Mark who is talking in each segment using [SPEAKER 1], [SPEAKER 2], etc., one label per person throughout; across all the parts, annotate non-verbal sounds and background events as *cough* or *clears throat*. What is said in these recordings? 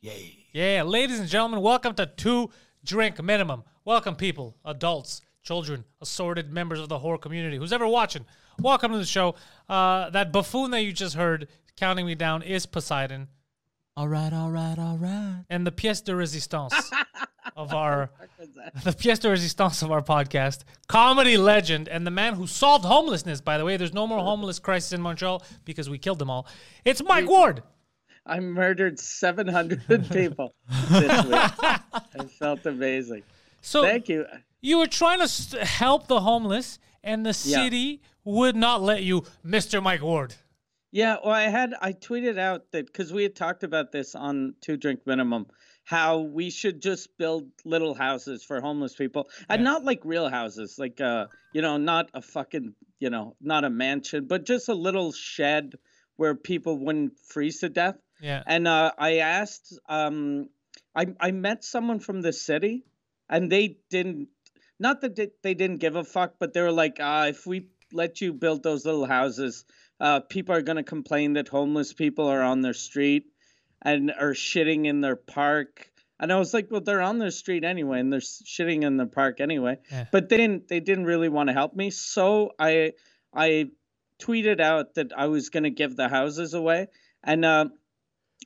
[SPEAKER 1] Yay.
[SPEAKER 2] Yeah, ladies and gentlemen, welcome to Two Drink Minimum. Welcome, people, adults, children, assorted members of the horror community, who's ever watching. Welcome to the show. Uh, that buffoon that you just heard counting me down is Poseidon,
[SPEAKER 1] All right, all right, all right.
[SPEAKER 2] and the pièce de résistance of our *laughs* the pièce de résistance of our podcast, comedy legend, and the man who solved homelessness. By the way, there's no more homeless crisis in Montreal because we killed them all. It's Mike Ward.
[SPEAKER 3] I murdered 700 people this week. I felt amazing.
[SPEAKER 2] So
[SPEAKER 3] Thank you.
[SPEAKER 2] You were trying to st- help the homeless, and the city would not let you, Mr. Mike Ward.
[SPEAKER 3] Yeah, well, I had I tweeted out that because we had talked about this on Two Drink Minimum, how we should just build little houses for homeless people, and not like real houses, like uh, you know, not a fucking, you know, not a mansion, but just a little shed where people wouldn't freeze to death.
[SPEAKER 2] Yeah.
[SPEAKER 3] And uh, I asked, um, I, I met someone from the city, and they didn't, not that they, they didn't give a fuck, but they were like, uh, if we let you build those little houses, uh, people are going to complain that homeless people are on their street and are shitting in their park. And I was like, well, they're on their street anyway, and they're s- shitting in their park anyway.
[SPEAKER 2] Yeah.
[SPEAKER 3] But they didn't, they didn't really want to help me, so I, I tweeted out that I was going to give the houses away, and uh,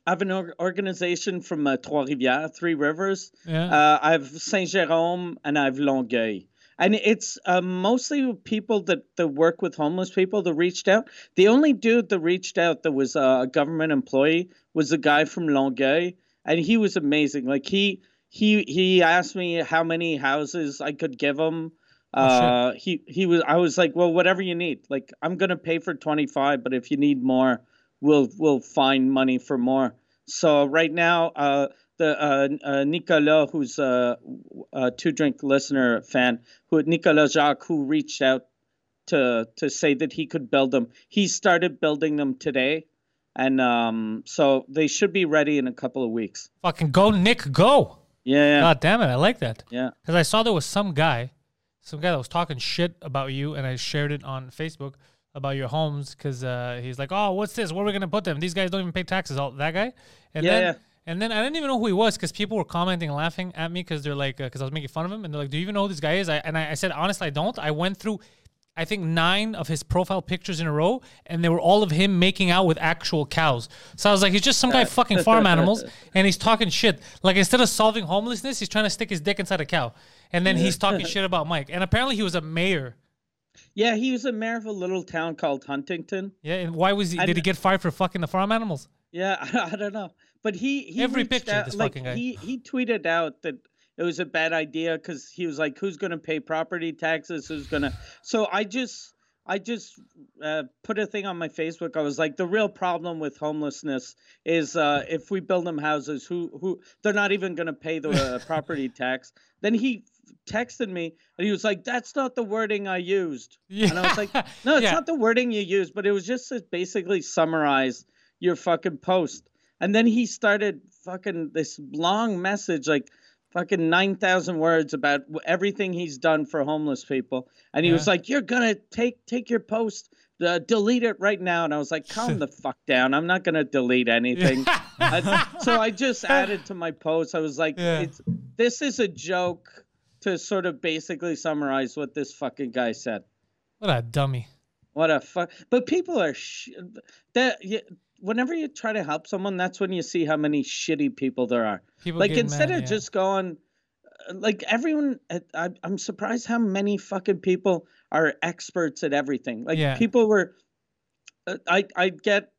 [SPEAKER 3] I have an or- organization from uh, Trois Rivières, Three Rivers.
[SPEAKER 2] Yeah.
[SPEAKER 3] Uh, I have Saint Jérôme and I have Longueuil. And it's uh, mostly people that, that work with homeless people that reached out. The only dude that reached out that was uh, a government employee was a guy from Longueuil, and he was amazing. Like he he he asked me how many houses I could give him. Uh, he he was I was like, well, whatever you need. Like I'm gonna pay for 25, but if you need more, we'll we'll find money for more. So right now, uh, the uh, uh, Nicolas, who's a, a two drink listener fan, who Nicolas Jacques, who reached out to to say that he could build them. He started building them today, and um, so they should be ready in a couple of weeks.
[SPEAKER 2] Fucking go, Nick, go.
[SPEAKER 3] Yeah, yeah,
[SPEAKER 2] God damn it. I like that.
[SPEAKER 3] yeah.
[SPEAKER 2] Because I saw there was some guy, some guy that was talking shit about you, and I shared it on Facebook about your homes because uh, he's like, "Oh, what's this? Where are we gonna put them? These guys don't even pay taxes." All that guy, and
[SPEAKER 3] Yeah,
[SPEAKER 2] then
[SPEAKER 3] yeah.
[SPEAKER 2] and then I didn't even know who he was because people were commenting, and laughing at me because they're like, because I was making fun of him, and they're like, "Do you even know who this guy is?" I, and I, I said, "Honestly, I don't." I went through. I think nine of his profile pictures in a row, and they were all of him making out with actual cows. So I was like, he's just some guy fucking farm
[SPEAKER 3] *laughs*
[SPEAKER 2] animals, and he's talking shit. Like instead of solving homelessness, he's trying to stick his dick inside a cow, and then he's talking shit about Mike. And apparently, he was a mayor.
[SPEAKER 3] Yeah, he was a mayor of a little town called Huntington.
[SPEAKER 2] Yeah, and why was he?
[SPEAKER 3] I
[SPEAKER 2] did he
[SPEAKER 3] kn-
[SPEAKER 2] get fired for fucking the farm animals?
[SPEAKER 3] Yeah, *laughs* I don't know, but he, he
[SPEAKER 2] Every
[SPEAKER 3] reached
[SPEAKER 2] picture,
[SPEAKER 3] out,
[SPEAKER 2] this
[SPEAKER 3] like,
[SPEAKER 2] fucking guy.
[SPEAKER 3] He he tweeted out that it was a bad idea because he was like, "Who's going to pay property taxes? Who's going to?" So I just I just uh, put a thing on my Facebook. I was like, "The real problem with homelessness is uh, if we build them houses, who who they're not even going to pay
[SPEAKER 2] *laughs*
[SPEAKER 3] the uh, property tax." Then he texted me and he was like, "That's not the wording I used." And I was like,
[SPEAKER 2] *laughs* Yeah.
[SPEAKER 3] no, it's
[SPEAKER 2] Yeah.
[SPEAKER 3] not the wording you use, but it was just to basically summarize your fucking post. And then he started fucking this long message, like fucking 9,000 words about w- everything he's done for homeless people. And he was like, you're going to take, take your post, uh, delete it right now. And I was like,
[SPEAKER 2] *laughs*
[SPEAKER 3] calm the fuck down. I'm not going to delete anything. I- so
[SPEAKER 2] *laughs*
[SPEAKER 3] I just added to my post. I was like,
[SPEAKER 2] Yeah.
[SPEAKER 3] it's, this is a joke to sort of basically summarize what this fucking guy said.
[SPEAKER 2] What a dummy.
[SPEAKER 3] What a fuck! But people are sh- that. You, whenever you try to help someone, that's when you see how many shitty people there are.
[SPEAKER 2] People
[SPEAKER 3] like
[SPEAKER 2] get
[SPEAKER 3] instead
[SPEAKER 2] mad,
[SPEAKER 3] of
[SPEAKER 2] Oh, yeah.
[SPEAKER 3] just going, uh, like everyone, uh, I, I'm surprised how many fucking people are experts at everything. Like
[SPEAKER 2] Yeah.
[SPEAKER 3] people were, uh, I I get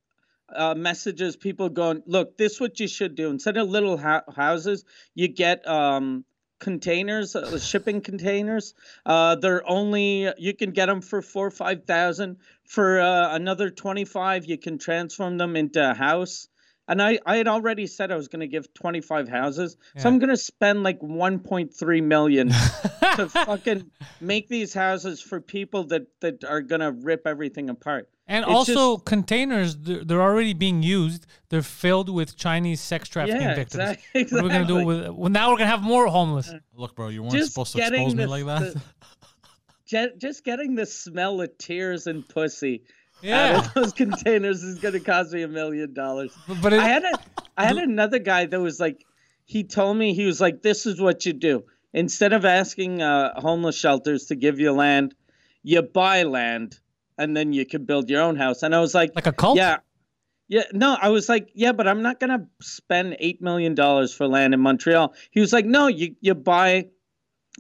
[SPEAKER 3] uh, messages people going, look, this what you should do. Instead of little hou- houses, you get um, containers, uh, shipping containers. Uh, they're only you can get them for four or five thousand. For uh, another twenty five, you can transform them into a house. And I, I had already said I was going to give 25 houses, so I'm going to spend like 1.3 million to fucking make these houses for people that that are going to rip everything apart.
[SPEAKER 2] And
[SPEAKER 3] It's
[SPEAKER 2] also containers, they're, they're already being used. They're filled with Chinese sex trafficking
[SPEAKER 3] Yeah,
[SPEAKER 2] victims.
[SPEAKER 3] exac-
[SPEAKER 2] What are we gonna do
[SPEAKER 3] exactly.
[SPEAKER 2] with? Well, now we're gonna have more homeless.
[SPEAKER 1] Look, bro, you weren't
[SPEAKER 3] Just
[SPEAKER 1] supposed to
[SPEAKER 3] getting
[SPEAKER 1] expose me
[SPEAKER 3] the-
[SPEAKER 1] like that.
[SPEAKER 3] the- ju- just getting the smell of tears and pussy
[SPEAKER 2] Yeah,
[SPEAKER 3] *laughs* out of those containers is going to cost me a million dollars.
[SPEAKER 2] but it,
[SPEAKER 3] I had a I had another guy that was like, he told me he was like, this is what you do. Instead of asking uh, homeless shelters to give you land, you buy land and then you could build your own house. And I was like,
[SPEAKER 2] Like a cult?
[SPEAKER 3] yeah, yeah. No, I was like, yeah, but I'm not gonna spend eight million dollars for land in Montreal. He was like, no, you you buy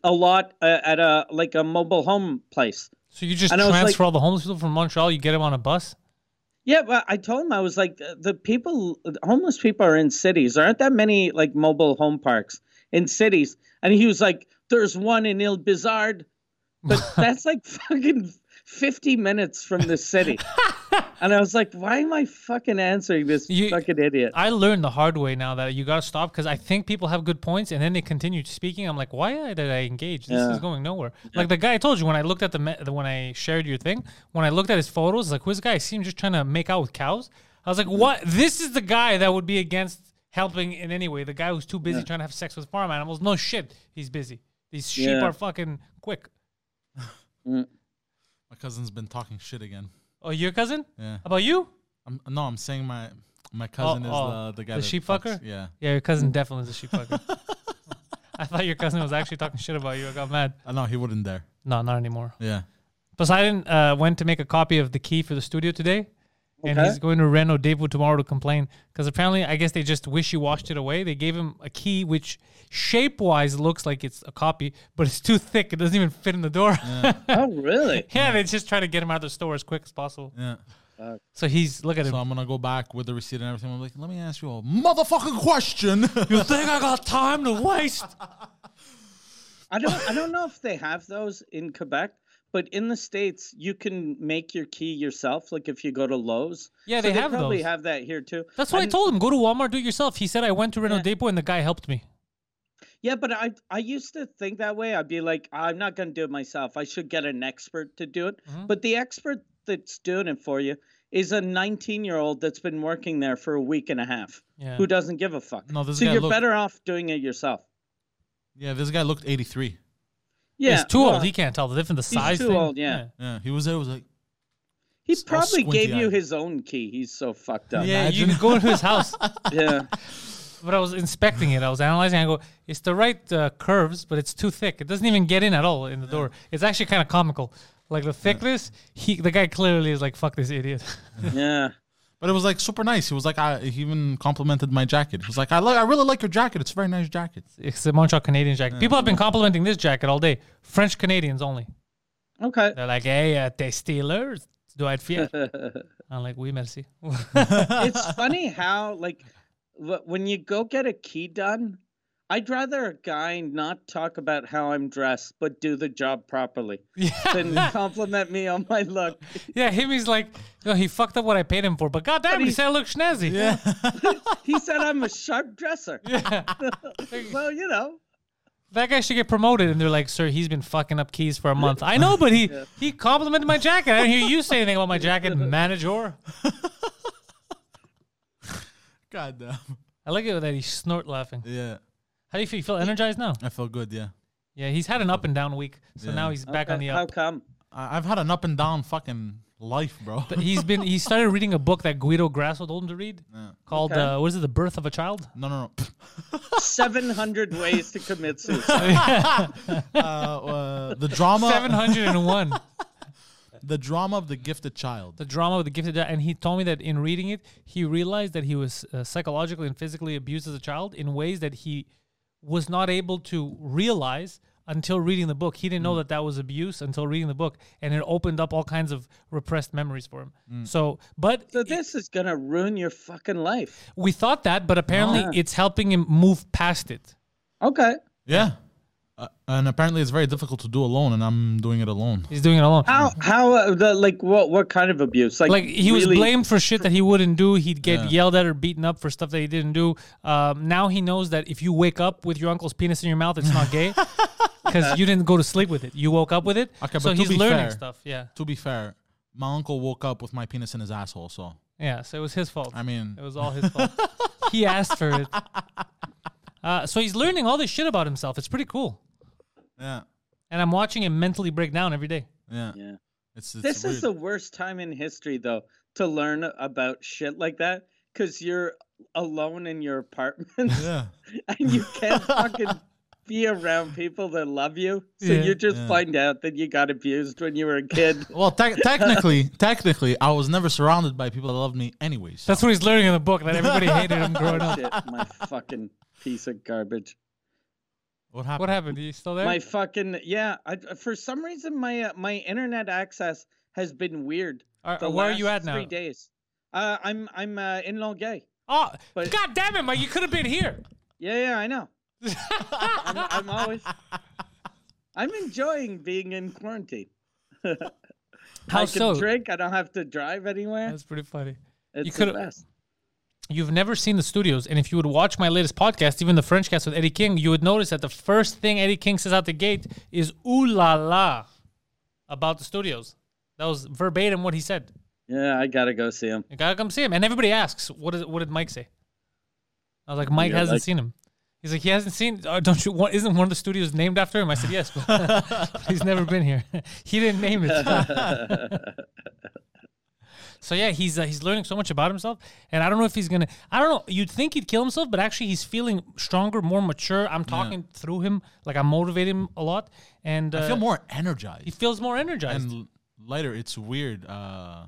[SPEAKER 3] a lot uh, at a like a mobile home place.
[SPEAKER 2] So you just
[SPEAKER 3] And I was
[SPEAKER 2] transfer
[SPEAKER 3] like-
[SPEAKER 2] all the homeless people from Montreal, you get them on a bus?
[SPEAKER 3] Yeah, but I told him I was like the- the people, the homeless people are in cities. There aren't that many like mobile home parks in cities. And he was like, "There's one in Il Bizarre,
[SPEAKER 2] *laughs*
[SPEAKER 3] but that's like fucking fifty minutes from
[SPEAKER 2] *laughs*
[SPEAKER 3] the city." and I was like, "Why am I fucking answering this
[SPEAKER 2] You-
[SPEAKER 3] fucking idiot?"
[SPEAKER 2] I learned the hard way now that you gotta stop because I think people have good points and then they continue speaking. I'm like, why did I engage? This
[SPEAKER 3] Yeah.
[SPEAKER 2] is going nowhere. Like the guy I told you when I looked at the me- the- when I shared your thing, when I looked at his photos, like who's the guy? I see him just trying to make out with cows. I was like, what? This is the guy that would be against helping in any way. The guy who's too busy trying to have sex with farm animals. No shit, he's busy. These sheep
[SPEAKER 3] Yeah.
[SPEAKER 2] are fucking quick.
[SPEAKER 1] *laughs* My cousin's been talking shit again.
[SPEAKER 2] Oh, your cousin?
[SPEAKER 1] Yeah.
[SPEAKER 2] About you?
[SPEAKER 1] I'm, no, I'm saying my my cousin is
[SPEAKER 2] oh,
[SPEAKER 1] the the guy
[SPEAKER 2] the
[SPEAKER 1] that
[SPEAKER 2] sheep
[SPEAKER 1] fucks-
[SPEAKER 2] fucker?
[SPEAKER 1] Yeah.
[SPEAKER 2] Yeah, your cousin definitely is a sheep
[SPEAKER 3] *laughs*
[SPEAKER 2] fucker. I thought your cousin was actually talking shit about you. I got mad.
[SPEAKER 1] Uh, no, he wouldn't dare.
[SPEAKER 2] No, not anymore.
[SPEAKER 1] Yeah.
[SPEAKER 2] Poseidon uh, went to make a copy of the key for the studio today, and he's going to Reno Devo tomorrow to complain because apparently, I guess they just wish he washed it away. They gave him a key which shape wise looks like it's a copy, but it's too thick. It doesn't even fit in the door. Yeah, *laughs*
[SPEAKER 3] oh, really?
[SPEAKER 2] they just try to get him out of the store as quick as possible.
[SPEAKER 1] Yeah.
[SPEAKER 2] So he's look at him.
[SPEAKER 1] So I'm gonna go back with the receipt and everything. I'm like, let me ask you a motherfucking question. *laughs*
[SPEAKER 2] you think I got time to waste?
[SPEAKER 3] I don't. I don't know if they have those in Quebec. But in the states, you can make your key yourself. Like if you go to Lowe's,
[SPEAKER 2] Yeah,
[SPEAKER 3] So
[SPEAKER 2] they have
[SPEAKER 3] probably
[SPEAKER 2] those.
[SPEAKER 3] have that here too.
[SPEAKER 2] That's what I
[SPEAKER 3] And-
[SPEAKER 2] told him. Go to Walmart, do it yourself. He said I went to Reno Depot and the guy helped me.
[SPEAKER 3] Yeah, but I I used to think that way. I'd be like, I'm not gonna do it myself. I should get an expert to do it.
[SPEAKER 2] Mm-hmm.
[SPEAKER 3] But the expert that's doing it for you is a 19 year old that's been working there for a week and a half,
[SPEAKER 2] Yeah.
[SPEAKER 3] who doesn't give a fuck.
[SPEAKER 1] No, this
[SPEAKER 3] so
[SPEAKER 1] guy
[SPEAKER 3] you're
[SPEAKER 1] look-
[SPEAKER 3] better off doing it yourself.
[SPEAKER 1] yeah, this guy looked 83.
[SPEAKER 3] Yeah,
[SPEAKER 2] he's too
[SPEAKER 3] well,
[SPEAKER 2] old. He can't tell the difference. The
[SPEAKER 3] he's
[SPEAKER 2] size
[SPEAKER 3] too
[SPEAKER 2] thing.
[SPEAKER 3] old, yeah.
[SPEAKER 1] Yeah, he was there. Was like,
[SPEAKER 3] He
[SPEAKER 1] all
[SPEAKER 3] probably gave
[SPEAKER 1] squinty-eyed.
[SPEAKER 3] you his own key. He's so fucked up.
[SPEAKER 2] Yeah,
[SPEAKER 3] Yeah,
[SPEAKER 2] you could go into his *laughs* house.
[SPEAKER 3] yeah.
[SPEAKER 2] But I was inspecting it. I was analyzing. I go, it's the right uh, curves, but it's too thick. It doesn't even get in at all in the door. It's actually kind of comical. Like the thickness, he the guy clearly is like, "Fuck this idiot." *laughs*
[SPEAKER 3] yeah.
[SPEAKER 1] but it was like super nice. He was like, I he even complimented my jacket. He was like, I like, I really like your jacket. It's a very nice jacket.
[SPEAKER 2] it's a Montreal Canadian jacket. People have been complimenting this jacket all day. French Canadians only.
[SPEAKER 3] Okay.
[SPEAKER 2] *laughs* They're like, "Hey, uh, t'es Steelers, do I *laughs* fear?" I'm like, "Oui, merci." *laughs*
[SPEAKER 3] it's funny how like wh- when you go get a key done i'd rather a guy not talk about how i'm dressed but do the job
[SPEAKER 2] *laughs*
[SPEAKER 3] properly than compliment me on my look
[SPEAKER 2] yeah, him. He's like, "No, he fucked up what I paid him for." But goddamn, he
[SPEAKER 3] he-
[SPEAKER 2] said, I "Look, schnazzy." Yeah.
[SPEAKER 3] he said i'm a
[SPEAKER 2] *laughs*
[SPEAKER 3] sharp dresser well you know
[SPEAKER 2] that guy should get promoted. And they're like, sir, he's been fucking up keys for a month. I know, but he he complimented my jacket. I didn't hear you say anything about my jacket, manager.
[SPEAKER 1] God damn.
[SPEAKER 2] I like it that he snort laughing.
[SPEAKER 1] Yeah,
[SPEAKER 2] How do you feel? You feel energized now?
[SPEAKER 1] I feel good. Yeah,
[SPEAKER 2] Yeah, he's had an up and down week, so now he's back on
[SPEAKER 3] Uh,
[SPEAKER 2] the
[SPEAKER 3] how
[SPEAKER 2] up.
[SPEAKER 3] come
[SPEAKER 1] I, I've had an up and down fucking life, *laughs* bro.
[SPEAKER 2] But he's been he started reading a book that Guido Grasso told him to read called
[SPEAKER 3] Okay.
[SPEAKER 2] uh, what is it, The Birth of a Child?
[SPEAKER 1] no, no, *laughs* no.
[SPEAKER 3] 700 ways to commit suicide
[SPEAKER 1] uh, the drama,
[SPEAKER 2] Seven hundred and one.
[SPEAKER 1] the drama of the gifted child.
[SPEAKER 2] the drama of the gifted child. And he told me that in reading it, he realized that he was uh, psychologically and physically abused as a child in ways that he was not able to realize until reading the book. He didn't know that that was abuse until reading the book, and it opened up all kinds of repressed memories for him. So, but *laughs*
[SPEAKER 3] so this is gonna ruin your fucking life
[SPEAKER 2] we thought that, but apparently it's helping him move past it.
[SPEAKER 3] okay
[SPEAKER 1] Yeah, uh, and apparently it's very difficult to do alone, and I'm doing it alone.
[SPEAKER 2] He's doing it alone.
[SPEAKER 3] how how uh, the like what what kind of abuse like
[SPEAKER 2] Mm-hmm. like he was
[SPEAKER 3] really-
[SPEAKER 2] blamed for shit that he wouldn't do. He'd get yelled at or beaten up for stuff that he didn't do. Um, now he knows that if you wake up with your uncle's penis in your mouth, it's not
[SPEAKER 1] *laughs*
[SPEAKER 2] gay because you didn't go to sleep with it. You woke up with it.
[SPEAKER 1] Okay,
[SPEAKER 2] so
[SPEAKER 1] but to
[SPEAKER 2] he's
[SPEAKER 1] be
[SPEAKER 2] learning
[SPEAKER 1] fair-
[SPEAKER 2] stuff. Yeah,
[SPEAKER 1] To be fair, my uncle woke up with my penis in his asshole, so
[SPEAKER 2] yeah. So it was his fault.
[SPEAKER 1] I mean,
[SPEAKER 2] it was all his
[SPEAKER 1] *laughs*
[SPEAKER 2] fault. he asked for it. Uh, so he's learning all this shit about himself. It's pretty cool,
[SPEAKER 1] yeah,
[SPEAKER 2] and I'm watching him mentally break down every day.
[SPEAKER 1] yeah,
[SPEAKER 3] Yeah.
[SPEAKER 1] It's, it's
[SPEAKER 3] This is the
[SPEAKER 1] weird.
[SPEAKER 3] worst time in history, though, to learn about shit like that. because you're alone in your apartment *laughs*
[SPEAKER 1] Yeah.
[SPEAKER 3] and you can't
[SPEAKER 2] *laughs*
[SPEAKER 3] fucking be around people that love you. So
[SPEAKER 2] Yeah.
[SPEAKER 3] you just
[SPEAKER 1] Yeah.
[SPEAKER 3] find out that you got abused when you were
[SPEAKER 2] *laughs*
[SPEAKER 3] a kid.
[SPEAKER 1] Well,
[SPEAKER 3] *laughs*
[SPEAKER 1] te- technically, technically, I was never surrounded by people that loved me, anyways.
[SPEAKER 2] That's what he's learning in the book that
[SPEAKER 1] *laughs*
[SPEAKER 2] everybody hated him growing up.
[SPEAKER 3] Shit, my fucking piece of garbage.
[SPEAKER 1] what happened.
[SPEAKER 2] What happened? Are you still there?
[SPEAKER 3] My fucking yeah. I, for some reason, my uh, my internet access has been weird.
[SPEAKER 2] Are-
[SPEAKER 3] the
[SPEAKER 2] where are you
[SPEAKER 3] last
[SPEAKER 2] at now?
[SPEAKER 3] Three days. Uh, I'm I'm uh, in Longueuil.
[SPEAKER 2] Oh,
[SPEAKER 3] But-
[SPEAKER 2] god damn it, Mike! You could have been here.
[SPEAKER 3] Yeah, yeah, I know. I'm, I'm always. I'm enjoying being in quarantine. I
[SPEAKER 2] How
[SPEAKER 3] can
[SPEAKER 2] so?
[SPEAKER 3] drink. I don't have to drive anywhere.
[SPEAKER 2] That's pretty funny.
[SPEAKER 3] It's the
[SPEAKER 2] coulda-
[SPEAKER 3] best.
[SPEAKER 2] You've never seen the studios, and if you would watch my latest podcast, even the French cast with Eddie King, you would notice that the first thing Eddie King says out the gate is "ooh la la" about the studios. That was verbatim what he said.
[SPEAKER 3] Yeah, I gotta go see him.
[SPEAKER 2] You gotta come see him, and everybody asks, "What is? What did Mike say?" I was like, "Mike
[SPEAKER 3] Yeah,
[SPEAKER 2] hasn't
[SPEAKER 3] like-
[SPEAKER 2] seen him." He's like, "He hasn't seen. Uh, don't you? What, isn't one of the studios named after him?" I said, "Yes, but *laughs* he's never been here. *laughs* he didn't name it." *laughs* So yeah, he's uh, he's learning so much about himself, and I don't know if he's gonna. I don't know. You'd think he'd kill himself, but actually he's feeling stronger, more mature. I'm talking through him, like I'm motivating him a lot, and uh,
[SPEAKER 1] I feel more
[SPEAKER 2] he
[SPEAKER 1] energized
[SPEAKER 2] feels more energized.
[SPEAKER 1] and l- lighter. It's weird. Uh,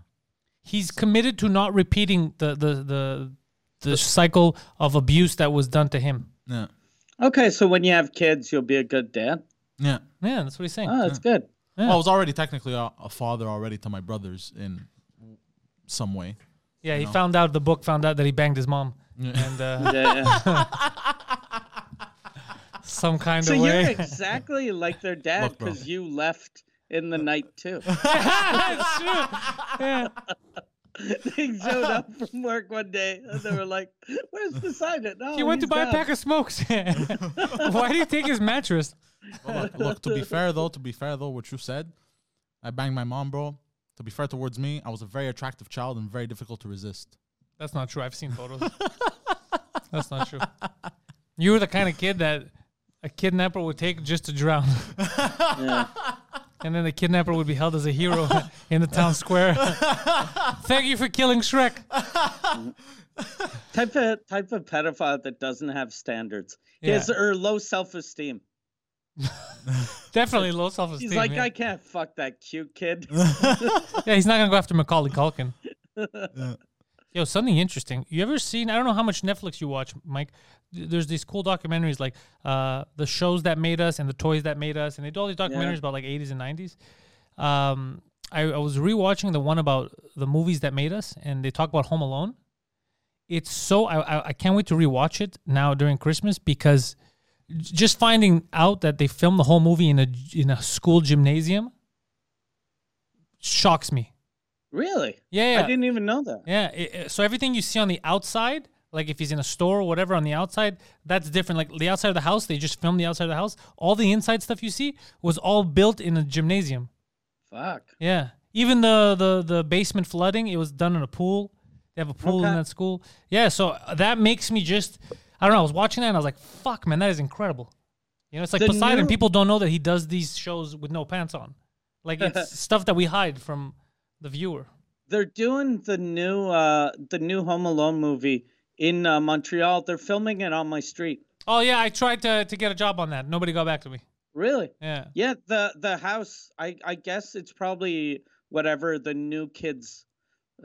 [SPEAKER 2] he's committed to not repeating the the the the cycle of abuse that was done to him.
[SPEAKER 1] yeah,
[SPEAKER 3] okay, so when you have kids, you'll be a good dad.
[SPEAKER 1] yeah.
[SPEAKER 2] Yeah, that's what he's saying.
[SPEAKER 3] Oh,
[SPEAKER 2] *laughs*
[SPEAKER 3] that's good.
[SPEAKER 1] Well, I was already technically a, a father already to my brothers in some way.
[SPEAKER 2] yeah, he found out the book found out that he banged his mom, and uh,
[SPEAKER 3] Yeah. *laughs*
[SPEAKER 2] some kind
[SPEAKER 3] so
[SPEAKER 2] of
[SPEAKER 3] you're
[SPEAKER 2] way.
[SPEAKER 3] exactly
[SPEAKER 2] *laughs*
[SPEAKER 3] like their dad
[SPEAKER 1] Look, bro.
[SPEAKER 3] because you left in the night too.
[SPEAKER 2] That's true. Yeah.
[SPEAKER 3] *laughs* they showed up from work one day and they were like,
[SPEAKER 2] *laughs*
[SPEAKER 3] "Where's Poseidon?"
[SPEAKER 2] *laughs*
[SPEAKER 3] Oh,
[SPEAKER 2] He went to
[SPEAKER 3] he's
[SPEAKER 2] buy a
[SPEAKER 3] down."
[SPEAKER 2] pack of smokes. *laughs* Why did he take his mattress?
[SPEAKER 1] But uh, look, look, to be fair though, to be fair though, what you said, I banged my mom, bro. To be fair towards me, I was a very attractive child and very difficult to resist.
[SPEAKER 2] That's not true. I've seen photos.
[SPEAKER 3] *laughs*
[SPEAKER 2] That's not true. You were the kind of kid that a kidnapper would take just to drown. *laughs* And then the kidnapper would be held as a hero *laughs* in the town square.
[SPEAKER 3] *laughs*
[SPEAKER 2] Thank you for killing Shrek.
[SPEAKER 3] type of type of pedophile that doesn't have standards. He
[SPEAKER 2] Yeah.
[SPEAKER 3] has or low self esteem.
[SPEAKER 2] Definitely low self esteem.
[SPEAKER 3] He's like,
[SPEAKER 2] yeah.
[SPEAKER 3] I can't fuck that
[SPEAKER 2] *laughs*
[SPEAKER 3] cute kid.
[SPEAKER 2] yeah, he's not gonna go after Macaulay
[SPEAKER 3] *laughs*
[SPEAKER 2] Culkin. Yo, something interesting. You ever seen? I don't know how much Netflix you watch, Mike. Th- There's these cool documentaries like uh, the shows that made us and the toys that made us, and they do all these documentaries about like 80s and 90s. Um, I, I was rewatching the one about the movies that made us, and they talk about Home Alone. It's so I I, I can't wait to rewatch it now during Christmas because j- just finding out that they filmed the whole movie in a in a school gymnasium shocks me.
[SPEAKER 3] really?
[SPEAKER 2] Yeah, yeah.
[SPEAKER 3] I didn't even know that.
[SPEAKER 2] Yeah. i- i- so everything you see on the outside, like if he's in a store or whatever on the outside, that's different. Like the outside of the house, they just filmed the outside of the house. All the inside stuff you see was all built in a gymnasium.
[SPEAKER 3] Fuck.
[SPEAKER 2] Yeah. Even the the the basement flooding, it was done in a pool. They have a pool in
[SPEAKER 3] Okay.
[SPEAKER 2] that school. Yeah. So uh, that makes me just, I don't know. I was watching that and I was like, fuck, man, that is incredible. You know, it's like
[SPEAKER 3] The
[SPEAKER 2] Poseidon.
[SPEAKER 3] new-
[SPEAKER 2] People don't know that he does these shows with no pants on.
[SPEAKER 3] *laughs*
[SPEAKER 2] Like it's stuff that we hide from the viewer.
[SPEAKER 3] They're doing the new uh the new Home Alone movie in uh, Montreal. They're filming it on my street.
[SPEAKER 2] Oh yeah, I tried to, to get a job on that. Nobody got back to me.
[SPEAKER 3] Really?
[SPEAKER 2] Yeah.
[SPEAKER 3] Yeah, the the house. I I guess it's probably whatever the new kids,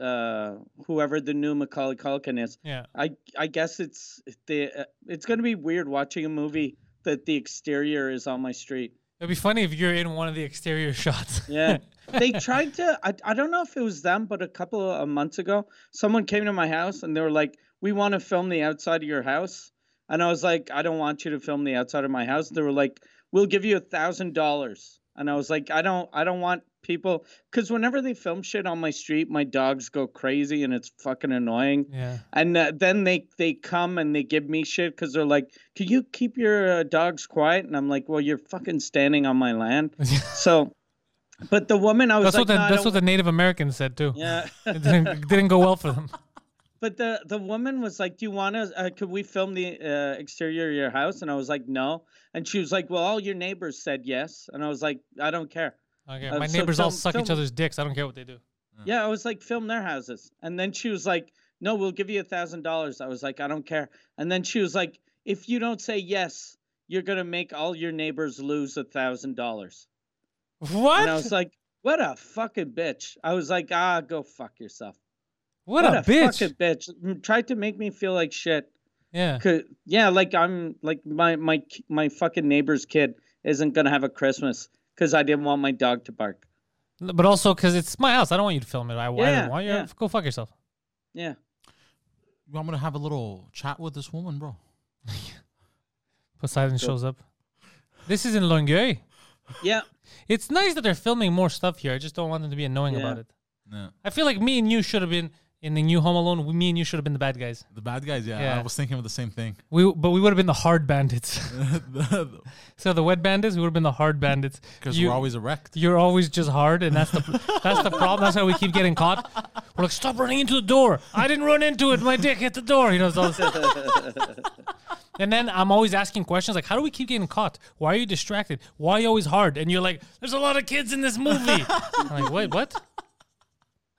[SPEAKER 3] uh, whoever the new Macaulay Culkin is.
[SPEAKER 2] Yeah.
[SPEAKER 3] I I guess it's the uh, it's gonna be weird watching a movie that the exterior is on my street.
[SPEAKER 2] It'd be funny if you're in one of the exterior *laughs* shots.
[SPEAKER 3] Yeah, they tried to. I I don't know if it was them, but a couple of months ago, someone came to my house and they were like, "We want to film the outside of your house," and I was like, "I don't want you to film the outside of my house." They were like, "We'll give you a thousand dollars," and I was like, "I don't I don't want people because whenever they film shit on my street, my dogs go crazy and it's fucking annoying."
[SPEAKER 2] yeah.
[SPEAKER 3] and uh, then they they come and they give me shit because they're like, "Can you keep your uh, dogs quiet?" And I'm like, "Well, you're fucking standing on my land." so, but the woman I was
[SPEAKER 2] That's
[SPEAKER 3] like,
[SPEAKER 2] what the,
[SPEAKER 3] "No, I
[SPEAKER 2] that's what
[SPEAKER 3] don't
[SPEAKER 2] the Native Americans said too.
[SPEAKER 3] wa-" yeah.
[SPEAKER 2] *laughs*
[SPEAKER 3] *laughs*
[SPEAKER 2] It didn't, it didn't go well for them.
[SPEAKER 3] but the the woman was like, "Do you want to? Uh, could we film the uh, exterior of your house?" And I was like, "No." And she was like, "Well, all your neighbors said yes." And I was like, "I don't care."
[SPEAKER 2] Okay.
[SPEAKER 3] Um,
[SPEAKER 2] my
[SPEAKER 3] so
[SPEAKER 2] neighbors all
[SPEAKER 3] film-
[SPEAKER 2] suck each
[SPEAKER 3] film-
[SPEAKER 2] Uh-huh. other's dicks. I don't care what they do.
[SPEAKER 3] Yeah, I was like, film their houses. And then she was like, no, we'll give you a thousand dollars. I was like, I don't care. And then she was like, if you don't say yes, you're gonna make all your neighbors lose a thousand dollars.
[SPEAKER 2] What?
[SPEAKER 3] And I was like, what a fucking bitch. I was like, ah, go fuck yourself.
[SPEAKER 2] what, a, bitch.
[SPEAKER 3] fucking bitch. Mm, Tried to make me feel like shit.
[SPEAKER 2] yeah.
[SPEAKER 3] 'Cause- yeah, like I'm like my my ki- my fucking neighbor's kid isn't gonna have a Christmas because I didn't want my dog to bark.
[SPEAKER 2] But also because it's my house. I don't want you to film it. I, I
[SPEAKER 3] Yeah,
[SPEAKER 2] don't want you.
[SPEAKER 3] yeah.
[SPEAKER 2] Go fuck yourself.
[SPEAKER 3] Yeah.
[SPEAKER 1] I'm gonna have a little chat with this woman, bro.
[SPEAKER 2] Poseidon shows up. This is in Longueuil.
[SPEAKER 3] Yeah.
[SPEAKER 2] It's nice that they're filming more stuff here. I just don't want them to be annoying
[SPEAKER 3] Yeah.
[SPEAKER 2] about it.
[SPEAKER 1] Yeah.
[SPEAKER 2] I feel like me and you should have been in the new Home Alone. We- Me and you should have been the bad guys.
[SPEAKER 1] The bad guys, yeah.
[SPEAKER 2] Yeah.
[SPEAKER 1] I was thinking of the same thing. *laughs*
[SPEAKER 2] We but we would have been the hard bandits. *laughs*
[SPEAKER 1] Because
[SPEAKER 2] so the wet bandits, we would have been the hard bandits. You-
[SPEAKER 1] we're always erect.
[SPEAKER 2] You're always just hard, and that's the that's the problem. That's why we keep getting caught. We're like, stop running into the door. I didn't run into it. My dick hit the door. You know. It's all *laughs* and then I'm always asking questions like, how do we keep getting caught? Why are you distracted? Why are you always hard? And you're like, there's a lot of kids in this movie. *laughs* I'm like, wait, what?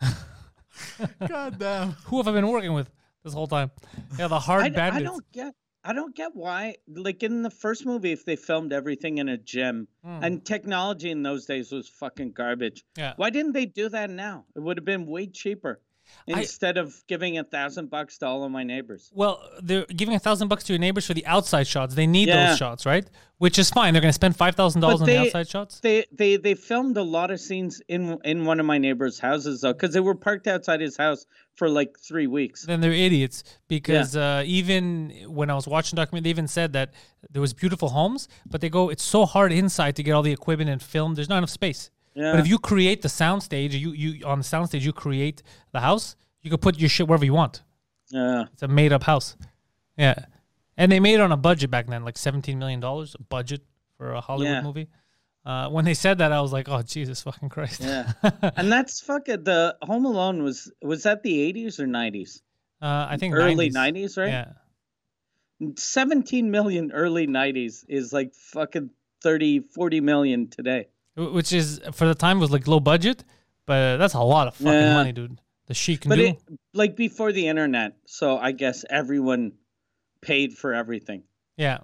[SPEAKER 1] *laughs* God damn.
[SPEAKER 2] Who have I been working with this whole time? Yeah, the hard
[SPEAKER 3] I, d- I
[SPEAKER 2] bandits.
[SPEAKER 3] don't get I don't get why like in the first movie if they filmed everything in a gym and technology in those days was fucking garbage.
[SPEAKER 2] Hmm. Yeah.
[SPEAKER 3] Why didn't they do that now? It would have been way cheaper
[SPEAKER 2] I-
[SPEAKER 3] instead of giving a thousand bucks to all of my neighbors.
[SPEAKER 2] Well, they're giving a thousand bucks to your neighbors for the outside shots. They need
[SPEAKER 3] Yeah.
[SPEAKER 2] those shots, right? Which is fine. They're going to spend five thousand dollars on
[SPEAKER 3] But
[SPEAKER 2] the
[SPEAKER 3] they-
[SPEAKER 2] outside shots.
[SPEAKER 3] They they they filmed a lot of scenes in in one of my neighbors' houses though, because they were parked outside his house for like three weeks.
[SPEAKER 2] Then they're idiots because uh, even when I was watching the document, they even said that there was beautiful homes, but they go, it's so hard inside to get all the equipment and film. There's not enough space. But
[SPEAKER 3] Yeah.
[SPEAKER 2] if you create the soundstage, you you on the soundstage you create the house. You can put your shit wherever you want.
[SPEAKER 3] Yeah.
[SPEAKER 2] It's a made up house. Yeah, and they made it on a budget back then, like seventeen million dollars a budget for a Hollywood
[SPEAKER 3] Yeah.
[SPEAKER 2] movie. Uh, when they said that, I was like, oh Jesus fucking Christ. Uh,
[SPEAKER 3] Yeah.
[SPEAKER 2] *laughs*
[SPEAKER 3] and that's fucking the Home Alone was was that the 80s or 90s?
[SPEAKER 2] Uh, I think
[SPEAKER 3] Early
[SPEAKER 2] 90s.
[SPEAKER 3] 90s, right?
[SPEAKER 2] Yeah.
[SPEAKER 3] 17 million early 90s is like fucking 30 40 million today
[SPEAKER 2] Wh- which is for the time was like low budget, but that's a lot of fucking
[SPEAKER 3] Yeah.
[SPEAKER 2] money, dude. The Sheik
[SPEAKER 3] but
[SPEAKER 2] knew.
[SPEAKER 3] it like before the internet so i guess everyone paid for everything
[SPEAKER 2] yeah.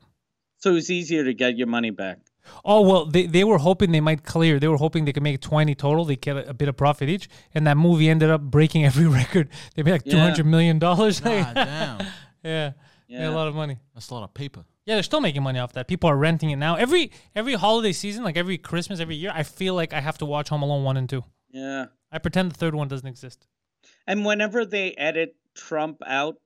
[SPEAKER 3] so it was easier to get your money back
[SPEAKER 2] Oh well, they, they were hoping they might clear. They were hoping they could make twenty total. They get a, a bit of profit each, and that movie ended up breaking *laughs* every record. They made like two hundred million dollars.
[SPEAKER 1] God damn.
[SPEAKER 2] *laughs* yeah. yeah, a
[SPEAKER 3] Yeah.
[SPEAKER 2] lot of money.
[SPEAKER 1] That's a lot of paper.
[SPEAKER 2] Yeah, they're still making money off that. People are renting it now. Every every holiday season, like every Christmas, every year, I feel like I have to watch Home Alone one and two.
[SPEAKER 3] yeah
[SPEAKER 2] I pretend the third one doesn't exist.
[SPEAKER 3] and whenever they edit trump out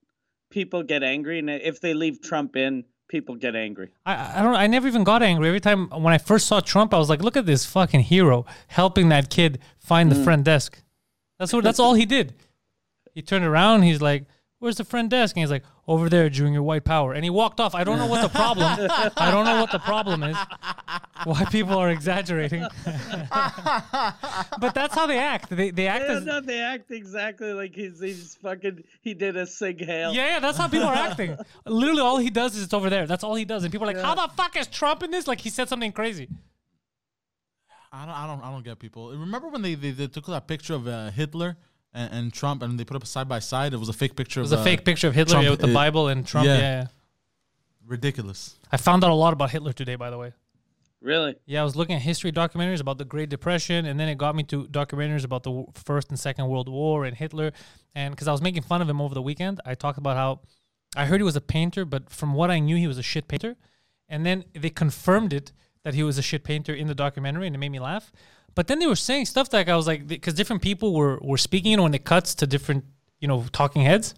[SPEAKER 3] people get angry and if they leave trump in people get angry
[SPEAKER 2] I, I don't know. I never even got angry. Every time when I first saw Trump, I was like, look at this fucking hero helping that kid find the front desk. That's what. That's all he did. He turned around. He's like, where's the front desk? And he's like, over there during your white power. And he walked off. I don't know what the problem. I don't know what the problem is. Why people are exaggerating. but that's how they act. They, they act
[SPEAKER 3] yeah,
[SPEAKER 2] as.
[SPEAKER 3] no, they act exactly like he's, he's fucking he did a sig hail
[SPEAKER 2] Yeah, yeah, that's how people are acting. Literally, all he does is it's over there. That's all he does. And people are like, how the fuck is Trump in this? Like, he said something crazy.
[SPEAKER 1] I don't, I don't, I don't get people. Remember when they, they, they took that picture of uh, Hitler and, and Trump and they put up a side by side? It was a fake picture.
[SPEAKER 2] It was a fake picture of Hitler
[SPEAKER 1] Uh, Trump,
[SPEAKER 2] yeah, with the
[SPEAKER 1] uh,
[SPEAKER 2] Bible and Trump. Yeah.
[SPEAKER 1] yeah.
[SPEAKER 2] yeah.
[SPEAKER 1] Ridiculous.
[SPEAKER 2] I found out a lot about Hitler today, by the way.
[SPEAKER 3] really
[SPEAKER 2] Yeah, I was looking at history documentaries about the Great Depression, and then it got me to documentaries about the w- First and Second World War and Hitler. And because I was making fun of him over the weekend, I talked about how I heard he was a painter, but from what I knew, he was a shit painter. And then they confirmed it that he was a shit painter in the documentary, and it made me laugh. But then they were saying stuff like I was like, because different people were were speaking, you know, when it cuts to different, you know, talking heads.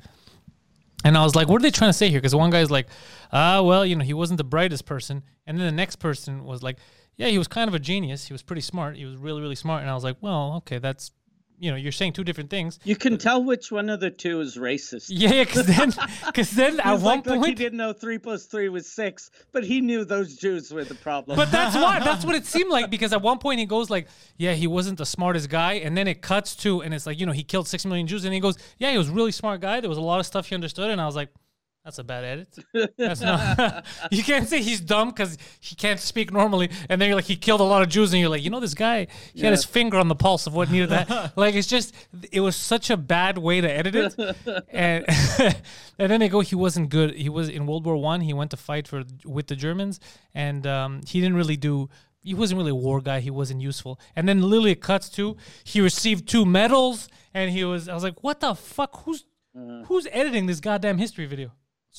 [SPEAKER 2] And I was like, what are they trying to say here? Because one guy's like, ah, well, you know, he wasn't the brightest person. And then the next person was like, yeah, he was kind of a genius. He was pretty smart. He was really, really smart. And I was like, well, okay, that's, you know, you're saying two different things. *laughs*
[SPEAKER 3] you can tell which one of the two is racist
[SPEAKER 2] Yeah, yeah, because then, *laughs* cause then at
[SPEAKER 3] It's
[SPEAKER 2] one
[SPEAKER 3] like, look, he
[SPEAKER 2] point.
[SPEAKER 3] didn't know three plus three was six, but he knew those Jews were the problem.
[SPEAKER 2] *laughs* But that's why that's what
[SPEAKER 3] *laughs*
[SPEAKER 2] it seemed like because at one point he goes like, yeah, he wasn't the smartest guy, and then it cuts to and it's like you know he killed six million Jews, and he goes, yeah, he was a really smart guy. There was a lot of stuff he understood, and I was like, That's a bad edit. That's not. *laughs* you can't say he's dumb because he can't speak normally, and then you're like he killed a lot of Jews, and you're like, you know, this guy he had his
[SPEAKER 3] Yeah.
[SPEAKER 2] finger on the pulse of what needed that. like it's just it was such a bad way to edit it, and *laughs* and then they go he wasn't good. He was in World War One. He went to fight for with the Germans, and um, he didn't really do. He wasn't really a war guy. He wasn't useful. And then literally it cuts to he received two medals, and he was. I was like, what the fuck? Who's who's editing this goddamn history video?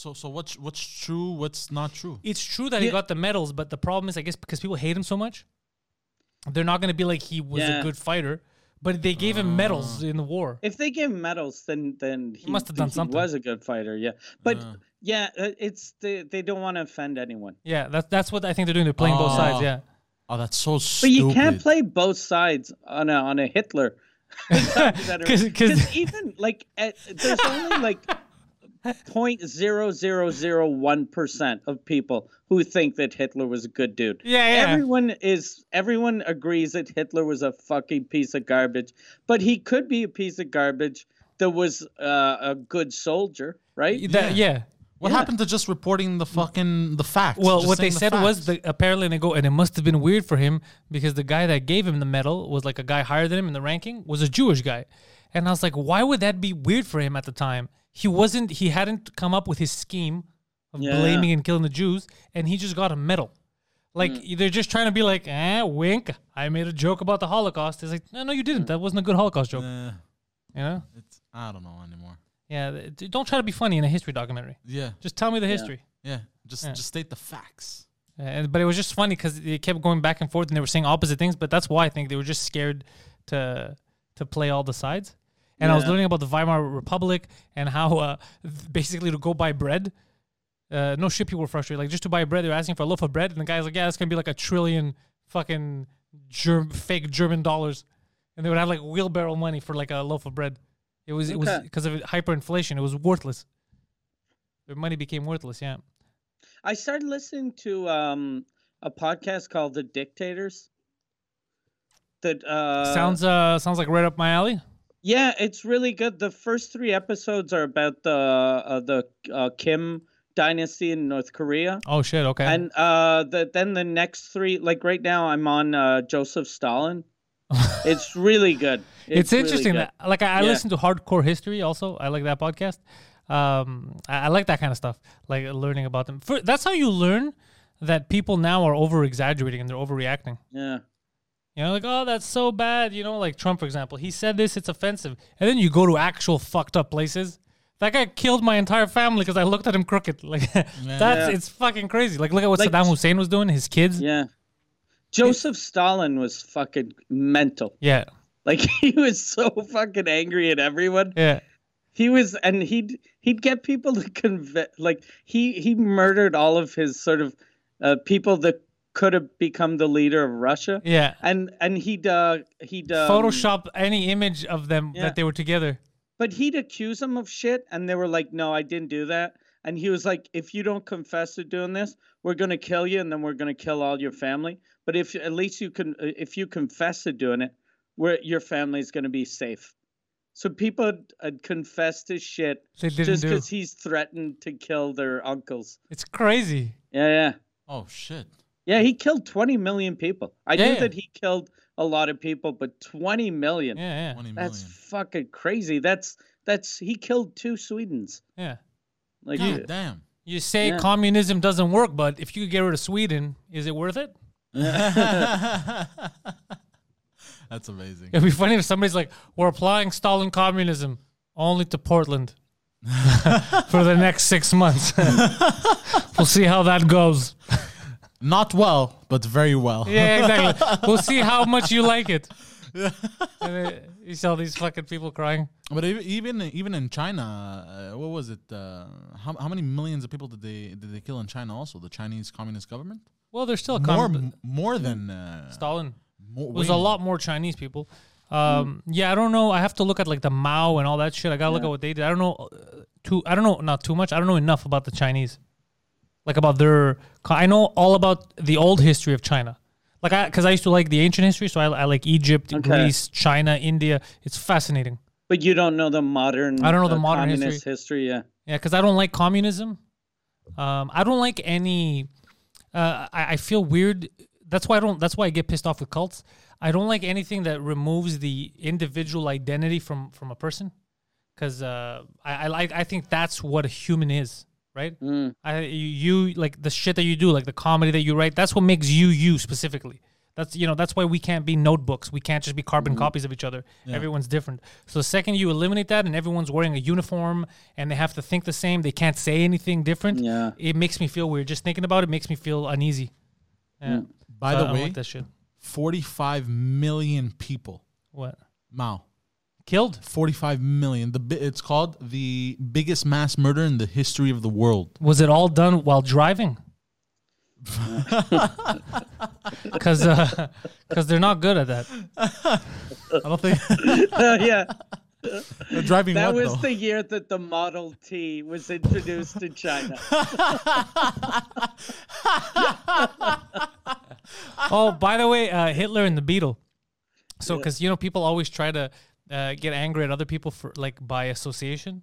[SPEAKER 1] So so what's what's true? What's not true?
[SPEAKER 2] It's true that he
[SPEAKER 3] Yeah.
[SPEAKER 2] got the medals, but the problem is, I guess, because people hate him so much, they're not going to be like he was a
[SPEAKER 3] Yeah.
[SPEAKER 2] good fighter. But they gave him medals in the war.
[SPEAKER 3] If they gave him medals, then then he,
[SPEAKER 2] must have done
[SPEAKER 3] he
[SPEAKER 2] something.
[SPEAKER 3] was a good fighter. Yeah, but
[SPEAKER 1] Uh.
[SPEAKER 3] yeah, uh, it's they they don't want to offend anyone.
[SPEAKER 2] Yeah, that's that's what I think they're doing. They're playing both sides.
[SPEAKER 1] Oh.
[SPEAKER 2] Yeah,
[SPEAKER 1] Oh, that's so
[SPEAKER 3] But
[SPEAKER 1] stupid.
[SPEAKER 3] you can't play both sides on a on a Hitler. *laughs*
[SPEAKER 2] *laughs*
[SPEAKER 3] documentary.
[SPEAKER 2] 'Cause-
[SPEAKER 3] *laughs*
[SPEAKER 2] 'cause-
[SPEAKER 3] even like at, there's only like point zero zero zero one percent of people who think that Hitler was a good dude.
[SPEAKER 2] Yeah, yeah.
[SPEAKER 3] Everyone is everyone agrees that Hitler was a fucking piece of garbage, but he could be a piece of garbage that was uh, a good soldier, right?
[SPEAKER 2] That- yeah.
[SPEAKER 1] What happened to just reporting the fucking the facts?
[SPEAKER 2] Well,
[SPEAKER 1] Just
[SPEAKER 2] what they
[SPEAKER 1] saying the
[SPEAKER 2] said was
[SPEAKER 1] facts.
[SPEAKER 2] the, apparently they go, and it must have been weird for him because the guy that gave him the medal was like a guy higher than him in the ranking was a Jewish guy, and I was like, why would that be weird for him at the time? He wasn't. He hadn't come up with his scheme of
[SPEAKER 3] Yeah.
[SPEAKER 2] blaming and killing the Jews, and he just got a medal. Like
[SPEAKER 1] Hmm.
[SPEAKER 2] they're just trying to be like, eh, wink. I made a joke about the Holocaust. It's like, no, no, you
[SPEAKER 1] Hmm.
[SPEAKER 2] didn't. That wasn't a good Holocaust joke.
[SPEAKER 1] Eh,
[SPEAKER 2] You know?
[SPEAKER 1] it's, I don't know anymore.
[SPEAKER 2] Yeah. th- th- Don't try to be funny in a history documentary.
[SPEAKER 1] Yeah,
[SPEAKER 2] Just tell me the history.
[SPEAKER 1] yeah. Just just state the facts.
[SPEAKER 2] And, but it was just funny because they kept going back and forth and they were saying opposite things. But that's why I think they were just scared to to play all the sides. And I was
[SPEAKER 3] Yeah.
[SPEAKER 2] learning about the Weimar Republic and how uh, th- basically to go buy bread. Uh, no shit, people were frustrated. Like just to buy bread, they were asking for a loaf of bread, and the guy's like, "Yeah, that's gonna be like a trillion fucking germ- fake German dollars," and they would have like wheelbarrow money for like a loaf of bread. It was it was
[SPEAKER 3] Okay.
[SPEAKER 2] because of hyperinflation. It was worthless. Their money became worthless. Yeah.
[SPEAKER 3] I started listening to um, a podcast called The Dictators. That uh,
[SPEAKER 2] sounds uh sounds like right up my alley.
[SPEAKER 3] Yeah, it's really good. The first three episodes are about the uh, the uh, Kim dynasty in North Korea,
[SPEAKER 2] Oh shit! Okay.
[SPEAKER 3] and uh, the, then the next three. Like right now, I'm on uh,
[SPEAKER 2] *laughs*
[SPEAKER 3] Joseph Stalin. it's really good.
[SPEAKER 2] it's,
[SPEAKER 3] really
[SPEAKER 2] interesting
[SPEAKER 3] good.
[SPEAKER 2] that like I, I
[SPEAKER 3] Yeah.
[SPEAKER 2] listen to hardcore history also. I like that podcast. Um, I, I like that kind of stuff, like uh, learning about them. For, that's how you learn that people now are over exaggerating and they're overreacting.
[SPEAKER 3] yeah,
[SPEAKER 2] You know, like oh that's so bad. You know, like Trump for example, he said this, it's offensive, and then you go to actual fucked up places. That guy killed my entire family because I looked at him crooked. *laughs* Like that's
[SPEAKER 1] Yeah.
[SPEAKER 2] it's fucking crazy. Like look at what
[SPEAKER 3] Like-
[SPEAKER 2] Saddam Hussein was doing, his kids.
[SPEAKER 3] yeah. Joseph Stalin was fucking mental.
[SPEAKER 2] Yeah,
[SPEAKER 3] Like *laughs* he was so fucking angry at everyone.
[SPEAKER 2] yeah.
[SPEAKER 3] he was and he'd he'd get people to *laughs* convict like he he murdered all of his sort of uh, people that could have become the leader of russia
[SPEAKER 2] yeah.
[SPEAKER 3] and and he'd uh he'd um,
[SPEAKER 2] Photoshop any image of them
[SPEAKER 3] yeah.
[SPEAKER 2] that they were together.
[SPEAKER 3] but he'd accuse them of shit and they were like no i didn't do that and he was like if you don't confess to doing this we're going to kill you and then we're going to kill all your family but if at least you can uh, if you confess to doing it where your family's going to be safe so people had, had confessed to shit
[SPEAKER 2] They didn't
[SPEAKER 3] just
[SPEAKER 2] do.
[SPEAKER 3] because he's threatened to kill their uncles.
[SPEAKER 2] It's crazy.
[SPEAKER 3] Yeah, yeah.
[SPEAKER 1] Oh shit.
[SPEAKER 3] Yeah, he killed 20 million people. I
[SPEAKER 2] Yeah,
[SPEAKER 3] knew
[SPEAKER 2] yeah.
[SPEAKER 3] that he killed a lot of people, but 20 million.
[SPEAKER 2] Yeah, yeah,
[SPEAKER 1] Twenty million.
[SPEAKER 3] That's fucking crazy. That's that's he killed two Swedens.
[SPEAKER 2] yeah.
[SPEAKER 3] Like
[SPEAKER 1] God damn.
[SPEAKER 2] You say
[SPEAKER 3] Yeah.
[SPEAKER 2] communism doesn't work, but if you could get rid of Sweden, is it worth it? *laughs*
[SPEAKER 3] *laughs*
[SPEAKER 1] *laughs* That's amazing.
[SPEAKER 2] It'd be funny if somebody's like, "We're applying Stalin communism only to Portland *laughs* for the next six months. *laughs* we'll see how that goes."
[SPEAKER 1] Not well, but very well.
[SPEAKER 2] Yeah, exactly. we'll see how much you like it. And then you saw these fucking people crying.
[SPEAKER 1] But ev- even even in China, uh, what was it? Uh, how, how many millions of people did they did they kill in China? Also, the Chinese Communist government
[SPEAKER 2] Well, they're still a
[SPEAKER 1] more
[SPEAKER 2] communist.
[SPEAKER 1] m- more than uh,
[SPEAKER 2] Stalin.
[SPEAKER 1] more,
[SPEAKER 2] was
[SPEAKER 1] way
[SPEAKER 2] a lot more Chinese people. Um, Yeah, I don't know. I have to look at like the Mao and all that shit. I gotta look at what they did. I don't know uh, too. I don't know not too much. I don't know enough about the Chinese, like about their. co- I know all about the old history of China, like I because I used to like the ancient history. So I, I like Egypt,
[SPEAKER 3] Okay.
[SPEAKER 2] Greece, China, India. It's fascinating.
[SPEAKER 3] but you don't know the modern
[SPEAKER 2] I don't know the
[SPEAKER 3] uh,
[SPEAKER 2] modern *laughs*
[SPEAKER 3] communist history. Yeah.
[SPEAKER 2] Yeah, because I don't like communism. Um, I don't like any. Uh, I, I feel weird. That's why I don't. That's why I get pissed off with cults. I don't like anything that removes the individual identity from from a person, because uh, I, I like. I think that's what a human is, right? I you you- like the shit that you do, like the comedy that you write. That's what makes you you specifically. That's you know that's why we can't be notebooks. We can't just be carbon copies of each other. Everyone's different. So the second you eliminate that and everyone's wearing a uniform and they have to think the same, they can't say anything different.
[SPEAKER 3] Yeah. *laughs*
[SPEAKER 2] it makes me feel weird. Just thinking about it makes me feel uneasy. Yeah.
[SPEAKER 1] By
[SPEAKER 2] So I
[SPEAKER 1] the
[SPEAKER 2] don't
[SPEAKER 1] way,
[SPEAKER 2] like that shit.
[SPEAKER 1] 45 million people.
[SPEAKER 2] What
[SPEAKER 1] Mao.
[SPEAKER 2] killed?
[SPEAKER 1] 45 million. The bi- it's called the biggest mass murder in the history of the world.
[SPEAKER 2] Was it all done while driving? *laughs* Because because uh, they're not good at that.
[SPEAKER 1] *laughs* I don't think
[SPEAKER 3] yeah,
[SPEAKER 1] they're driving
[SPEAKER 3] that
[SPEAKER 1] what
[SPEAKER 3] was
[SPEAKER 1] though?
[SPEAKER 3] the year that the Model T was introduced to
[SPEAKER 2] *laughs*
[SPEAKER 3] China.
[SPEAKER 2] *laughs* oh, by the way, uh, Hitler and the Beetle. So, because you know, people always try to uh, get angry at other people for like by association.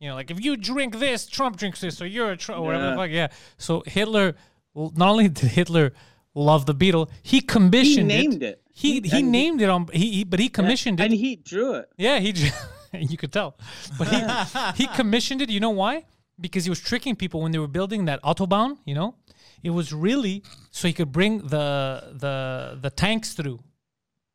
[SPEAKER 2] You know, like if you drink this, Trump drinks this, or you're a Trump, or whatever the
[SPEAKER 3] Yeah.
[SPEAKER 2] fuck. Yeah. So Hitler, l- not only did Hitler love the Beetle, he commissioned
[SPEAKER 3] named it.
[SPEAKER 2] He
[SPEAKER 3] He-
[SPEAKER 2] he
[SPEAKER 3] and he-
[SPEAKER 2] named it on he, he but he commissioned
[SPEAKER 3] and
[SPEAKER 2] it.
[SPEAKER 3] he drew it.
[SPEAKER 2] yeah, he *laughs* dr- you could tell, but he he commissioned it. You know why? Because he was tricking people when they were building that autobahn. You know, it was really so he could bring the the the tanks through,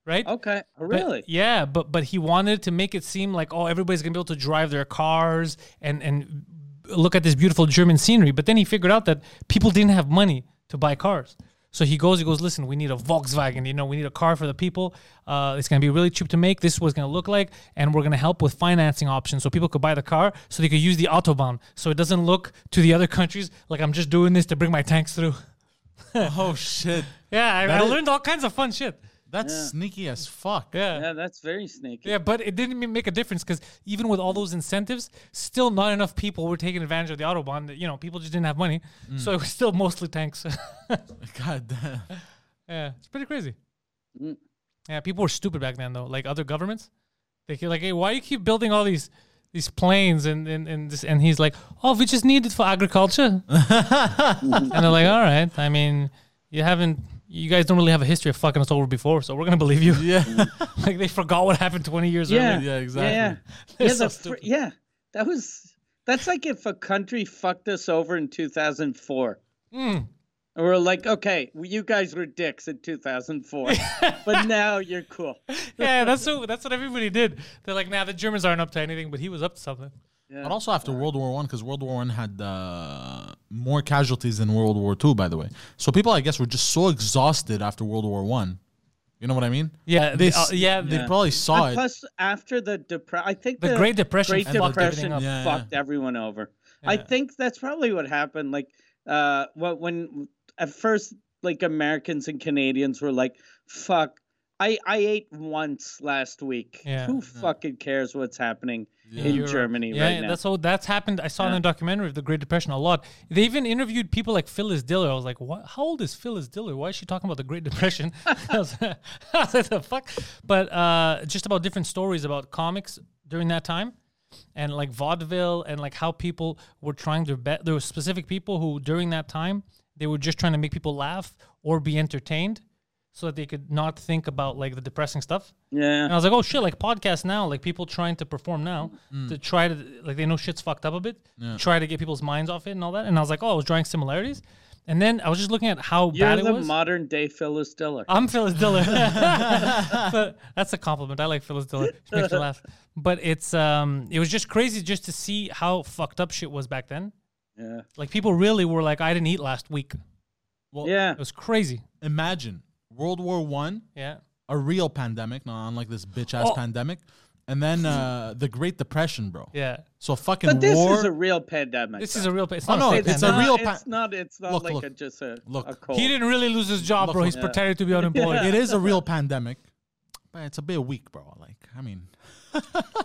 [SPEAKER 2] right?
[SPEAKER 3] Okay,
[SPEAKER 2] But-
[SPEAKER 3] really?
[SPEAKER 2] yeah, but but he wanted to make it seem like oh everybody's gonna be able to drive their cars and and look at this beautiful German scenery. But then he figured out that people didn't have money to buy cars. So he goes, he goes, listen, we need a Volkswagen, you know, we need a car for the people. Uh, it's gonna be really cheap to make. This is what it's gonna look like, and we're gonna help with financing options so people could buy the car, so they could use the autobahn, so it doesn't look to the other countries like I'm just doing this to bring my tanks through. *laughs*
[SPEAKER 1] *laughs* oh shit.
[SPEAKER 2] Yeah, I,
[SPEAKER 1] That
[SPEAKER 2] I
[SPEAKER 1] is-
[SPEAKER 2] learned all kinds of fun shit.
[SPEAKER 1] That's sneaky as fuck.
[SPEAKER 2] Yeah.
[SPEAKER 3] Yeah, that's very sneaky.
[SPEAKER 2] Yeah, but it didn't even make a difference because even with all those incentives, still not enough people were taking advantage of the autobahn. That, you know, people just didn't have money, so it was still mostly tanks. *laughs*
[SPEAKER 1] God damn.
[SPEAKER 2] yeah, it's pretty crazy.
[SPEAKER 3] Mm.
[SPEAKER 2] Yeah, people were stupid back then though. Like other governments, they keep like, "Hey, why you keep building all these these planes?" And and and, this, and he's like, "Oh, we just need it for agriculture." and they're like, "All right, I mean, you haven't." You guys don't really have a history of fucking us over before, so we're gonna believe you.
[SPEAKER 1] Yeah.
[SPEAKER 2] *laughs* like they forgot what happened 20 years
[SPEAKER 3] yeah,
[SPEAKER 2] earlier.
[SPEAKER 1] Yeah,
[SPEAKER 3] Yeah,
[SPEAKER 1] exactly.
[SPEAKER 3] *laughs* yeah.
[SPEAKER 2] *laughs* so
[SPEAKER 3] the fr-
[SPEAKER 2] stupid.
[SPEAKER 3] yeah, that was that's like if a country fucked us over in 2004.
[SPEAKER 2] Hmm.
[SPEAKER 3] And we're like, okay, well, you guys were dicks in 2004,
[SPEAKER 2] *laughs*
[SPEAKER 3] but now you're cool.
[SPEAKER 2] yeah, that's what that's what everybody did. They're like, nah, the Germans aren't up to anything, but he was up to something.
[SPEAKER 1] But also after World War One, because World War One had uh, more casualties than World War Two, by the way. So people, I guess, were just so exhausted after World War One. You know what I mean?
[SPEAKER 2] Yeah,
[SPEAKER 1] They,
[SPEAKER 2] the- uh,
[SPEAKER 1] s-
[SPEAKER 2] yeah,
[SPEAKER 1] they
[SPEAKER 2] the-
[SPEAKER 1] probably saw
[SPEAKER 3] And
[SPEAKER 1] it.
[SPEAKER 3] plus, after the depression, I think
[SPEAKER 2] The Great Depression
[SPEAKER 3] Great
[SPEAKER 2] fucked everything
[SPEAKER 3] Depression
[SPEAKER 2] up.
[SPEAKER 3] fucked,
[SPEAKER 1] Yeah,
[SPEAKER 3] everyone over. I think that's probably what happened. Like, uh, what when at first, like Americans and Canadians were like, "Fuck, I I ate once last week.
[SPEAKER 2] Yeah.
[SPEAKER 3] Who fucking cares what's happening in
[SPEAKER 2] Europe.
[SPEAKER 3] Germany
[SPEAKER 2] yeah,
[SPEAKER 3] right now?"
[SPEAKER 2] that's all. That's happened. I saw in a documentary of the Great Depression a lot. They even interviewed people like Phyllis Diller. I was like, what? How old is Phyllis Diller? Why is she talking about the Great Depression? *laughs* I was I was like, the fuck? But uh, just about different stories about comics during that time. and like vaudeville and like how people were trying to bet there were specific people who during that time they were just trying to make people laugh or be entertained so that they could not think about like the depressing stuff
[SPEAKER 3] yeah.
[SPEAKER 2] and i was like oh shit like podcasts now like people trying to perform now
[SPEAKER 1] Mm.
[SPEAKER 2] to try to like they know shit's fucked up a bit try to get people's minds off it and all that and i was like oh i was drawing similarities and then i was just looking at how
[SPEAKER 3] You're
[SPEAKER 2] bad it
[SPEAKER 3] the
[SPEAKER 2] was Uh,
[SPEAKER 3] modern day Phyllis Diller.
[SPEAKER 2] I'm Phyllis
[SPEAKER 3] *laughs*
[SPEAKER 2] Diller. *laughs* but that's a compliment. I like Phyllis Diller. She makes me laugh. But it's um it was just crazy just to see how fucked up shit was back then.
[SPEAKER 3] yeah.
[SPEAKER 2] Like people really were like, I didn't eat last week.
[SPEAKER 1] Well,
[SPEAKER 3] Yeah.
[SPEAKER 2] It was crazy.
[SPEAKER 1] imagine World War One,
[SPEAKER 2] Yeah.
[SPEAKER 1] a real pandemic, not unlike this bitch ass
[SPEAKER 2] Oh.
[SPEAKER 1] pandemic, and then uh, the Great Depression, bro.
[SPEAKER 2] Yeah.
[SPEAKER 1] So fucking
[SPEAKER 3] But this
[SPEAKER 1] war.
[SPEAKER 3] is a real pandemic.
[SPEAKER 2] This
[SPEAKER 3] though.
[SPEAKER 2] is a real. pa- It's not
[SPEAKER 1] Oh, no,
[SPEAKER 2] a fake
[SPEAKER 1] it's
[SPEAKER 2] pandemic.
[SPEAKER 1] a real pa-
[SPEAKER 3] It's not. It's not
[SPEAKER 1] Look,
[SPEAKER 3] like
[SPEAKER 1] look,
[SPEAKER 3] a, just a
[SPEAKER 1] look.
[SPEAKER 3] A cold.
[SPEAKER 2] He didn't really lose his job, bro. He's pretending to be unemployed.
[SPEAKER 1] it is a real
[SPEAKER 3] *laughs*
[SPEAKER 1] pandemic, but it's a bit weak, bro. Like, I mean,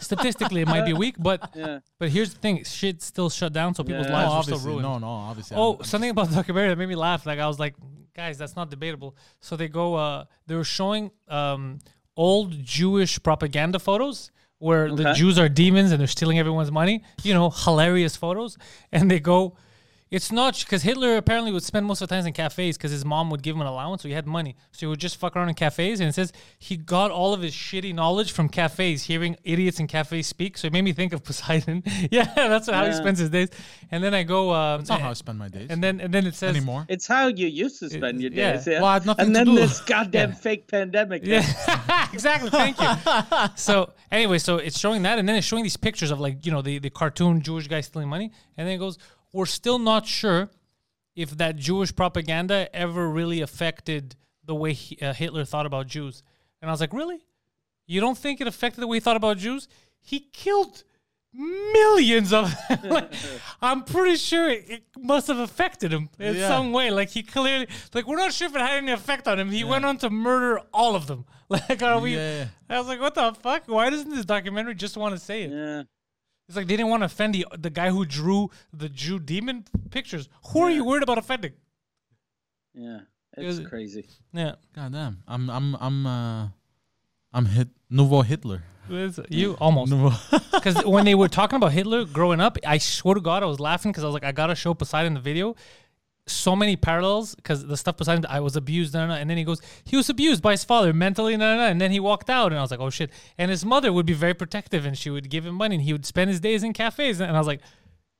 [SPEAKER 2] Statistically, it might be weak, but
[SPEAKER 3] Yeah.
[SPEAKER 2] but here's the thing: shit still shut down, so people's
[SPEAKER 1] no,
[SPEAKER 2] lives are still
[SPEAKER 1] obviously,
[SPEAKER 2] ruined.
[SPEAKER 1] no, no, obviously. I'm-
[SPEAKER 2] Oh,
[SPEAKER 1] I'm
[SPEAKER 2] something about the documentary that made me laugh. Like I was like, guys, that's not debatable. So they go, uh, they were showing um, old Jewish propaganda photos where the
[SPEAKER 3] Okay.
[SPEAKER 2] Jews are demons and they're stealing everyone's money. You know, hilarious photos. And they go, it's not because Hitler apparently would spend most of the time in cafes because his mom would give him an allowance, so he had money. So he would just fuck around in cafes. And it says he got all of his shitty knowledge from cafes, hearing idiots in cafes speak. So it made me think of Poseidon. *laughs* yeah, that's how he
[SPEAKER 3] Yeah.
[SPEAKER 2] spends his days. And then I go, um,
[SPEAKER 1] That's not how I spend my days
[SPEAKER 2] and then and then it says
[SPEAKER 1] anymore.
[SPEAKER 3] It's how you used to spend your
[SPEAKER 2] yeah.
[SPEAKER 3] days. Yeah.
[SPEAKER 1] Well, I had nothing
[SPEAKER 3] and
[SPEAKER 1] to
[SPEAKER 3] then
[SPEAKER 1] do.
[SPEAKER 3] this
[SPEAKER 1] *laughs*
[SPEAKER 3] goddamn fake pandemic. Yeah.
[SPEAKER 2] Yeah, *laughs* exactly. Thank you. So anyway, so it's showing that, and then it's showing these pictures of like you know the the cartoon Jewish guy stealing money, and then it goes, we're still not sure if that Jewish propaganda ever really affected the way he, uh, Hitler thought about Jews. And I was like, really? You don't think it affected the way he thought about Jews? He killed millions of *laughs* like, I'm pretty sure it, it must have affected him in
[SPEAKER 1] Yeah.
[SPEAKER 2] some way. Like he clearly like we're not sure if it had any effect on him. He went on to murder all of them. *laughs* Like are we
[SPEAKER 1] Yeah.
[SPEAKER 2] I was like, what the fuck? Why doesn't this documentary just want to say it?
[SPEAKER 3] Yeah.
[SPEAKER 2] It's like they didn't want to offend the the guy who drew the Jew demon pictures. Who are you worried about offending?
[SPEAKER 3] Yeah. It's
[SPEAKER 2] was-
[SPEAKER 3] crazy.
[SPEAKER 1] *clears throat*
[SPEAKER 2] Yeah.
[SPEAKER 1] God damn, I'm I'm I'm uh, I'm hit nouveau Hitler.
[SPEAKER 2] It's- you almost
[SPEAKER 1] Nouveau.
[SPEAKER 2] *laughs* because when they were talking about Hitler growing up, I swear to God, I was laughing because I was like, I gotta show Poseidon the video. So many parallels because the stuff Poseidon, I was abused, nah, nah, nah. and then he goes, he was abused by his father mentally, nah, nah, nah, and then he walked out, and I was like, oh shit. And his mother would be very protective, and she would give him money, and he would spend his days in cafes, and I was like,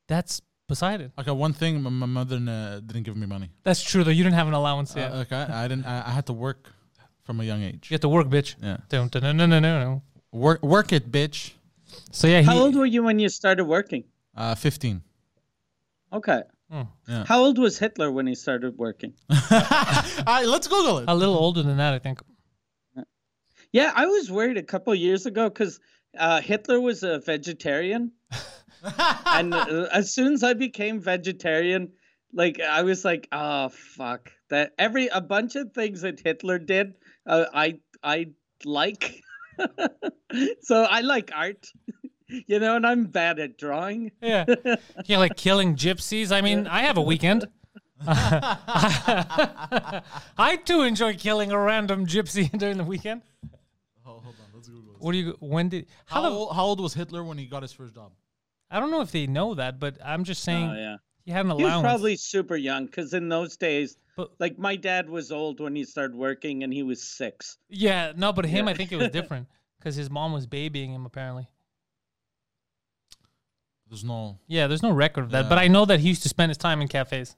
[SPEAKER 2] that's Poseidon.
[SPEAKER 1] okay, one thing my, my mother uh, didn't give me money.
[SPEAKER 2] That's true though. You didn't have an allowance. Yeah,
[SPEAKER 1] Uh, okay, I didn't. I, I had to work from a young age.
[SPEAKER 2] you had to work, bitch.
[SPEAKER 1] Yeah,
[SPEAKER 2] Dun, dun, dun, dun, dun, dun.
[SPEAKER 1] work work it, bitch.
[SPEAKER 2] So yeah,
[SPEAKER 3] How old
[SPEAKER 2] he,
[SPEAKER 3] were you when you started working?
[SPEAKER 2] *laughs*
[SPEAKER 1] Uh, Fifteen.
[SPEAKER 3] Okay.
[SPEAKER 1] Hmm, Yeah.
[SPEAKER 3] How old was Hitler when he started working?
[SPEAKER 1] All right, let's Google it.
[SPEAKER 2] a little older than that, I think.
[SPEAKER 3] Yeah, I was worried a couple years ago because uh, Hitler was a vegetarian, and uh, as soon as I became vegetarian, like I was like, oh fuck, that every a bunch of things that Hitler did, uh, I I like. *laughs* so I like art, *laughs* you know, and I'm bad at drawing. *laughs*
[SPEAKER 2] Yeah. Yeah, like killing gypsies. I mean, I have a weekend. *laughs* I too enjoy killing a random gypsy *laughs* during the weekend.
[SPEAKER 1] Hold, hold on, let's Google it.
[SPEAKER 2] What do you when did how,
[SPEAKER 1] How
[SPEAKER 2] the,
[SPEAKER 1] old, how old was Hitler when he got his first job?
[SPEAKER 2] I don't know if they know that, but I'm just saying
[SPEAKER 3] Oh yeah,
[SPEAKER 2] he had an
[SPEAKER 3] he was
[SPEAKER 2] allowance.
[SPEAKER 3] probably super young because in those days,
[SPEAKER 2] But-
[SPEAKER 3] like my dad was old when he started working, and he was six.
[SPEAKER 2] yeah, no, but him I think it
[SPEAKER 3] *laughs*
[SPEAKER 2] was different cuz his mom was babying him apparently.
[SPEAKER 1] There's no.
[SPEAKER 2] Yeah, there's no record of that, but
[SPEAKER 1] Yeah.
[SPEAKER 2] I know that he used to spend his time in cafes.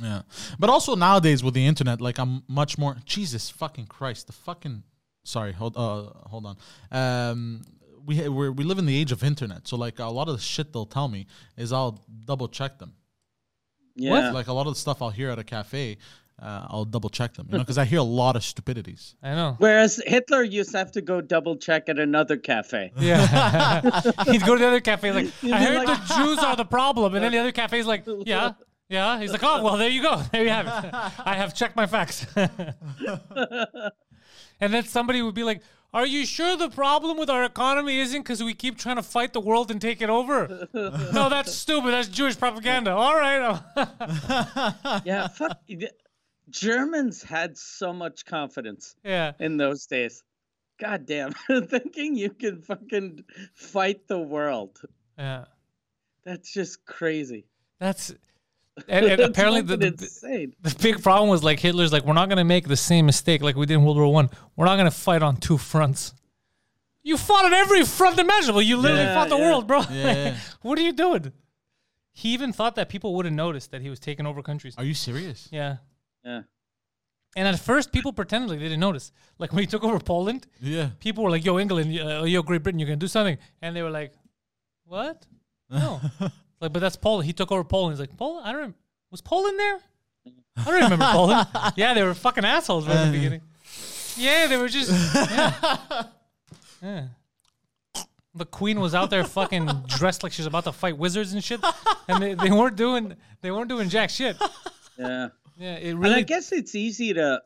[SPEAKER 1] Yeah, but also nowadays with the internet, like I'm much more. Jesus fucking Christ, the fucking. Sorry, hold uh, hold on. Um, we we we live in the age of internet, so like a lot of the shit they'll tell me is I'll double check them.
[SPEAKER 3] Yeah.
[SPEAKER 1] Like a lot of the stuff I'll hear at a cafe, uh, I'll double check them, you
[SPEAKER 2] *laughs*
[SPEAKER 1] know, because I hear a lot of stupidities.
[SPEAKER 2] I know.
[SPEAKER 3] Whereas Hitler used to have to go double check at another cafe.
[SPEAKER 2] *laughs* Yeah. He'd go to the other cafe
[SPEAKER 3] *laughs*
[SPEAKER 2] like, I
[SPEAKER 3] be
[SPEAKER 2] heard
[SPEAKER 3] like-
[SPEAKER 2] the Jews are the problem. And then the other cafe's
[SPEAKER 3] *laughs*
[SPEAKER 2] like, yeah, yeah. He's like, oh, well, there you go. *laughs* There you have it. I have checked my facts. *laughs* and then somebody would be like, are you sure the problem with our economy isn't because we keep trying to fight the world and take it
[SPEAKER 3] *laughs*
[SPEAKER 2] over? no, that's stupid. That's Jewish propaganda. All right. *laughs*
[SPEAKER 3] Yeah, fuck. the- Germans had so much confidence
[SPEAKER 2] yeah.
[SPEAKER 3] in those days. God damn, *laughs* thinking you can fucking fight the world.
[SPEAKER 2] Yeah.
[SPEAKER 3] That's just crazy.
[SPEAKER 2] That's. *laughs* And, and
[SPEAKER 3] That's
[SPEAKER 2] apparently, the,
[SPEAKER 3] fucking
[SPEAKER 2] the-
[SPEAKER 3] insane.
[SPEAKER 2] the big problem was like Hitler's like, we're not gonna make the same mistake like we did in World War One. We're not gonna fight on two fronts. You fought on every front imaginable. You literally
[SPEAKER 3] Yeah,
[SPEAKER 2] fought the
[SPEAKER 3] yeah.
[SPEAKER 2] world, bro. *laughs*
[SPEAKER 1] Yeah.
[SPEAKER 2] what are you doing? He even thought that people wouldn't notice that he was taking over countries.
[SPEAKER 1] Are you serious?
[SPEAKER 2] Yeah.
[SPEAKER 3] Yeah.
[SPEAKER 2] And at first, people pretended like they didn't notice. Like when he took over Poland,
[SPEAKER 1] Yeah.
[SPEAKER 2] people were like, "Yo, England, uh, yo, Great Britain, you're gonna do something," and they were like, "What?
[SPEAKER 3] *laughs*
[SPEAKER 2] No." like, but that's Poland. He took over Poland. He's like, "Poland? I don't rem- was Poland there? I don't remember
[SPEAKER 3] *laughs*
[SPEAKER 2] Poland." yeah, they were fucking assholes right at
[SPEAKER 3] Uh-huh.
[SPEAKER 2] the beginning. Yeah, they were just. Yeah.
[SPEAKER 3] *laughs*
[SPEAKER 2] Yeah. The queen was out there fucking dressed like she was about to fight wizards and shit, and they, they weren't doing they weren't doing jack shit.
[SPEAKER 3] Yeah.
[SPEAKER 2] Yeah, it
[SPEAKER 3] And
[SPEAKER 2] really.
[SPEAKER 3] I guess it's easy to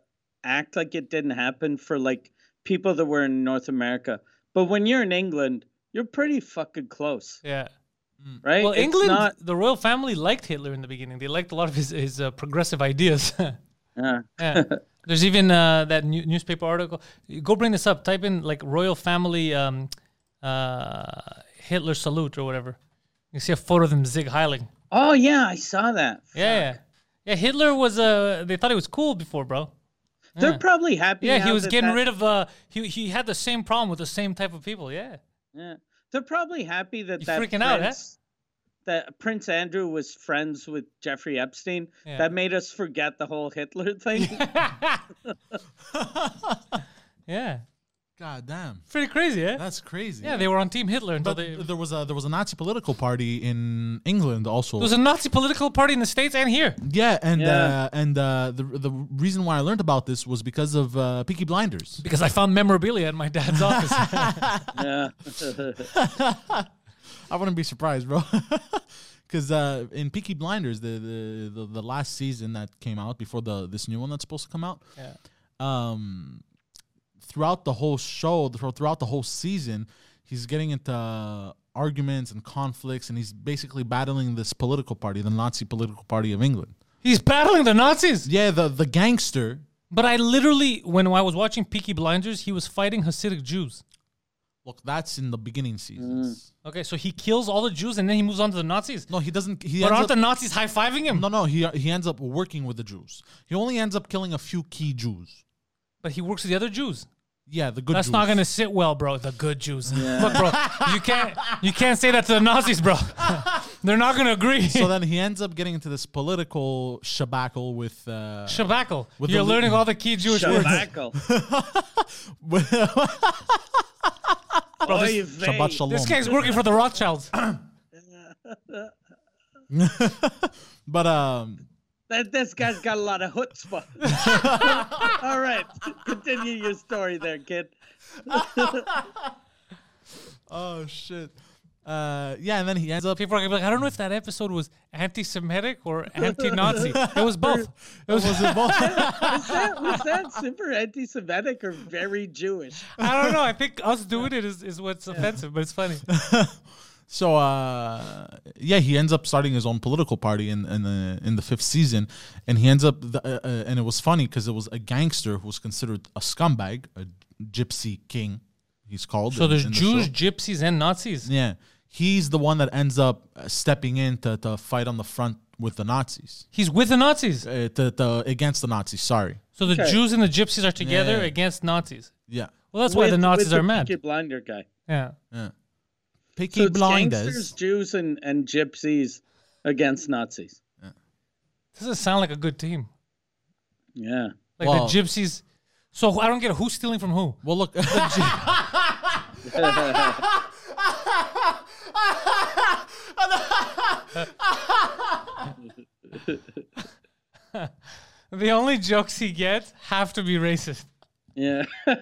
[SPEAKER 3] act like it didn't happen for like people that were in North America. But when you're in England, you're pretty fucking close,
[SPEAKER 2] yeah.
[SPEAKER 3] right?
[SPEAKER 2] Mm. Well,
[SPEAKER 3] It's
[SPEAKER 2] England,
[SPEAKER 3] not-
[SPEAKER 2] the royal family liked Hitler in the beginning. They liked a lot of his his uh, progressive ideas. *laughs*
[SPEAKER 3] Yeah.
[SPEAKER 2] Yeah. There's even uh, that new- newspaper article. Go bring this up. Type in like royal family um, uh, uh, Hitler salute or whatever. You see a photo of them zig heiling.
[SPEAKER 3] Oh yeah, I saw that.
[SPEAKER 2] Yeah, yeah, yeah. Hitler was uh, they thought he was cool before, bro.
[SPEAKER 3] They're probably happy.
[SPEAKER 2] Yeah,
[SPEAKER 3] now
[SPEAKER 2] he was
[SPEAKER 3] that
[SPEAKER 2] getting
[SPEAKER 3] that-
[SPEAKER 2] rid of uh, he he had the same problem with the same type of people. Yeah,
[SPEAKER 3] Yeah. They're probably happy that
[SPEAKER 2] You
[SPEAKER 3] that
[SPEAKER 2] freaking
[SPEAKER 3] Prince,
[SPEAKER 2] out, huh?
[SPEAKER 3] that Prince Andrew was friends with Jeffrey Epstein.
[SPEAKER 2] Yeah.
[SPEAKER 3] That made us forget the whole
[SPEAKER 2] *laughs*
[SPEAKER 3] Hitler thing.
[SPEAKER 2] yeah,
[SPEAKER 1] God damn,
[SPEAKER 2] pretty crazy, yeah.
[SPEAKER 1] that's crazy.
[SPEAKER 2] yeah, they were on Team Hitler until
[SPEAKER 1] But
[SPEAKER 2] they.
[SPEAKER 1] there was a there was a Nazi political party in England also.
[SPEAKER 2] There was a Nazi political party in the states and here.
[SPEAKER 1] yeah, and
[SPEAKER 3] Yeah.
[SPEAKER 1] Uh, and uh, the the reason why I learned about this was because of uh, Peaky Blinders.
[SPEAKER 2] Because I found memorabilia at my *laughs* dad's office.
[SPEAKER 3] *laughs*
[SPEAKER 2] *laughs*
[SPEAKER 3] yeah.
[SPEAKER 1] I wouldn't be surprised, bro. *laughs* Because uh, in Peaky Blinders, the, the the the last season that came out before the this new one that's supposed to come out,
[SPEAKER 2] Yeah.
[SPEAKER 1] um, throughout the whole show, thro- throughout the whole season, he's getting into arguments and conflicts, and he's basically battling this political party, the Nazi political party of England.
[SPEAKER 2] He's battling the Nazis.
[SPEAKER 1] Yeah, the the gangster.
[SPEAKER 2] But I literally, when I was watching Peaky Blinders, he was fighting Hasidic Jews.
[SPEAKER 1] Look, that's in the beginning seasons.
[SPEAKER 2] Okay, so he kills all the Jews and then he moves on to the Nazis.
[SPEAKER 1] No, he doesn't. He
[SPEAKER 2] But
[SPEAKER 1] ends
[SPEAKER 2] aren't the
[SPEAKER 1] up-
[SPEAKER 2] Nazis high fiving him?
[SPEAKER 1] no, no, he he ends up working with the Jews. He only ends up killing a few key Jews.
[SPEAKER 2] But he works with the other Jews.
[SPEAKER 1] Yeah, the good.
[SPEAKER 2] That's
[SPEAKER 1] Jews.
[SPEAKER 2] not gonna sit well, bro. The good *laughs* Jews. Look, bro, you can't you can't say that to the Nazis, *laughs* bro. They're not gonna agree. *laughs*
[SPEAKER 1] So then he ends up getting into this political shabackle with. Uh,
[SPEAKER 2] Shebackle.
[SPEAKER 1] With
[SPEAKER 2] You're
[SPEAKER 1] the-
[SPEAKER 2] learning all the key Jewish words. *laughs*
[SPEAKER 3] Shabackle. Oy vey.
[SPEAKER 1] Shabbat shalom.
[SPEAKER 2] This guy's working for the *laughs* Rothschilds.
[SPEAKER 1] But um,
[SPEAKER 3] That, this guy's got a lot of chutzpah.
[SPEAKER 2] *laughs*
[SPEAKER 3] All right. Continue your story there, kid.
[SPEAKER 1] oh shit. Uh, yeah, and then he ends up.
[SPEAKER 2] People are gonna be like, I don't know if that episode was anti-Semitic or anti-Nazi. It was *laughs* both. It was.
[SPEAKER 1] Was involved. *laughs*
[SPEAKER 3] Was that, was that super anti Semitic or very Jewish?
[SPEAKER 2] I don't know. I think us doing it is, is what's offensive, but it's funny.
[SPEAKER 1] so uh, yeah, he ends up starting his own political party in in the in the fifth season, and he ends up. The, uh, uh, and it was funny because it was a gangster who was considered a scumbag, a gypsy king. He's called.
[SPEAKER 2] So
[SPEAKER 1] in-
[SPEAKER 2] there's
[SPEAKER 1] in the
[SPEAKER 2] Jews,
[SPEAKER 1] show.
[SPEAKER 2] Gypsies, and Nazis.
[SPEAKER 1] Yeah, he's the one that ends up uh, stepping in to, to fight on the front with the Nazis,
[SPEAKER 2] He's with the Nazis.
[SPEAKER 1] uh, to, to, against the Nazis. Sorry.
[SPEAKER 2] So the
[SPEAKER 3] Okay.
[SPEAKER 2] Jews and the Gypsies are together
[SPEAKER 1] Yeah.
[SPEAKER 2] against Nazis.
[SPEAKER 1] Yeah.
[SPEAKER 2] Well, that's why the Nazis are mad.
[SPEAKER 3] Peaky Blinder guy.
[SPEAKER 2] Yeah.
[SPEAKER 1] Picky
[SPEAKER 3] So it's gangsters,
[SPEAKER 1] blinders.
[SPEAKER 3] Jews, and, and gypsies against Nazis.
[SPEAKER 2] Doesn't sound like a good team.
[SPEAKER 3] Yeah.
[SPEAKER 2] Like
[SPEAKER 1] Well-
[SPEAKER 2] the Gypsies. So who- I don't get who's stealing from who.
[SPEAKER 1] Well, look. *laughs* oh, the
[SPEAKER 2] The only jokes he gets have to be racist.
[SPEAKER 3] Yeah. *laughs*
[SPEAKER 1] G-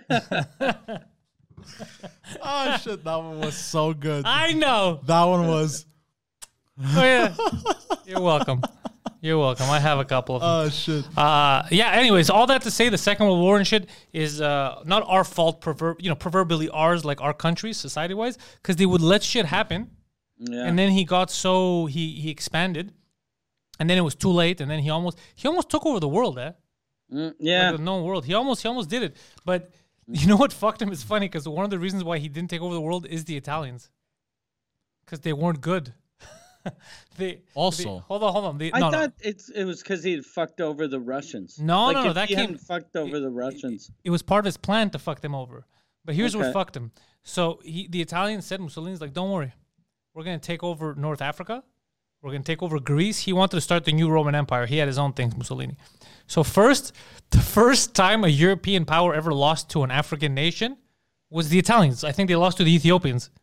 [SPEAKER 1] oh shit, that one was so good.
[SPEAKER 2] I know.
[SPEAKER 1] That one was.
[SPEAKER 2] Oh,
[SPEAKER 1] *laughs*
[SPEAKER 2] yeah. You're welcome. You're welcome. I have a couple of them.
[SPEAKER 1] Oh shit.
[SPEAKER 2] Uh, yeah. Anyways, all that to say, the Second World War and shit is uh, not our fault. Proverb, you know, proverbially ours, like our country, society-wise, because they would let shit happen,
[SPEAKER 3] Yeah.
[SPEAKER 2] and then he got so he he expanded, and then it was too late, and then he almost he almost took over the world, eh?
[SPEAKER 3] Mm, yeah.
[SPEAKER 2] Like the known world. He almost he almost did it, but you know what fucked him? It's funny because one of the reasons why he didn't take over the world is the Italians, because they weren't good. *laughs* they
[SPEAKER 1] Also-
[SPEAKER 2] they- hold on, hold on. They,
[SPEAKER 3] I
[SPEAKER 2] no, no.
[SPEAKER 3] thought it's it was because he had fucked over the Russians.
[SPEAKER 2] No,
[SPEAKER 3] like
[SPEAKER 2] no, no,
[SPEAKER 3] if
[SPEAKER 2] that
[SPEAKER 3] he
[SPEAKER 2] came-
[SPEAKER 3] hadn't fucked over the Russians.
[SPEAKER 2] it was part of his plan to fuck them over. But here's what
[SPEAKER 3] Okay.
[SPEAKER 2] fucked him. So he, the Italians said Mussolini's like, don't worry, we're gonna take over North Africa, we're gonna take over Greece. He wanted to start the new Roman Empire. He had his own things, Mussolini. So first, the first time a European power ever lost to an African nation was the Italians. I think they lost to the Ethiopians. *laughs*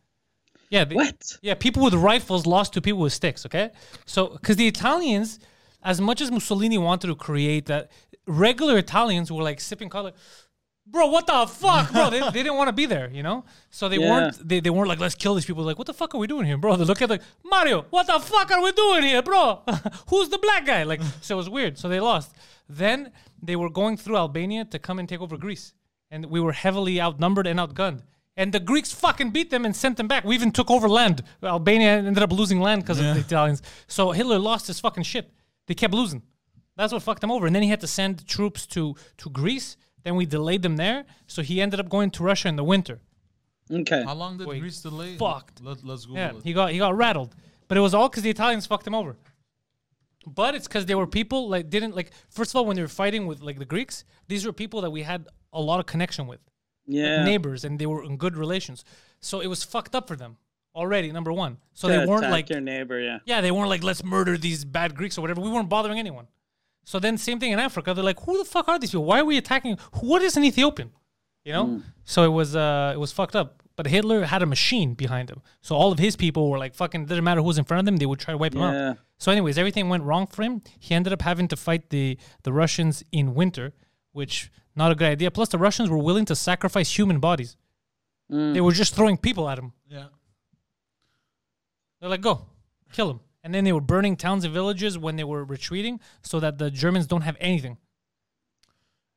[SPEAKER 2] Yeah, they,
[SPEAKER 3] What?
[SPEAKER 2] yeah, people with rifles lost to people with sticks. Okay, so because the Italians, as much as Mussolini wanted to create that, regular Italians were like sipping coffee. like, Bro, what the fuck, bro? They, they didn't want to be there, you know. So they
[SPEAKER 3] Yeah.
[SPEAKER 2] weren't. They, they weren't like, let's kill these people. Like, what the fuck are we doing here, bro? They look at like Mario. What the fuck are we doing here, bro? *laughs* Who's the black guy? Like, so it was weird. So they lost. Then they were going through Albania to come and take over Greece, and we were heavily outnumbered and outgunned. And the Greeks fucking beat them and sent them back. We even took over land. Albania ended up losing land because of the Italians. So Hitler lost his fucking shit. They kept losing. That's what fucked them over. And then he had to send troops to to Greece. Then we delayed them there. So he ended up going to Russia in the winter.
[SPEAKER 3] Okay.
[SPEAKER 1] How long did
[SPEAKER 2] Wait,
[SPEAKER 1] Greece delay?
[SPEAKER 2] fucked.
[SPEAKER 1] Let, let's Google
[SPEAKER 2] Yeah,
[SPEAKER 1] it.
[SPEAKER 2] he got he got rattled, but it was all because the Italians fucked him over. But it's because they were people like didn't like. First of all, when they were fighting with like the Greeks, these were people that we had a lot of connection with,
[SPEAKER 3] Yeah.
[SPEAKER 2] neighbors, and they were in good relations. So it was fucked up for them already. Number one, so
[SPEAKER 3] To
[SPEAKER 2] they weren't
[SPEAKER 3] attack
[SPEAKER 2] like
[SPEAKER 3] your neighbor. Yeah.
[SPEAKER 2] yeah, they weren't like let's murder these bad Greeks or whatever. We weren't bothering anyone. So then same thing in Africa. They're like, who the fuck are these people? Why are we attacking? What is an Ethiopian? You know. So it was uh it was fucked up. But Hitler had a machine behind him. So all of his people were like fucking. Doesn't matter who was in front of them. They would try to wipe him
[SPEAKER 3] Yeah.
[SPEAKER 2] out. So anyways, everything went wrong for him. He ended up having to fight the the Russians in winter, which not a good idea. Plus the Russians were willing to sacrifice human bodies. They were just throwing people at him.
[SPEAKER 1] Yeah.
[SPEAKER 2] They're like, go, kill him. And then they were burning towns and villages when they were retreating so that the Germans don't have anything.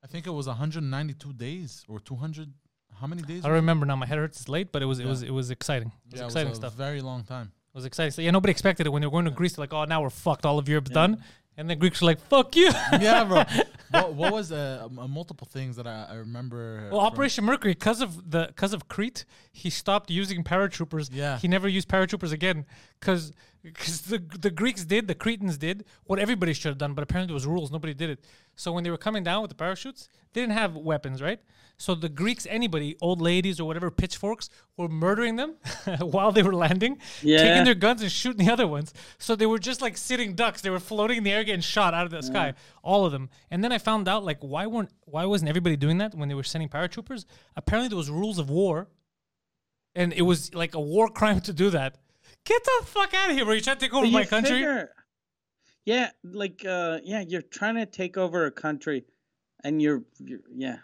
[SPEAKER 1] I think it was 192 days or 200. How many days?
[SPEAKER 2] I don't remember now. My head hurts. It's late, but it was it was it was exciting. It was
[SPEAKER 1] yeah,
[SPEAKER 2] exciting
[SPEAKER 1] it was a
[SPEAKER 2] stuff.
[SPEAKER 1] Very long time.
[SPEAKER 2] It was exciting. So yeah, nobody expected it when they were going to Greece. They're like, oh, now we're fucked. All of Europe's done. And the Greeks were like, fuck you.
[SPEAKER 1] *laughs*
[SPEAKER 2] *laughs*
[SPEAKER 1] yeah, bro. What, what was uh, m- uh, multiple things that I, I remember? uh,
[SPEAKER 2] well,
[SPEAKER 1] from-
[SPEAKER 2] Operation Mercury, because of the because of Crete, he stopped using paratroopers.
[SPEAKER 1] Yeah.
[SPEAKER 2] he never used paratroopers again because because the the Greeks did, the Cretans did what everybody should have done, but apparently there was rules. Nobody did it. So when they were coming down with the parachutes, they didn't have weapons, right? So the Greeks, anybody, old ladies or whatever, pitchforks, were murdering them *laughs* while they were landing,
[SPEAKER 3] Yeah.
[SPEAKER 2] taking their guns and shooting the other ones. So they were just like sitting ducks. They were floating in the air, getting shot out of the sky,
[SPEAKER 3] Mm.
[SPEAKER 2] all of them. And then I found out like why weren't why wasn't everybody doing that when they were sending paratroopers? Apparently there was rules of war and it was like a war crime to do that. Get the fuck out of here! Were you trying to take over
[SPEAKER 3] But
[SPEAKER 2] my
[SPEAKER 3] you
[SPEAKER 2] country?
[SPEAKER 3] figure- yeah, like uh, yeah, you're trying to take over a country, and you're, you're yeah.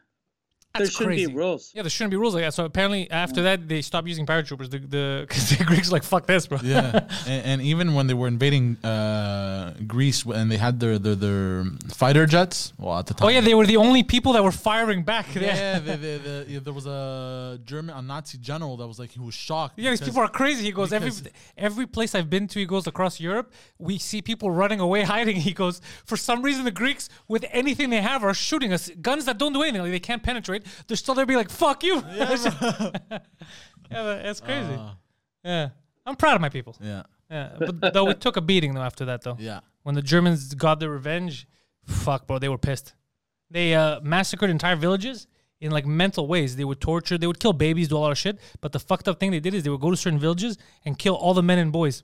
[SPEAKER 3] there
[SPEAKER 2] That's
[SPEAKER 3] should
[SPEAKER 2] crazy.
[SPEAKER 3] be rules. Mm.
[SPEAKER 2] Yeah, there shouldn't be rules like that. So apparently, after that, they stopped using paratroopers. The the, 'cause the *laughs* Greeks were like fuck this, bro.
[SPEAKER 1] yeah, *laughs* and, and even when they were invading uh, Greece and they had their, their their fighter jets. Well, at the
[SPEAKER 2] *laughs*
[SPEAKER 1] time.
[SPEAKER 2] Oh yeah, they were the only people that were firing back.
[SPEAKER 1] Yeah,
[SPEAKER 2] *laughs* Yeah,
[SPEAKER 1] the- the- the- yeah, there was a German, a Nazi general that was like, he was shocked.
[SPEAKER 2] yeah. These
[SPEAKER 1] because-
[SPEAKER 2] people are crazy. He goes every
[SPEAKER 1] because-
[SPEAKER 2] every place I've been to. He goes across Europe. We see people running away, *laughs* hiding. He goes for some reason the Greeks with anything they have are shooting us. Guns that don't do anything. Like they can't penetrate. They're still there, be like fuck
[SPEAKER 1] *laughs*
[SPEAKER 2] you. *laughs* Yeah, but that's crazy.
[SPEAKER 1] Uh,
[SPEAKER 2] yeah, I'm proud of my people.
[SPEAKER 1] yeah,
[SPEAKER 2] Yeah, but though we took a beating though after that though.
[SPEAKER 1] yeah.
[SPEAKER 2] When the Germans got their revenge, fuck bro, they were pissed. They uh, massacred entire villages in like mental ways. They would torture, they would kill babies, do a lot of shit. But the fucked up thing they did is they would go to certain villages and kill all the men and boys.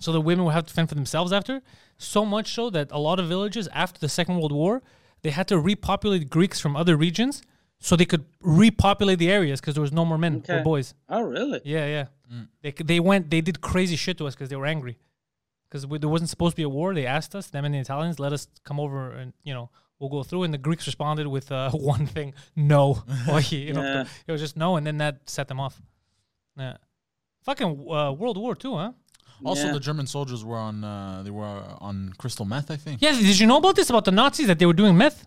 [SPEAKER 2] So the women would have to fend for themselves after. So much so that a lot of villages after the Second World War, they had to repopulate Greeks from other regions so they could repopulate the areas because there was no more men or
[SPEAKER 3] Okay.
[SPEAKER 2] boys.
[SPEAKER 3] Oh, really?
[SPEAKER 2] Yeah, yeah. They c- they went they did crazy shit to us because they were angry. Because there wasn't supposed to be a war, they asked us, them and the Italians, let us come over and you know we'll go through. And the Greeks responded with uh, *laughs* one thing: no. Or, you know,
[SPEAKER 3] Yeah.
[SPEAKER 2] It was just no, and then that set them off. Yeah, fucking uh, World War Two, huh?
[SPEAKER 1] Also,
[SPEAKER 3] Yeah.
[SPEAKER 1] the German soldiers were on uh, they were on crystal meth, I think.
[SPEAKER 2] Yeah, did you know about this about the Nazis that they were doing meth?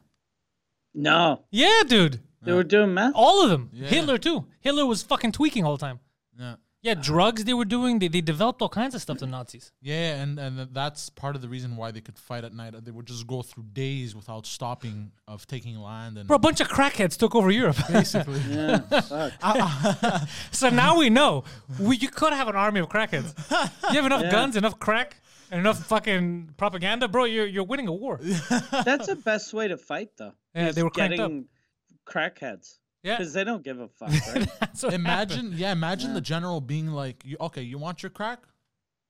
[SPEAKER 3] No,
[SPEAKER 2] Yeah, Oh. dude,
[SPEAKER 3] they were doing math.
[SPEAKER 2] all of them.
[SPEAKER 1] Yeah.
[SPEAKER 2] Hitler too. Hitler was fucking tweaking all the time.
[SPEAKER 1] Yeah.
[SPEAKER 2] Yeah, drugs they were doing. They, they developed all kinds of stuff. The Nazis.
[SPEAKER 1] Yeah, and and that's part of the reason why they could fight at night. They would just go through days without stopping of taking land and
[SPEAKER 2] Bro, a bunch of crackheads took over Europe.
[SPEAKER 1] *laughs* basically.
[SPEAKER 3] Yeah, fuck.
[SPEAKER 2] So now we know we, you could have an army of crackheads. You have enough guns, enough crack, and enough fucking propaganda, bro. You're you're winning a war.
[SPEAKER 3] That's the best way to fight, though.
[SPEAKER 2] *laughs* Yeah,
[SPEAKER 3] is
[SPEAKER 2] they were cranked up.
[SPEAKER 3] getting crackheads
[SPEAKER 2] Yeah,
[SPEAKER 3] because they don't give a fuck. Right?
[SPEAKER 2] *laughs* that's what happened.
[SPEAKER 1] Imagine, yeah, imagine the general being like, you, "Okay, you want your crack?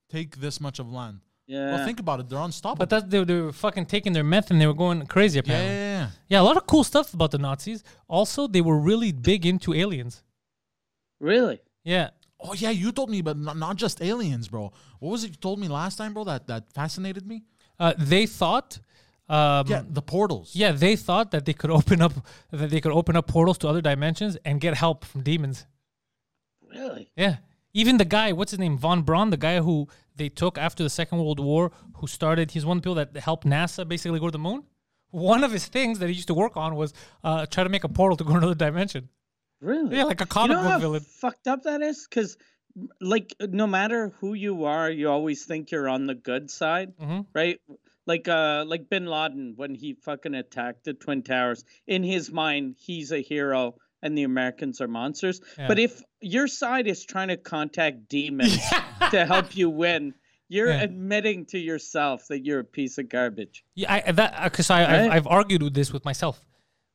[SPEAKER 1] Take this much of land."
[SPEAKER 3] Yeah.
[SPEAKER 1] Well, think about it; they're unstoppable.
[SPEAKER 2] But that they, they were fucking taking their meth and they were going crazy.
[SPEAKER 1] yeah,
[SPEAKER 2] Apparently,
[SPEAKER 1] yeah,
[SPEAKER 2] yeah,
[SPEAKER 1] yeah.
[SPEAKER 2] a lot of cool stuff about the Nazis. Also, they were really big into aliens.
[SPEAKER 3] really?
[SPEAKER 2] Yeah,
[SPEAKER 1] Oh yeah, you told me, but not, not just aliens, bro. What was it you told me last time, bro? That that fascinated me.
[SPEAKER 2] uh, they thought. Um,
[SPEAKER 1] Yeah, the portals.
[SPEAKER 2] Yeah, they thought that they could open up that they could open up portals to other dimensions and get help from demons.
[SPEAKER 3] Really?
[SPEAKER 2] Yeah. Even the guy, what's his name? Von Braun, the guy who they took after the Second World War, who started, he's one of the people that helped NASA basically go to the moon. One of his things that he used to work on was uh, try to make a portal to go *laughs* to another dimension.
[SPEAKER 3] Really?
[SPEAKER 2] Yeah, like a comic
[SPEAKER 3] you know
[SPEAKER 2] book
[SPEAKER 3] how
[SPEAKER 2] villain.
[SPEAKER 3] Fucked up that is because, like, no matter who you are, you always think you're on the good side,
[SPEAKER 2] Mm-hmm.
[SPEAKER 3] right? Like, uh, like Bin Laden when he fucking attacked the Twin Towers. In his mind, he's a hero and the Americans are monsters.
[SPEAKER 2] Yeah.
[SPEAKER 3] But if your side is trying to
[SPEAKER 2] *laughs*
[SPEAKER 3] contact demons to help you win, you're
[SPEAKER 2] Yeah.
[SPEAKER 3] admitting to yourself that you're a piece of garbage.
[SPEAKER 2] Yeah, I, that because I I've,
[SPEAKER 3] Right?
[SPEAKER 2] I've argued with this with myself,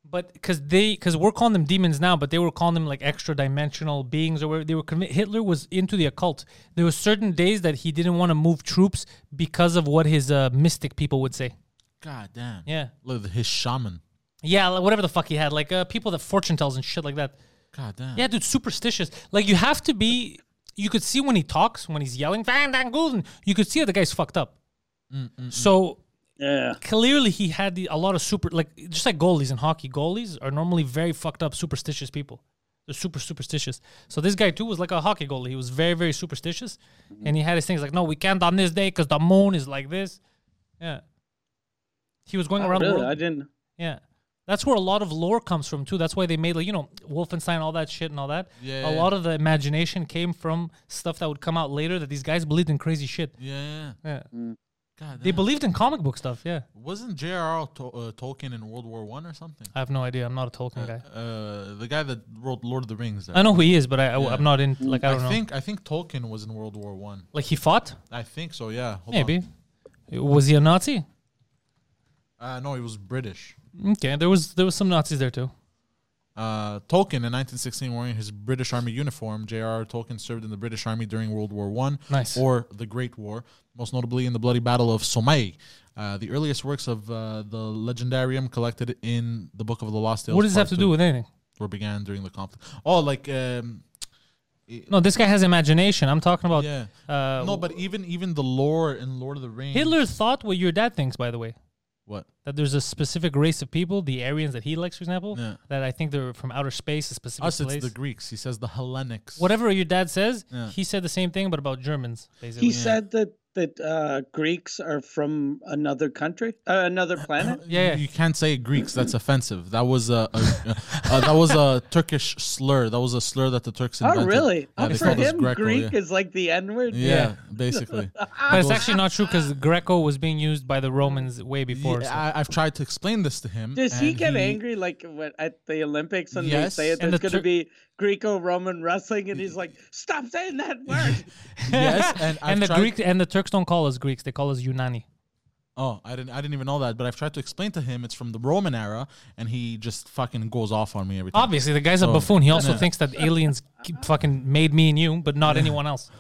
[SPEAKER 2] but because they because we're calling them demons now, but they were calling them like extra dimensional beings or whatever. They were convi- Hitler was into the occult. There were certain days that he didn't want to move troops because of what his uh, mystic people would say.
[SPEAKER 1] God damn.
[SPEAKER 2] Yeah,
[SPEAKER 1] Look at his shaman.
[SPEAKER 2] yeah, like, whatever the fuck he had, like uh, people that fortune tells and shit like that.
[SPEAKER 1] God damn.
[SPEAKER 2] Yeah, dude, superstitious. Like you have to be. You could see when he talks, when he's yelling, "Van Dan Gulden," you could see that the guy's fucked up.
[SPEAKER 3] Mm,
[SPEAKER 2] So
[SPEAKER 3] Yeah.
[SPEAKER 2] clearly he had the, a lot of super like just like goalies in hockey goalies are normally very fucked up superstitious people they're super superstitious so this guy too was like a hockey goalie he was very very superstitious
[SPEAKER 3] Mm-hmm.
[SPEAKER 2] and he had his things like no we can't on this day because the moon is like this yeah he was going around the
[SPEAKER 3] Really,
[SPEAKER 2] world
[SPEAKER 3] I didn't.
[SPEAKER 2] yeah. That's where a lot of lore comes from too. That's why they made like, you know, Wolfenstein, all that shit and all that.
[SPEAKER 1] Yeah,
[SPEAKER 2] A
[SPEAKER 1] yeah.
[SPEAKER 2] lot of the imagination came from stuff that would come out later that these guys believed in crazy shit.
[SPEAKER 1] Yeah.
[SPEAKER 2] Yeah.
[SPEAKER 1] God
[SPEAKER 2] They
[SPEAKER 1] damn.
[SPEAKER 2] believed in comic book stuff, yeah.
[SPEAKER 1] Wasn't J.R.R. Tol- uh, Tolkien in World War One or something?
[SPEAKER 2] I have no idea. I'm not a Tolkien guy.
[SPEAKER 1] Uh, the guy that wrote Lord of the Rings.
[SPEAKER 2] I know who he is, but I, I
[SPEAKER 1] Yeah.
[SPEAKER 2] am not in like Uh, I don't know.
[SPEAKER 1] think I think Tolkien was in World War One.
[SPEAKER 2] like he fought?
[SPEAKER 1] I. think so. Yeah. Hold
[SPEAKER 2] Maybe. Was he a Nazi?
[SPEAKER 1] On. Uh, no, he was British.
[SPEAKER 2] Okay, there was there was some Nazis there too.
[SPEAKER 1] Uh, Tolkien in 1916 wearing his British Army uniform. J.R.R. Tolkien served in the British Army during World War One,
[SPEAKER 2] Nice.
[SPEAKER 1] or the Great War, most notably in the bloody Battle of Somme. Uh, the earliest works of uh, the legendarium collected in the Book of the Lost Tales.
[SPEAKER 2] What does this
[SPEAKER 1] Part
[SPEAKER 2] have to
[SPEAKER 1] Two
[SPEAKER 2] do with anything?
[SPEAKER 1] Or began during the conflict. Oh, like um,
[SPEAKER 2] No, this guy has imagination. I'm talking about
[SPEAKER 1] yeah.
[SPEAKER 2] uh,
[SPEAKER 1] no, but even even the lore in Lord of the Rings.
[SPEAKER 2] Hitler thought what your dad thinks, by the way.
[SPEAKER 1] What?
[SPEAKER 2] that there's a specific race of people, the Aryans that he likes, for example,
[SPEAKER 1] Yeah.
[SPEAKER 2] that I think they're from outer space, a specific
[SPEAKER 1] Us,
[SPEAKER 2] place.
[SPEAKER 1] it's the Greeks. He says the Hellenics.
[SPEAKER 2] Whatever your dad says,
[SPEAKER 1] Yeah.
[SPEAKER 2] he said the same thing, but about Germans, basically.
[SPEAKER 3] He said that that uh, Greeks are from another country, uh, another planet.
[SPEAKER 1] You-
[SPEAKER 2] Yeah, yeah.
[SPEAKER 1] you can't say Greeks. That's offensive. That was a, a, uh, that was a Turkish slur. That was a slur that the Turks
[SPEAKER 3] Oh,
[SPEAKER 1] invented.
[SPEAKER 3] really?
[SPEAKER 1] Yeah,
[SPEAKER 3] Oh,
[SPEAKER 1] they
[SPEAKER 3] for
[SPEAKER 1] called us
[SPEAKER 3] him,
[SPEAKER 1] Greco,
[SPEAKER 3] Greek
[SPEAKER 1] yeah.
[SPEAKER 3] is like the N word.
[SPEAKER 1] Yeah,
[SPEAKER 2] Yeah.
[SPEAKER 3] *laughs*
[SPEAKER 1] basically.
[SPEAKER 2] but it's actually not true because Greco was being used by the Romans way before.
[SPEAKER 1] Yeah,
[SPEAKER 2] so-
[SPEAKER 1] I, I've tried to explain this to him.
[SPEAKER 3] Does he
[SPEAKER 1] and
[SPEAKER 3] get angry like when, at the Olympics when
[SPEAKER 1] Yes.
[SPEAKER 3] they say it,
[SPEAKER 2] And
[SPEAKER 3] there's
[SPEAKER 2] the
[SPEAKER 3] going to
[SPEAKER 2] Tur-
[SPEAKER 3] be Greco-Roman wrestling, and he's like, "Stop
[SPEAKER 1] *laughs*
[SPEAKER 3] saying that word."
[SPEAKER 1] *laughs* Yes, and, I've
[SPEAKER 2] *laughs* and the
[SPEAKER 1] tried-
[SPEAKER 2] Greeks and the Turks don't call us Greeks; they call us Unani.
[SPEAKER 1] Oh, I didn't. I didn't even know that. But I've tried to explain to him it's from the Roman era, and he just fucking goes off on me every time.
[SPEAKER 2] Obviously, the guy's a
[SPEAKER 1] So-
[SPEAKER 2] buffoon. He also
[SPEAKER 1] Oh. Yeah.
[SPEAKER 2] thinks that aliens k- fucking made me and you, but not anyone else.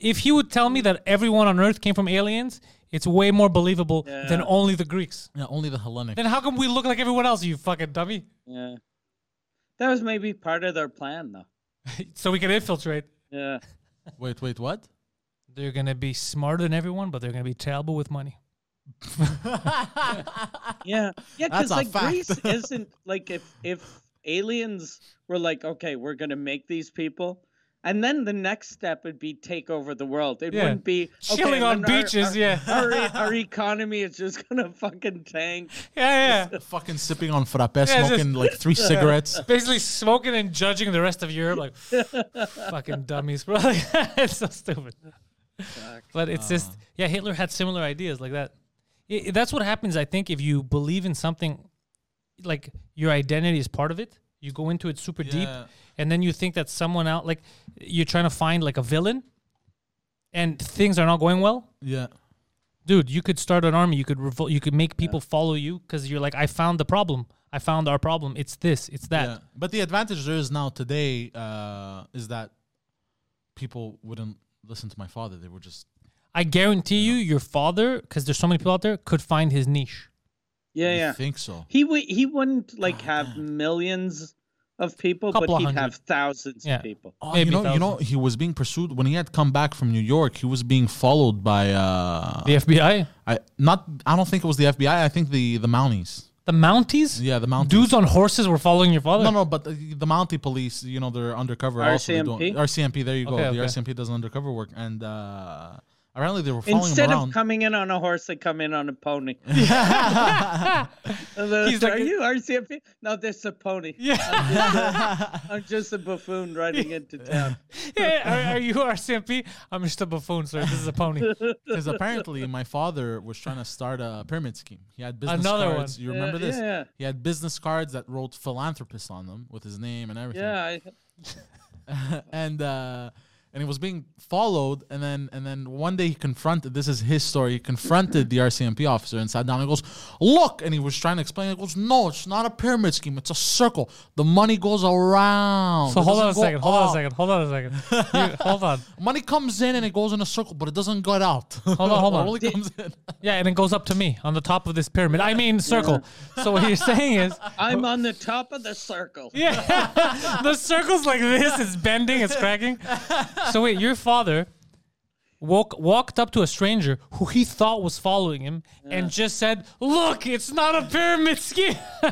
[SPEAKER 2] If he would tell me that everyone on Earth came from aliens, it's way more believable than
[SPEAKER 3] Yeah.
[SPEAKER 2] only the Greeks.
[SPEAKER 1] Yeah, only the Hellenic.
[SPEAKER 2] Then how come we look like everyone else? You fucking dummy.
[SPEAKER 3] Yeah, that was maybe part of their plan, though.
[SPEAKER 2] so we can infiltrate.
[SPEAKER 3] Yeah,
[SPEAKER 1] Wait, wait, what?
[SPEAKER 3] *laughs*
[SPEAKER 2] They're gonna be smarter than everyone, but they're gonna be terrible with money.
[SPEAKER 3] yeah, yeah.
[SPEAKER 1] That's
[SPEAKER 3] Because
[SPEAKER 1] a
[SPEAKER 3] like
[SPEAKER 1] fact.
[SPEAKER 3] Greece
[SPEAKER 2] *laughs*
[SPEAKER 3] isn't like if if aliens were like, "Okay, we're going to make these people." And then the next step would be take over the world. It
[SPEAKER 2] Yeah.
[SPEAKER 3] wouldn't be okay,
[SPEAKER 2] Chilling on
[SPEAKER 3] then our-
[SPEAKER 2] beaches,
[SPEAKER 3] our-
[SPEAKER 2] yeah.
[SPEAKER 3] Our,
[SPEAKER 2] *laughs*
[SPEAKER 3] e- our economy is just gonna fucking tank.
[SPEAKER 2] Yeah, yeah.
[SPEAKER 1] fucking sipping on frappe,
[SPEAKER 2] just-
[SPEAKER 1] smoking like
[SPEAKER 2] *laughs*
[SPEAKER 1] three cigarettes.
[SPEAKER 2] Basically, smoking and judging the rest of Europe like fucking dummies, bro. *laughs* Like, it's so stupid. But it's just yeah. Hitler had similar ideas like that. I- that's what happens, I think, if you believe in something, like your identity is part of it. You go into it super deep,
[SPEAKER 1] Yeah.
[SPEAKER 2] and then you think that someone out, like you're trying to find like a villain, and things are not going well.
[SPEAKER 1] Yeah.
[SPEAKER 2] dude you could start an army you could revolt you could make people follow you because you're like i found the problem i found our problem it's this it's that
[SPEAKER 1] Yeah. But the advantage there is now today uh, is that people wouldn't listen to my father. They were just
[SPEAKER 2] i guarantee you your father because there's so many people out there could find his niche
[SPEAKER 3] Yeah,
[SPEAKER 1] "You
[SPEAKER 3] yeah.
[SPEAKER 1] think so.
[SPEAKER 3] He would. He wouldn't like have millions of people, but
[SPEAKER 2] Oh, Couple of
[SPEAKER 3] he'd
[SPEAKER 2] hundred.
[SPEAKER 3] have thousands
[SPEAKER 2] Yeah.
[SPEAKER 3] of people.
[SPEAKER 1] Oh,
[SPEAKER 2] Maybe
[SPEAKER 1] you know, you know,
[SPEAKER 2] thousands.
[SPEAKER 1] he was being pursued when he had come back from New York. He was being followed by uh,
[SPEAKER 2] the fbi
[SPEAKER 1] I not. I don't think it was the FBI. I think the the Mounties.
[SPEAKER 2] the mounties
[SPEAKER 1] Yeah, the Mounties.
[SPEAKER 2] dudes on horses were following your father
[SPEAKER 1] no, no, but the, the Mountie police, you know, they're undercover. Also, they don't-
[SPEAKER 3] RCMP?
[SPEAKER 1] RCMP. There you go.
[SPEAKER 2] Okay,
[SPEAKER 1] the
[SPEAKER 2] okay.
[SPEAKER 1] RCMP does undercover work, and uh, Apparently, they were following
[SPEAKER 3] Instead
[SPEAKER 1] him
[SPEAKER 3] of
[SPEAKER 1] around.
[SPEAKER 3] coming in on a horse, they come in on a
[SPEAKER 2] *laughs*
[SPEAKER 3] pony. *laughs*
[SPEAKER 1] yeah.
[SPEAKER 3] And they're
[SPEAKER 2] He's
[SPEAKER 3] like,
[SPEAKER 2] like
[SPEAKER 3] Are
[SPEAKER 2] a-
[SPEAKER 3] you RCMP? No, that's a pony. *laughs*
[SPEAKER 2] Yeah. *laughs*
[SPEAKER 3] I'm just a buffoon riding into town.
[SPEAKER 2] *laughs* yeah. Are, are you *laughs* RCMP? I'm just a buffoon, sir. This is a
[SPEAKER 1] *laughs*
[SPEAKER 2] pony. *laughs*
[SPEAKER 1] Because apparently, my father was trying to start a pyramid scheme. He had business
[SPEAKER 2] Another one.
[SPEAKER 1] cards. You remember
[SPEAKER 3] Yeah,
[SPEAKER 1] this?
[SPEAKER 3] yeah.
[SPEAKER 1] He had business cards that wrote philanthropist on them with his name and everything.
[SPEAKER 3] Yeah, I,
[SPEAKER 1] and uh, and he was being followed. And then and then one day he confronted. This is his story. He confronted the RCMP officer and sat down. and goes, "Look," and he was trying to explain. He goes, "No, it's not a pyramid scheme. It's a circle. The money goes around.
[SPEAKER 2] So
[SPEAKER 1] It
[SPEAKER 2] hold on a
[SPEAKER 1] doesn't go
[SPEAKER 2] second. Hold on a
[SPEAKER 1] up.
[SPEAKER 2] second. Hold on a
[SPEAKER 1] *laughs*
[SPEAKER 2] second. You- hold on.
[SPEAKER 1] Money comes in and it goes in a circle, but it doesn't get out. Hold *laughs*
[SPEAKER 2] on, hold on.
[SPEAKER 1] only comes in.
[SPEAKER 2] Yeah, and it goes up to me on the top of this pyramid. I mean, circle. So what you're saying is,
[SPEAKER 3] I'm on the top of the circle.
[SPEAKER 2] yeah, the circle's like this. It's bending. It's cracking. So wait, your father woke walked up to a stranger who he thought was following him and just said, "Look, it's not a pyramid scheme." *laughs*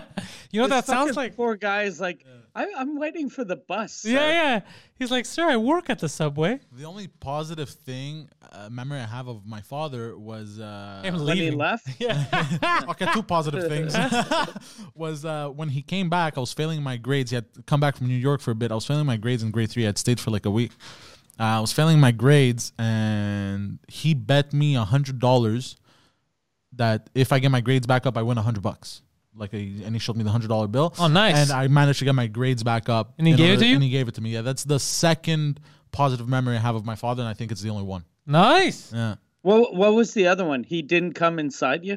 [SPEAKER 2] you know what that sounds
[SPEAKER 3] Fucking
[SPEAKER 2] like.
[SPEAKER 3] poor guys. Like, I, I'm waiting for the bus. sir."
[SPEAKER 2] Yeah, yeah. He's like, "Sir, I work at the subway."
[SPEAKER 1] The only positive thing, uh, memory I have of my father was. Uh,
[SPEAKER 2] I'm
[SPEAKER 3] When he
[SPEAKER 2] leaving. *laughs*
[SPEAKER 3] left,
[SPEAKER 1] okay, two positive things *laughs* was uh, when he came back. I was failing my grades. He had come back from New York for a bit. I was failing my grades in grade three. I had stayed for like a week. Uh, I was failing my grades, and he bet me a hundred dollars that if I get my grades back up, I win a hundred bucks. Like, a, and he showed me the hundred dollar bill.
[SPEAKER 2] Oh, nice.
[SPEAKER 1] And I managed to get my grades back up.
[SPEAKER 2] And he
[SPEAKER 1] in
[SPEAKER 2] gave it to you?
[SPEAKER 1] And he gave it to me. Yeah, that's the second positive memory I have of my father, and I think it's the only one.
[SPEAKER 2] Nice.
[SPEAKER 1] Yeah.
[SPEAKER 3] what, what was the other one? He didn't come
[SPEAKER 2] *laughs*
[SPEAKER 3] inside you?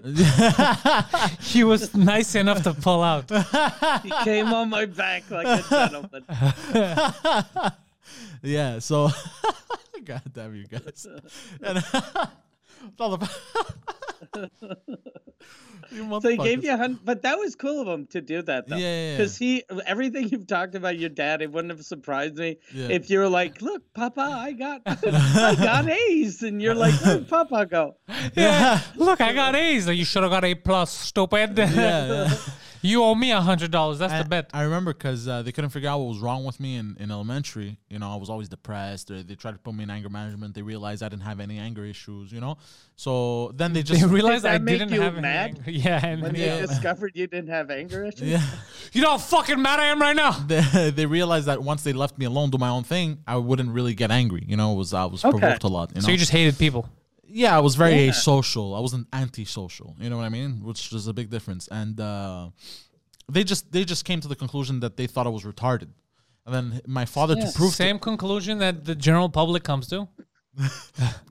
[SPEAKER 2] He was nice enough to pull
[SPEAKER 3] *laughs*
[SPEAKER 2] out.
[SPEAKER 3] He came on my back like
[SPEAKER 2] *laughs*
[SPEAKER 3] a gentleman.
[SPEAKER 1] Yeah, so *laughs* God damn you
[SPEAKER 3] *laughs*
[SPEAKER 1] guys. And *laughs* it's all about- *laughs* You
[SPEAKER 3] So he gave
[SPEAKER 1] motherfuckers. *laughs*
[SPEAKER 3] you a hundred, but that was cool of him to do that though.
[SPEAKER 1] Yeah, yeah, yeah.
[SPEAKER 3] Because he, everything you've talked about your dad, it wouldn't have surprised me
[SPEAKER 1] Yeah.
[SPEAKER 3] if you were like, "Look, Papa, I
[SPEAKER 1] *laughs*
[SPEAKER 3] got, I got A's," and you're like, "Where'd Papa go?"
[SPEAKER 2] Yeah. Look, I got A's. Like, You should have got A plus, stupid. *laughs*
[SPEAKER 1] Yeah,
[SPEAKER 3] *laughs*
[SPEAKER 1] yeah.
[SPEAKER 2] you owe me a hundred dollars. That's the
[SPEAKER 1] I-
[SPEAKER 2] bet.
[SPEAKER 1] I remember because uh, they couldn't figure out what was wrong with me in, in elementary. You know, I was always depressed. Or they tried to put me in anger management. They realized I didn't have any anger issues, you know? So then they just.
[SPEAKER 2] They realized
[SPEAKER 3] that
[SPEAKER 2] I
[SPEAKER 3] make
[SPEAKER 2] didn't
[SPEAKER 3] you
[SPEAKER 2] have any
[SPEAKER 3] mad
[SPEAKER 2] anger. *laughs* Yeah, and
[SPEAKER 3] When
[SPEAKER 2] then
[SPEAKER 3] he
[SPEAKER 2] yeah.
[SPEAKER 3] discovered you didn't have anger
[SPEAKER 1] *laughs*
[SPEAKER 3] issues.
[SPEAKER 1] yeah.
[SPEAKER 2] you know how fucking mad I am right now.
[SPEAKER 1] They, *laughs* they realized that once they left me alone, do my own thing, I wouldn't really get angry. You know, it was I was
[SPEAKER 3] Okay.
[SPEAKER 1] provoked a lot. You know?
[SPEAKER 2] So you just hated people.
[SPEAKER 1] yeah, I was very asocial. I wasn't antisocial. You know what I mean? Which is a big difference. And uh, they just they just came to the conclusion that they thought I was retarded. And then my father to prove to,
[SPEAKER 2] Same conclusion that the general public comes to.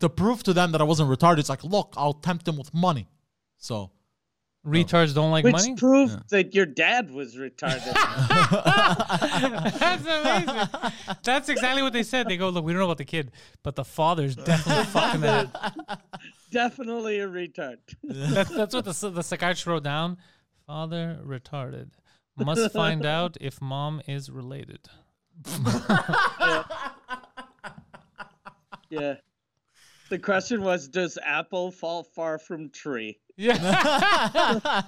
[SPEAKER 1] to prove to them that I wasn't retarded, it's like, look, I'll tempt him with money. So
[SPEAKER 2] Retards don't like
[SPEAKER 3] Which
[SPEAKER 2] money.
[SPEAKER 3] proved that your dad was retarded.
[SPEAKER 2] *laughs*
[SPEAKER 1] *laughs*
[SPEAKER 2] That's amazing. That's exactly what they said. They go, look, we don't know about the kid, but the father's definitely fucking that. up."
[SPEAKER 3] Definitely a
[SPEAKER 1] *laughs*
[SPEAKER 3] retard.
[SPEAKER 2] That's, that's what the, s- the psychiatrist wrote down. Father retarded. Must find out if mom is related.
[SPEAKER 3] Yeah. The question was, does apple fall far from tree?
[SPEAKER 2] Yeah.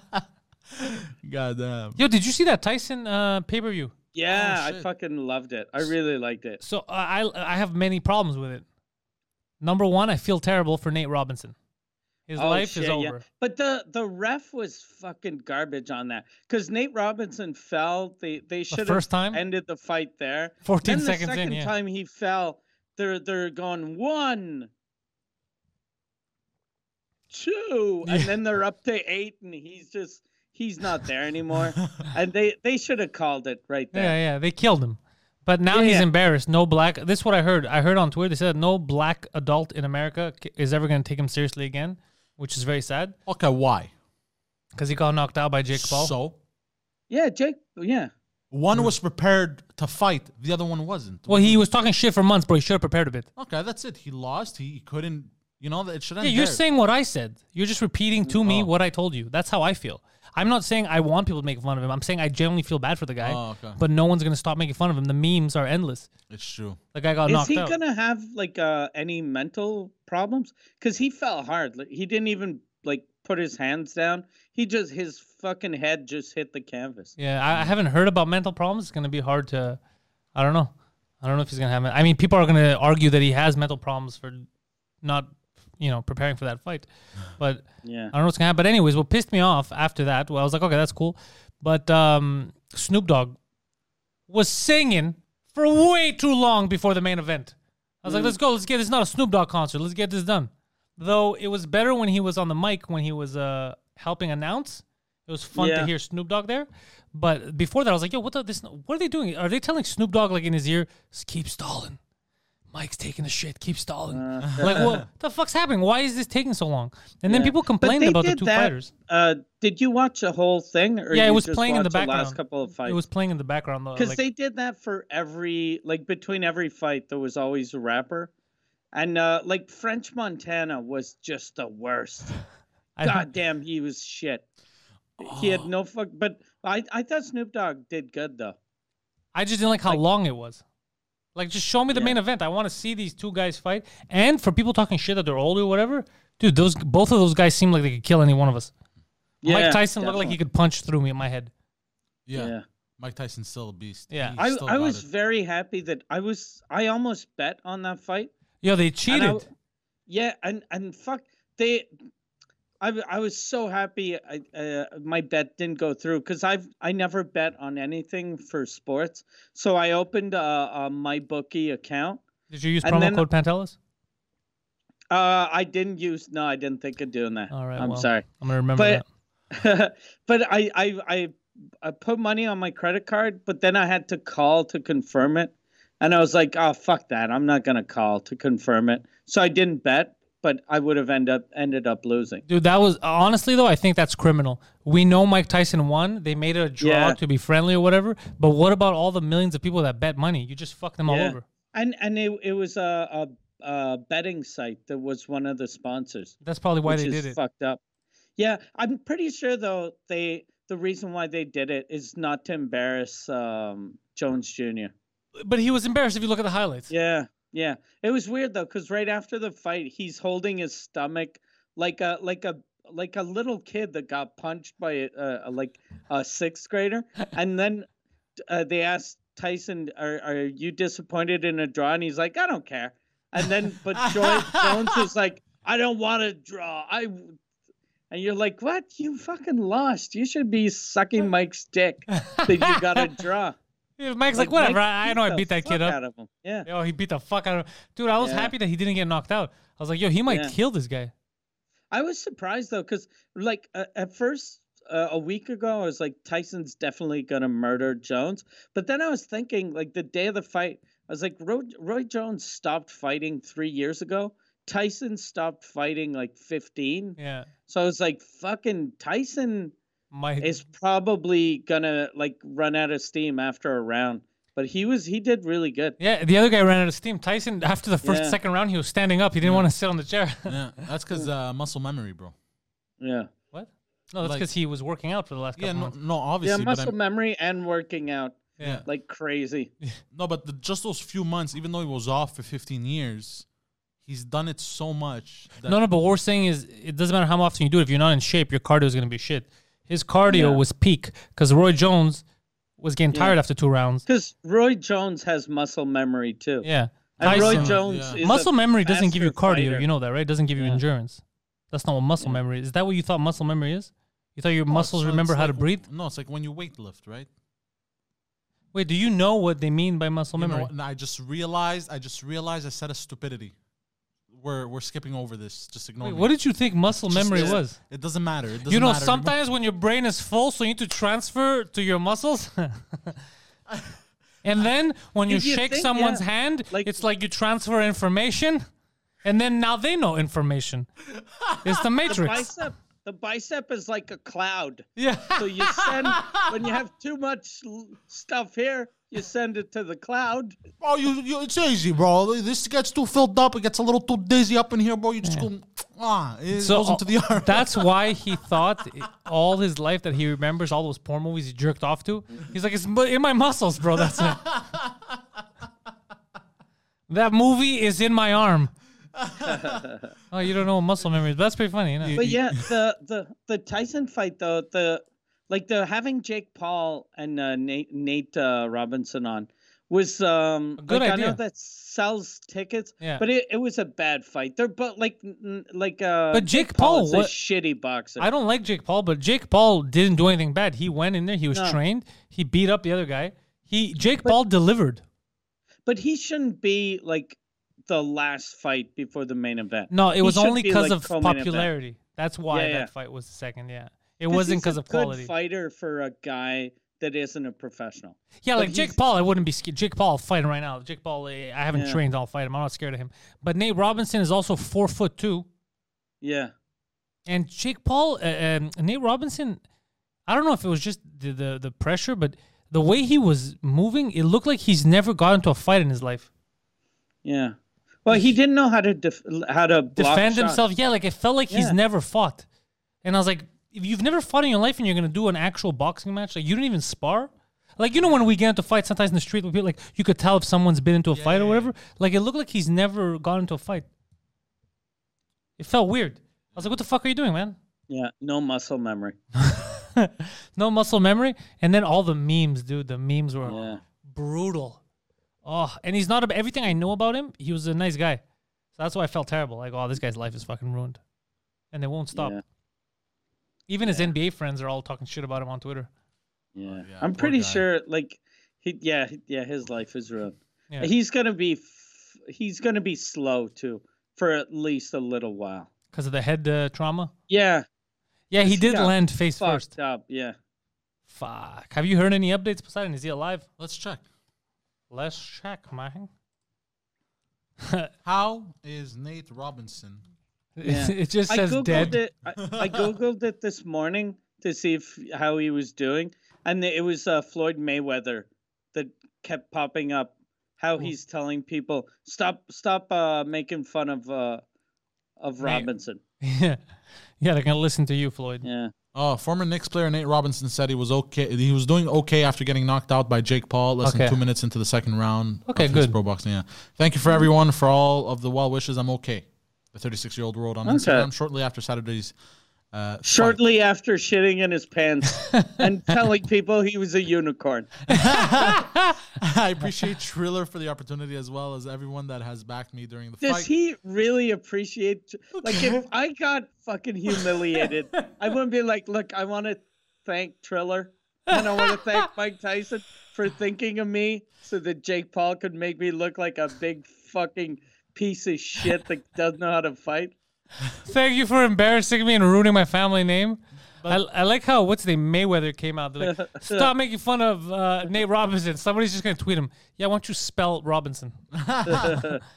[SPEAKER 1] goddamn.
[SPEAKER 2] *laughs* Yo, did you see that Tyson uh, pay per view?
[SPEAKER 3] Yeah, I
[SPEAKER 1] Oh, shit.
[SPEAKER 3] fucking loved it. I really liked it.
[SPEAKER 2] So uh, I I have many problems with it. Number one, I feel terrible for Nate Robinson. His life is
[SPEAKER 3] Oh, shit, yeah.
[SPEAKER 2] over.
[SPEAKER 3] But the the ref was fucking garbage on that because Nate Robinson fell. They they should have
[SPEAKER 2] first time?
[SPEAKER 3] ended the fight there.
[SPEAKER 2] 14
[SPEAKER 3] then the
[SPEAKER 2] seconds in,
[SPEAKER 3] second
[SPEAKER 2] yeah.
[SPEAKER 3] time he fell, they're they're going one, two, and then they're up to eight, and he's just he's not there
[SPEAKER 2] *laughs*
[SPEAKER 3] anymore. and they they should have called it right
[SPEAKER 2] Yeah,
[SPEAKER 3] there.
[SPEAKER 2] yeah, they killed him. But now
[SPEAKER 3] Yeah,
[SPEAKER 2] he's
[SPEAKER 3] yeah.
[SPEAKER 2] embarrassed. No black. This is what I heard. I heard on Twitter they said no black adult in America c- is ever going to take him seriously again, which is very sad
[SPEAKER 1] Okay, why?
[SPEAKER 2] because he got knocked out by Jake Paul.
[SPEAKER 1] So
[SPEAKER 3] Yeah, Jake. Yeah.
[SPEAKER 1] one was prepared to fight, the other one wasn't.
[SPEAKER 2] Hmm. well, he was talking shit for months, bro. He should have prepared a bit.
[SPEAKER 1] okay, that's it. He lost. He couldn't. You know, it should end
[SPEAKER 2] Yeah, you're
[SPEAKER 1] there.
[SPEAKER 2] saying what I said. You're just repeating to
[SPEAKER 3] Oh.
[SPEAKER 2] me what I told you. That's how I feel. I'm not saying I want people to make fun of him. I'm saying I genuinely feel bad for the guy.
[SPEAKER 1] Oh, okay.
[SPEAKER 2] But no one's gonna stop making fun of him. The memes are endless.
[SPEAKER 1] it's true.
[SPEAKER 2] The guy got
[SPEAKER 3] Is
[SPEAKER 2] knocked
[SPEAKER 3] he
[SPEAKER 2] out.
[SPEAKER 3] gonna have like uh, any mental problems? Because he fell hard. Like, he didn't even like put his hands down. He just his fucking head just hit the canvas.
[SPEAKER 2] Yeah, I, I haven't heard about mental problems. It's gonna be hard to. I don't know. I don't know if he's gonna have it. I mean, people are gonna argue that he has mental problems for not you know, preparing for that fight. But
[SPEAKER 3] Yeah.
[SPEAKER 2] I don't know what's gonna happen. But anyways, what pissed me off after that, well, I was like, okay, that's cool. But um, Snoop Dogg was singing for way too long before the main event. I was
[SPEAKER 3] Mm.
[SPEAKER 2] like, let's go, let's get this. is Not a Snoop Dogg concert. Let's get this done. Though it was better when he was on the mic when he was uh helping announce. It was fun to
[SPEAKER 3] Yeah.
[SPEAKER 2] hear Snoop Dogg there. But before that, I was like, yo, what the, this? What are they doing? Are they telling Snoop Dogg like in his ear, "S- keep stalling? Mike's taking the shit. Keep stalling. *laughs* like, what the fuck's happening? Why is this taking so long? And then
[SPEAKER 3] Uh, Yeah.
[SPEAKER 2] people
[SPEAKER 3] But
[SPEAKER 2] complained
[SPEAKER 3] they
[SPEAKER 2] about the
[SPEAKER 3] did
[SPEAKER 2] two
[SPEAKER 3] that-
[SPEAKER 2] fighters.
[SPEAKER 3] Uh, did you watch the whole thing? Or
[SPEAKER 2] Yeah, it
[SPEAKER 3] you
[SPEAKER 2] was
[SPEAKER 3] just
[SPEAKER 2] playing in the
[SPEAKER 3] watched last
[SPEAKER 2] background.
[SPEAKER 3] couple of fights.
[SPEAKER 2] It was playing in the background though.
[SPEAKER 3] because
[SPEAKER 2] Like,
[SPEAKER 3] they did that for every like between every fight there was always a rapper and uh like french montana was just the worst
[SPEAKER 2] I- Oh.
[SPEAKER 3] god damn he was shit he had no fuck but i i thought snoop dogg did good though
[SPEAKER 2] I just didn't like how
[SPEAKER 3] Like-
[SPEAKER 2] long it was. Like, just show me the
[SPEAKER 3] Yeah.
[SPEAKER 2] main event. I want to see these two guys fight. And for people talking shit that they're old or whatever, dude, those both of those guys seem like they could kill any one of us. Mike Tyson looked like he could punch through me in my head.
[SPEAKER 1] Yeah.
[SPEAKER 3] yeah.
[SPEAKER 1] Mike Tyson's still a beast.
[SPEAKER 2] Yeah.
[SPEAKER 1] He's
[SPEAKER 3] I,
[SPEAKER 1] still
[SPEAKER 3] I
[SPEAKER 1] got
[SPEAKER 3] was
[SPEAKER 1] it.
[SPEAKER 3] very happy that I was I almost bet on that fight
[SPEAKER 2] Yo, they
[SPEAKER 3] And
[SPEAKER 2] cheated.
[SPEAKER 3] I- yeah, and and fuck, they. I, w- I was so happy I, uh, my bet didn't go through because I've I never bet on anything for sports. So I opened a, a my bookie account.
[SPEAKER 2] Did you use
[SPEAKER 3] and
[SPEAKER 2] promo
[SPEAKER 3] then-
[SPEAKER 2] code Pantelis?
[SPEAKER 3] Uh, I didn't use no, I didn't think of doing that.
[SPEAKER 2] All right,
[SPEAKER 3] I'm
[SPEAKER 2] well,
[SPEAKER 3] sorry,
[SPEAKER 2] I'm gonna remember
[SPEAKER 3] but *laughs* but I, I I I put money on my credit card, but then I had to call to confirm it, and I was like, oh fuck that, I'm not gonna call to confirm it. So I didn't bet, but I would have ended up ended up losing.
[SPEAKER 2] Dude, that was honestly though. I think that's criminal. We know Mike Tyson won. They made it a draw
[SPEAKER 3] Yeah.
[SPEAKER 2] to be friendly or whatever. But what about all the millions of people that bet money? You just fucked them all
[SPEAKER 3] Yeah.
[SPEAKER 2] over.
[SPEAKER 3] And and it, it was a, a a betting site that was one of the sponsors,
[SPEAKER 2] That's probably why
[SPEAKER 3] which
[SPEAKER 2] they
[SPEAKER 3] is
[SPEAKER 2] did it.
[SPEAKER 3] fucked up. Yeah, I'm pretty sure though they the reason why they did it is not to embarrass um, Jones Jr.
[SPEAKER 2] But he was embarrassed if you look at the highlights.
[SPEAKER 3] Yeah, yeah, it was weird though because right after the fight, he's holding his stomach like a like a like a little kid that got punched by a, a like a
[SPEAKER 2] *laughs*
[SPEAKER 3] sixth grader, and then uh, they asked Tyson, are, "Are you disappointed in a draw?" And he's like, "I don't care." And
[SPEAKER 2] *laughs*
[SPEAKER 3] then, but Joy, Jones was like, "I don't want to draw. I." w-" And you're like, "What? You fucking lost. You should be sucking Mike's
[SPEAKER 2] *laughs*
[SPEAKER 3] dick that you got to draw."
[SPEAKER 2] Yeah, Mike's like, whatever. I, I know I beat that kid up.
[SPEAKER 3] Out of him. Yeah.
[SPEAKER 2] Yo, he beat the fuck out of Dude, I was
[SPEAKER 3] Yeah.
[SPEAKER 2] happy that he didn't get knocked out. I was like, yo, he might
[SPEAKER 3] Yeah.
[SPEAKER 2] kill this guy.
[SPEAKER 3] I was surprised though, because like uh, at first uh, a week ago, I was like Tyson's definitely gonna murder Jones, but then I was thinking like the day of the fight, I was like Roy, Roy Jones stopped fighting three years ago. Tyson stopped fighting like 15.
[SPEAKER 2] Yeah.
[SPEAKER 3] So I was like, fucking Tyson
[SPEAKER 2] Mike.
[SPEAKER 3] is probably gonna like run out of steam after a round. But he was he did really good.
[SPEAKER 2] yeah, the other guy ran out of steam. Tyson, after the first,
[SPEAKER 3] Yeah.
[SPEAKER 2] second round, he was standing up. He didn't want to sit on the
[SPEAKER 3] *laughs*
[SPEAKER 2] chair.
[SPEAKER 1] Yeah, that's because uh, muscle memory, bro.
[SPEAKER 3] Yeah.
[SPEAKER 2] what? No, that's
[SPEAKER 1] Like-
[SPEAKER 2] because he was working out for the last couple
[SPEAKER 1] Yeah, no,
[SPEAKER 2] months.
[SPEAKER 1] no,
[SPEAKER 3] Yeah,
[SPEAKER 1] obviously, but
[SPEAKER 3] muscle
[SPEAKER 1] I'm-
[SPEAKER 3] memory and working out
[SPEAKER 2] Yeah.
[SPEAKER 3] like crazy.
[SPEAKER 1] no, but the, just those few months, even though he was off for 15 years, he's done it so much. That
[SPEAKER 2] No, no, but what we're saying is it doesn't matter how often you do it. If you're not in shape, your cardio is going to be shit. His cardio
[SPEAKER 3] Yeah.
[SPEAKER 2] was peak because Roy Jones was getting tired after two rounds.
[SPEAKER 3] Because Roy Jones has muscle memory too.
[SPEAKER 2] Yeah.
[SPEAKER 3] And Roy
[SPEAKER 2] Tyson-
[SPEAKER 3] Jones
[SPEAKER 1] yeah.
[SPEAKER 3] is a
[SPEAKER 2] muscle memory doesn't give you
[SPEAKER 3] faster
[SPEAKER 2] cardio.
[SPEAKER 3] fighter.
[SPEAKER 2] You know that, right? It doesn't give you endurance. That's not what muscle memory is. Is that what you thought muscle memory is? You thought your
[SPEAKER 1] Oh,
[SPEAKER 2] muscles
[SPEAKER 1] so
[SPEAKER 2] remember
[SPEAKER 1] it's
[SPEAKER 2] how to
[SPEAKER 1] like-
[SPEAKER 2] breathe?
[SPEAKER 1] No, it's like when you weight lift, right?
[SPEAKER 2] Wait, do you know what they mean by muscle
[SPEAKER 1] You know
[SPEAKER 2] memory?
[SPEAKER 1] what? No, I just realized. I just realized I said a stupidity. We're we're skipping over this. Just ignore.
[SPEAKER 2] Wait,
[SPEAKER 1] me.
[SPEAKER 2] what did you think muscle
[SPEAKER 1] Just-
[SPEAKER 2] memory
[SPEAKER 1] just-
[SPEAKER 2] was?
[SPEAKER 1] It doesn't matter. It doesn't
[SPEAKER 2] You know,
[SPEAKER 1] matter.
[SPEAKER 2] sometimes when your brain is full, so you need to transfer to your muscles. *laughs* and then when you,
[SPEAKER 3] If you
[SPEAKER 2] shake
[SPEAKER 3] think-
[SPEAKER 2] someone's
[SPEAKER 3] yeah,
[SPEAKER 2] hand,
[SPEAKER 3] like-
[SPEAKER 2] it's like you transfer information, and then now they know information. It's
[SPEAKER 3] *laughs*
[SPEAKER 2] the
[SPEAKER 3] The
[SPEAKER 2] matrix.
[SPEAKER 3] bicep, the bicep is like a cloud.
[SPEAKER 2] yeah.
[SPEAKER 3] So you
[SPEAKER 2] *laughs*
[SPEAKER 3] send when you have too much l- stuff here, you send it to the cloud.
[SPEAKER 1] Oh, you, you, it's easy, bro. This gets too filled up. It gets a little too dizzy up in here, bro. You just go, ah, it
[SPEAKER 2] uh,
[SPEAKER 1] goes into the *laughs* arm.
[SPEAKER 2] that's why he thought i- all his life that he remembers all those porn movies he jerked off to. He's like, it's mu- in my muscles, bro. That's
[SPEAKER 3] *laughs*
[SPEAKER 2] it. that movie is in my
[SPEAKER 3] *laughs*
[SPEAKER 2] arm. oh, you don't know what muscle memory is. but That's pretty funny, you know?
[SPEAKER 1] You-
[SPEAKER 3] But yeah, the the the Tyson fight though, the like the having Jake Paul and uh, Nate Nate uh, Robinson on was um
[SPEAKER 2] Good
[SPEAKER 3] like, I know
[SPEAKER 2] idea.
[SPEAKER 3] that sells tickets,
[SPEAKER 2] Yeah.
[SPEAKER 3] but it, it was a bad fight. They're but like n- like uh
[SPEAKER 2] But Jake Paul,
[SPEAKER 3] is
[SPEAKER 2] what-
[SPEAKER 3] a shitty boxer.
[SPEAKER 2] I don't like Jake Paul, but Jake Paul didn't do anything bad. He went in there. He was
[SPEAKER 3] No.
[SPEAKER 2] trained. He beat up the other guy. He Jake Paul delivered.
[SPEAKER 3] but he shouldn't be like the last fight before the main event.
[SPEAKER 2] No, it
[SPEAKER 3] He
[SPEAKER 2] was
[SPEAKER 3] should
[SPEAKER 2] only
[SPEAKER 3] be,
[SPEAKER 2] because
[SPEAKER 3] like,
[SPEAKER 2] of
[SPEAKER 3] co-main event.
[SPEAKER 2] popularity. That's why
[SPEAKER 3] Yeah, yeah.
[SPEAKER 2] that fight was the second. Yeah, it wasn't
[SPEAKER 3] he's
[SPEAKER 2] because
[SPEAKER 3] a
[SPEAKER 2] of
[SPEAKER 3] good
[SPEAKER 2] quality.
[SPEAKER 3] Fighter for a guy that isn't a professional.
[SPEAKER 2] Yeah,
[SPEAKER 3] But
[SPEAKER 2] like Jake
[SPEAKER 3] he's-
[SPEAKER 2] Paul, I wouldn't be scared. Jake Paul fighting right now. Jake Paul, eh, I haven't
[SPEAKER 3] Yeah.
[SPEAKER 2] trained. I'll fight him. I'm not scared of him. But Nate Robinson is also four foot two,
[SPEAKER 3] Yeah.
[SPEAKER 2] and Jake Paul, uh, um, Nate Robinson. I don't know if it was just the, the the pressure, but the way he was moving, it looked like he's never gotten into a fight in his life.
[SPEAKER 3] Yeah. Well, he didn't know how to def- how to block
[SPEAKER 2] Defend
[SPEAKER 3] shots.
[SPEAKER 2] himself, yeah. Like it felt like he's
[SPEAKER 3] Yeah.
[SPEAKER 2] never fought, and I was like, if you've never fought in your life and you're gonna do an actual boxing match, like you don't even spar. Like you know when we get into fights sometimes in the street with people, like you could tell if someone's been into a fight or whatever. Like it looked like he's never gotten into a fight. It felt weird. I was like, what the fuck are you doing, man?
[SPEAKER 3] Yeah, no muscle memory.
[SPEAKER 2] no muscle memory. And then all the memes, dude. The memes were
[SPEAKER 3] Yeah.
[SPEAKER 2] brutal. Oh, and he's not a, everything I know about him. He was a nice guy, so that's why I felt terrible. Like, oh, this guy's life is fucking ruined, and they won't stop.
[SPEAKER 3] Yeah.
[SPEAKER 2] Even his NBA friends are all talking shit about him on Twitter.
[SPEAKER 3] Yeah.
[SPEAKER 2] Oh,
[SPEAKER 1] yeah,
[SPEAKER 3] I'm
[SPEAKER 1] poor
[SPEAKER 3] pretty
[SPEAKER 1] guy.
[SPEAKER 3] sure like he yeah, he- yeah, his life is ruined.
[SPEAKER 2] Yeah.
[SPEAKER 3] He's going to be f- he's going to be slow too for at least a little while.
[SPEAKER 2] because of the head uh, trauma.
[SPEAKER 3] Yeah,
[SPEAKER 2] Yeah, he
[SPEAKER 3] Yes,
[SPEAKER 2] did
[SPEAKER 3] yeah.
[SPEAKER 2] land face
[SPEAKER 3] fucked
[SPEAKER 2] first.
[SPEAKER 3] up. Yeah.
[SPEAKER 2] Fuck. Have you heard any updates, Poseidon? Is he alive?
[SPEAKER 1] Let's check.
[SPEAKER 2] Let's check, man.
[SPEAKER 1] How is Nate Robinson?
[SPEAKER 2] *laughs*
[SPEAKER 3] Yeah.
[SPEAKER 2] it just
[SPEAKER 3] I
[SPEAKER 2] says
[SPEAKER 3] googled
[SPEAKER 2] dead.
[SPEAKER 3] it. I, I googled it this morning to see if how he was doing, and it was uh, Floyd Mayweather that kept popping up. How he's telling people stop stop uh, making fun of uh, of
[SPEAKER 2] May-
[SPEAKER 3] Robinson.
[SPEAKER 2] *laughs* yeah, yeah, they're gonna listen to you, Floyd.
[SPEAKER 3] Yeah,
[SPEAKER 1] Oh, former Knicks player Nate Robinson said he was okay. He was doing okay after getting knocked out by Jake Paul less
[SPEAKER 2] Okay.
[SPEAKER 1] than two minutes into the second round.
[SPEAKER 2] Okay,
[SPEAKER 1] of his
[SPEAKER 2] good.
[SPEAKER 1] Pro boxing. Yeah. Thank you for everyone for all of the well wishes. I'm okay. The 36 year old wrote on
[SPEAKER 3] Okay.
[SPEAKER 1] Instagram shortly after Saturday's. Uh, *laughs* fight.
[SPEAKER 3] shortly after shitting in his pants and telling people he was a unicorn.
[SPEAKER 1] I
[SPEAKER 2] *laughs*
[SPEAKER 1] appreciate Triller for the opportunity as well as everyone that has backed me during the
[SPEAKER 3] Does
[SPEAKER 1] fight.
[SPEAKER 3] he really appreciate?
[SPEAKER 2] *laughs*
[SPEAKER 3] Like, if I got fucking humiliated, I wouldn't be like, look, I want to thank Triller and I want to thank
[SPEAKER 2] *laughs*
[SPEAKER 3] Mike Tyson for thinking of me so that Jake Paul could make me look like a big fucking piece of shit that doesn't know how to fight. *laughs*
[SPEAKER 2] Thank you for embarrassing me and ruining my family name. I, I like how what's the Mayweather came out. They're
[SPEAKER 3] *laughs*
[SPEAKER 2] like, stop making fun of uh, Nate Robinson. Somebody's just gonna tweet him. Yeah, why don't you spell
[SPEAKER 3] *laughs*
[SPEAKER 2] Robinson? *laughs*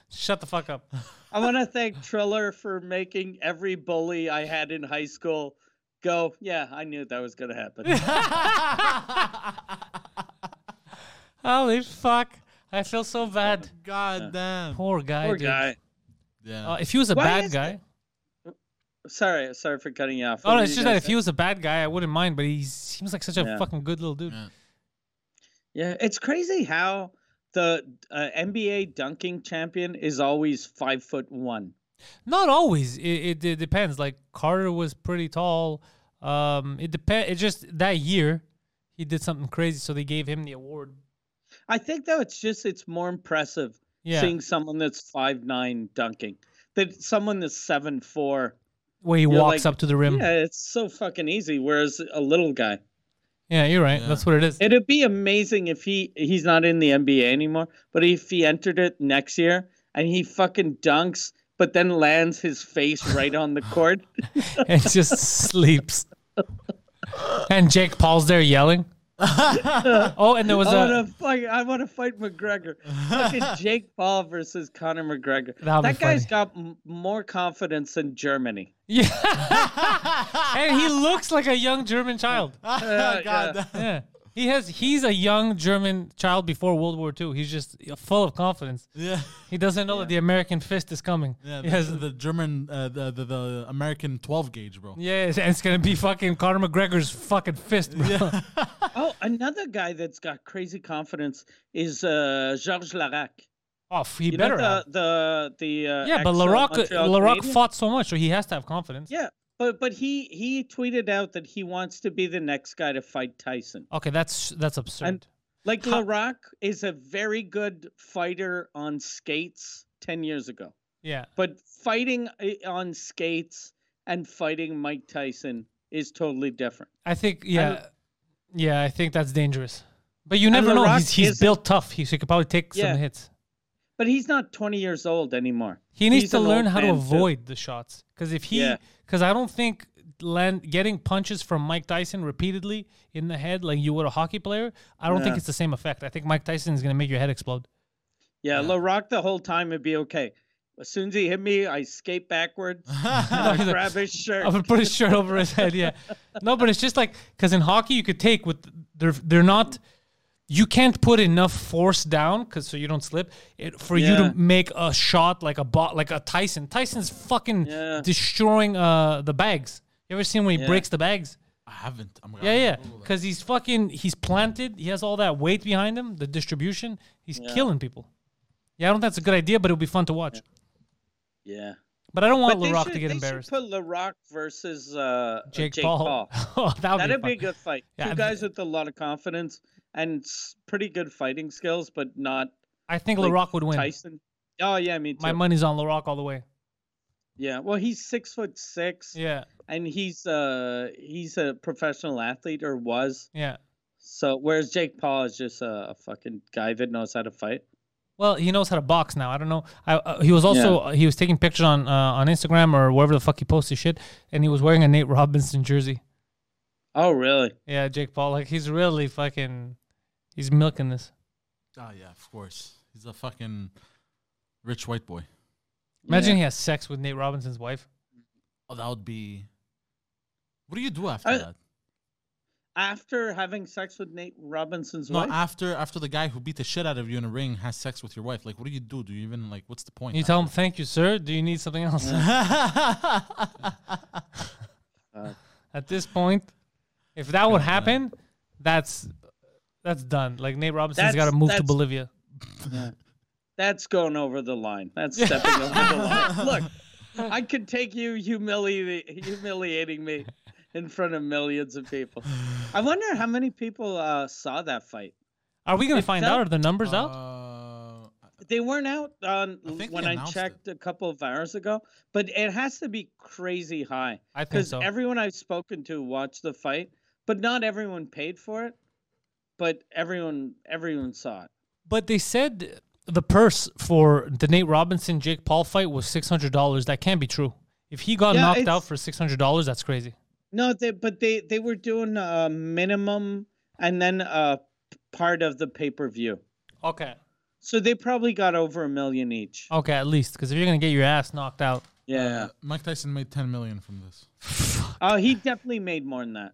[SPEAKER 2] Shut the fuck up.
[SPEAKER 3] I want to thank Triller for making every bully I had in high school go, yeah, I knew that was going to
[SPEAKER 2] *laughs*
[SPEAKER 3] happen.
[SPEAKER 2] *laughs* Holy fuck! I feel so bad.
[SPEAKER 1] God damn.
[SPEAKER 2] Poor guy.
[SPEAKER 3] Poor
[SPEAKER 2] dude.
[SPEAKER 3] guy.
[SPEAKER 1] Yeah. *laughs*
[SPEAKER 2] Uh, if he was a
[SPEAKER 3] Why
[SPEAKER 2] bad
[SPEAKER 3] is
[SPEAKER 2] guy.
[SPEAKER 3] Sorry, sorry for cutting you off.
[SPEAKER 2] Oh,
[SPEAKER 3] What
[SPEAKER 2] no,
[SPEAKER 3] were
[SPEAKER 2] it's
[SPEAKER 3] you
[SPEAKER 2] just
[SPEAKER 3] gonna
[SPEAKER 2] that if
[SPEAKER 3] say?
[SPEAKER 2] he was a bad guy, I wouldn't mind. But he seems like such a
[SPEAKER 3] Yeah.
[SPEAKER 2] fucking good little dude.
[SPEAKER 1] Yeah.
[SPEAKER 3] Yeah, it's crazy how the uh, NBA dunking champion is always five foot one.
[SPEAKER 2] Not always. It, it, it depends. Like Carter was pretty tall. Um, it depend. It just that year he did something crazy, so they gave him the award.
[SPEAKER 3] I think though it's just it's more impressive
[SPEAKER 2] Yeah.
[SPEAKER 3] seeing someone that's five nine dunking than someone that's seven four.
[SPEAKER 2] Where he
[SPEAKER 3] You're
[SPEAKER 2] walks
[SPEAKER 3] like,
[SPEAKER 2] up to the rim. Yeah,
[SPEAKER 3] Yeah, it's so fucking easy. Whereas a little guy,
[SPEAKER 2] you're right. That's what it is.
[SPEAKER 3] it'd be amazing if he he's not in the NBA anymore, but if he entered it next year and he fucking dunks, but then lands his face right on the court.
[SPEAKER 2] and just sleeps. And Jake Paul's there yelling. oh, and there was
[SPEAKER 3] I
[SPEAKER 2] a. *laughs*
[SPEAKER 3] want to fight. I want to fight McGregor. Fucking Jake Paul versus Conor McGregor.
[SPEAKER 2] That'll be
[SPEAKER 3] That guy's
[SPEAKER 2] funny.
[SPEAKER 3] got m- more confidence than Germany.
[SPEAKER 2] and he looks like a young German child.
[SPEAKER 3] Uh,
[SPEAKER 1] God
[SPEAKER 3] yeah.
[SPEAKER 1] damn.
[SPEAKER 2] Yeah. He has. He's a young German child before World War II. He's just full of confidence.
[SPEAKER 1] Yeah.
[SPEAKER 2] He doesn't know that the American fist is coming.
[SPEAKER 1] Yeah,
[SPEAKER 2] He has-
[SPEAKER 1] the, the German, uh, the, the the American 12 gauge, bro.
[SPEAKER 2] Yeah, it's, it's gonna be fucking Conor McGregor's fucking fist, bro.
[SPEAKER 3] Oh, another guy that's got crazy confidence is uh, Georges Larac.
[SPEAKER 2] *laughs* Oh, f- he
[SPEAKER 3] You
[SPEAKER 2] better.
[SPEAKER 3] know
[SPEAKER 2] have.
[SPEAKER 3] the the, the uh,
[SPEAKER 2] yeah, but
[SPEAKER 3] ex, uh,
[SPEAKER 2] Larock,
[SPEAKER 3] Montreal
[SPEAKER 2] Larock
[SPEAKER 3] Canadian?
[SPEAKER 2] fought so much, so he has to have confidence.
[SPEAKER 3] Yeah, but but he he tweeted out that he wants to be the next guy to fight Tyson.
[SPEAKER 2] Okay, that's that's absurd.
[SPEAKER 3] And Like Larock is a very good fighter on skates 10 years ago.
[SPEAKER 2] Yeah.
[SPEAKER 3] But fighting uh, on skates and fighting Mike Tyson is totally different.
[SPEAKER 2] I think yeah, yeah. I think that's dangerous. But you never
[SPEAKER 3] The
[SPEAKER 2] know.
[SPEAKER 3] Rock
[SPEAKER 2] He's, he's
[SPEAKER 3] is-
[SPEAKER 2] built tough. He, so he could probably take
[SPEAKER 3] Yeah.
[SPEAKER 2] some hits.
[SPEAKER 3] But he's not 20 years old anymore.
[SPEAKER 2] He needs
[SPEAKER 3] He's
[SPEAKER 2] to
[SPEAKER 3] an
[SPEAKER 2] learn
[SPEAKER 3] old
[SPEAKER 2] how to
[SPEAKER 3] man, too.
[SPEAKER 2] avoid the shots. Because if he,
[SPEAKER 3] Yeah.
[SPEAKER 2] because I don't think land getting punches from Mike Tyson repeatedly in the head like you would a hockey player. I don't think
[SPEAKER 3] Yeah.
[SPEAKER 2] it's the same effect. I think Mike Tyson is gonna make your head explode.
[SPEAKER 3] Yeah, Larock the whole time would be okay. As soon as he hit me, I
[SPEAKER 2] *laughs*
[SPEAKER 3] skate backwards, I
[SPEAKER 2] He's like,
[SPEAKER 3] grab his shirt.
[SPEAKER 2] I would put his shirt over his head. Yeah, no, but it's just like because in hockey you could take with they're they're not. You can't put enough force down because so you don't slip it, for you
[SPEAKER 3] Yeah.
[SPEAKER 2] to make a shot like a bot like a Tyson. Tyson's fucking
[SPEAKER 3] Yeah.
[SPEAKER 2] destroying uh the bags. You ever seen when he
[SPEAKER 3] Yeah.
[SPEAKER 2] breaks the bags?
[SPEAKER 1] I haven't. I'm gonna
[SPEAKER 2] Yeah, yeah.
[SPEAKER 1] Google that.
[SPEAKER 2] Because he's fucking he's planted. He has all that weight behind him. The distribution. He's killing people. Yeah, I don't think that's a good idea, but it'll be fun to watch.
[SPEAKER 3] Yeah.
[SPEAKER 2] But I don't want
[SPEAKER 3] But they
[SPEAKER 2] Larock
[SPEAKER 3] should,
[SPEAKER 2] to get
[SPEAKER 3] they
[SPEAKER 2] embarrassed.
[SPEAKER 3] should put LaRock versus uh,
[SPEAKER 2] Jake, Paul. *laughs* oh, that would
[SPEAKER 3] That'd
[SPEAKER 2] be,
[SPEAKER 3] be a
[SPEAKER 2] fun.
[SPEAKER 3] good fight.
[SPEAKER 2] Yeah,
[SPEAKER 3] Two
[SPEAKER 2] I'd-
[SPEAKER 3] guys with a lot of confidence and s- pretty good fighting skills, but not
[SPEAKER 2] I think
[SPEAKER 3] like,
[SPEAKER 2] Larock would win.
[SPEAKER 3] Tyson. Oh yeah, me too.
[SPEAKER 2] My money's on LaRock all the way.
[SPEAKER 3] yeah, well, he's six foot six,
[SPEAKER 2] Yeah,
[SPEAKER 3] and he's uh he's a professional athlete or was.
[SPEAKER 2] yeah.
[SPEAKER 3] So whereas Jake Paul is just a, a fucking guy that knows how to fight.
[SPEAKER 2] Well, he knows how to box now. I don't know. I, uh, he was also he was taking pictures on uh, on Instagram or wherever the fuck he posted shit, and he was wearing a Nate Robinson jersey.
[SPEAKER 3] Oh really?
[SPEAKER 2] Yeah, Jake Paul. Like he's really fucking. He's milking this.
[SPEAKER 1] Ah, yeah, of course. He's a fucking rich white boy.
[SPEAKER 2] Imagine he has sex with Nate Robinson's wife.
[SPEAKER 1] Oh, that would be. What do you do after
[SPEAKER 3] I-
[SPEAKER 1] that?
[SPEAKER 3] After having sex with Nate Robinson's
[SPEAKER 1] No,
[SPEAKER 3] wife,
[SPEAKER 1] after after the guy who beat the shit out of you in a ring has sex with your wife. Like, what do you do? Do you even like? What's the point?
[SPEAKER 2] You tell him, "Thank you, sir. Do you need something else?" *laughs*
[SPEAKER 3] Uh,
[SPEAKER 2] At this point, if that would happen, that's that's done. Like Nate Robinson's got to
[SPEAKER 3] That's-
[SPEAKER 2] move to
[SPEAKER 3] that's-
[SPEAKER 2] Bolivia.
[SPEAKER 3] that's going over the line. That's stepping over the line. Look, I could take you humiliating humiliating me in front of millions of people. I wonder how many people uh, saw that fight.
[SPEAKER 2] Are we gonna find
[SPEAKER 3] that-
[SPEAKER 2] out? Are the numbers out?
[SPEAKER 1] Uh,
[SPEAKER 3] They weren't out on
[SPEAKER 1] I think
[SPEAKER 3] when
[SPEAKER 1] they
[SPEAKER 3] I
[SPEAKER 1] announced
[SPEAKER 3] checked a couple of hours ago, but it has to be crazy high
[SPEAKER 2] I think
[SPEAKER 3] because
[SPEAKER 2] so.
[SPEAKER 3] everyone I've spoken to watched the fight, but not everyone paid for it. But everyone, everyone saw it.
[SPEAKER 2] But they said the purse for the Nate Robinson Jake Paul fight was six hundred dollars. That can't be true. If he got
[SPEAKER 3] Yeah,
[SPEAKER 2] knocked
[SPEAKER 3] it's-
[SPEAKER 2] out for six hundred dollars, that's crazy.
[SPEAKER 3] No, they but they they were doing a minimum and then a p- part of the pay per view.
[SPEAKER 2] Okay.
[SPEAKER 3] So they probably got over a million each.
[SPEAKER 2] Okay, at least because if you're gonna get your ass knocked out,
[SPEAKER 3] yeah.
[SPEAKER 1] Mike Tyson made 10 million from this.
[SPEAKER 3] Oh, he definitely made more than that,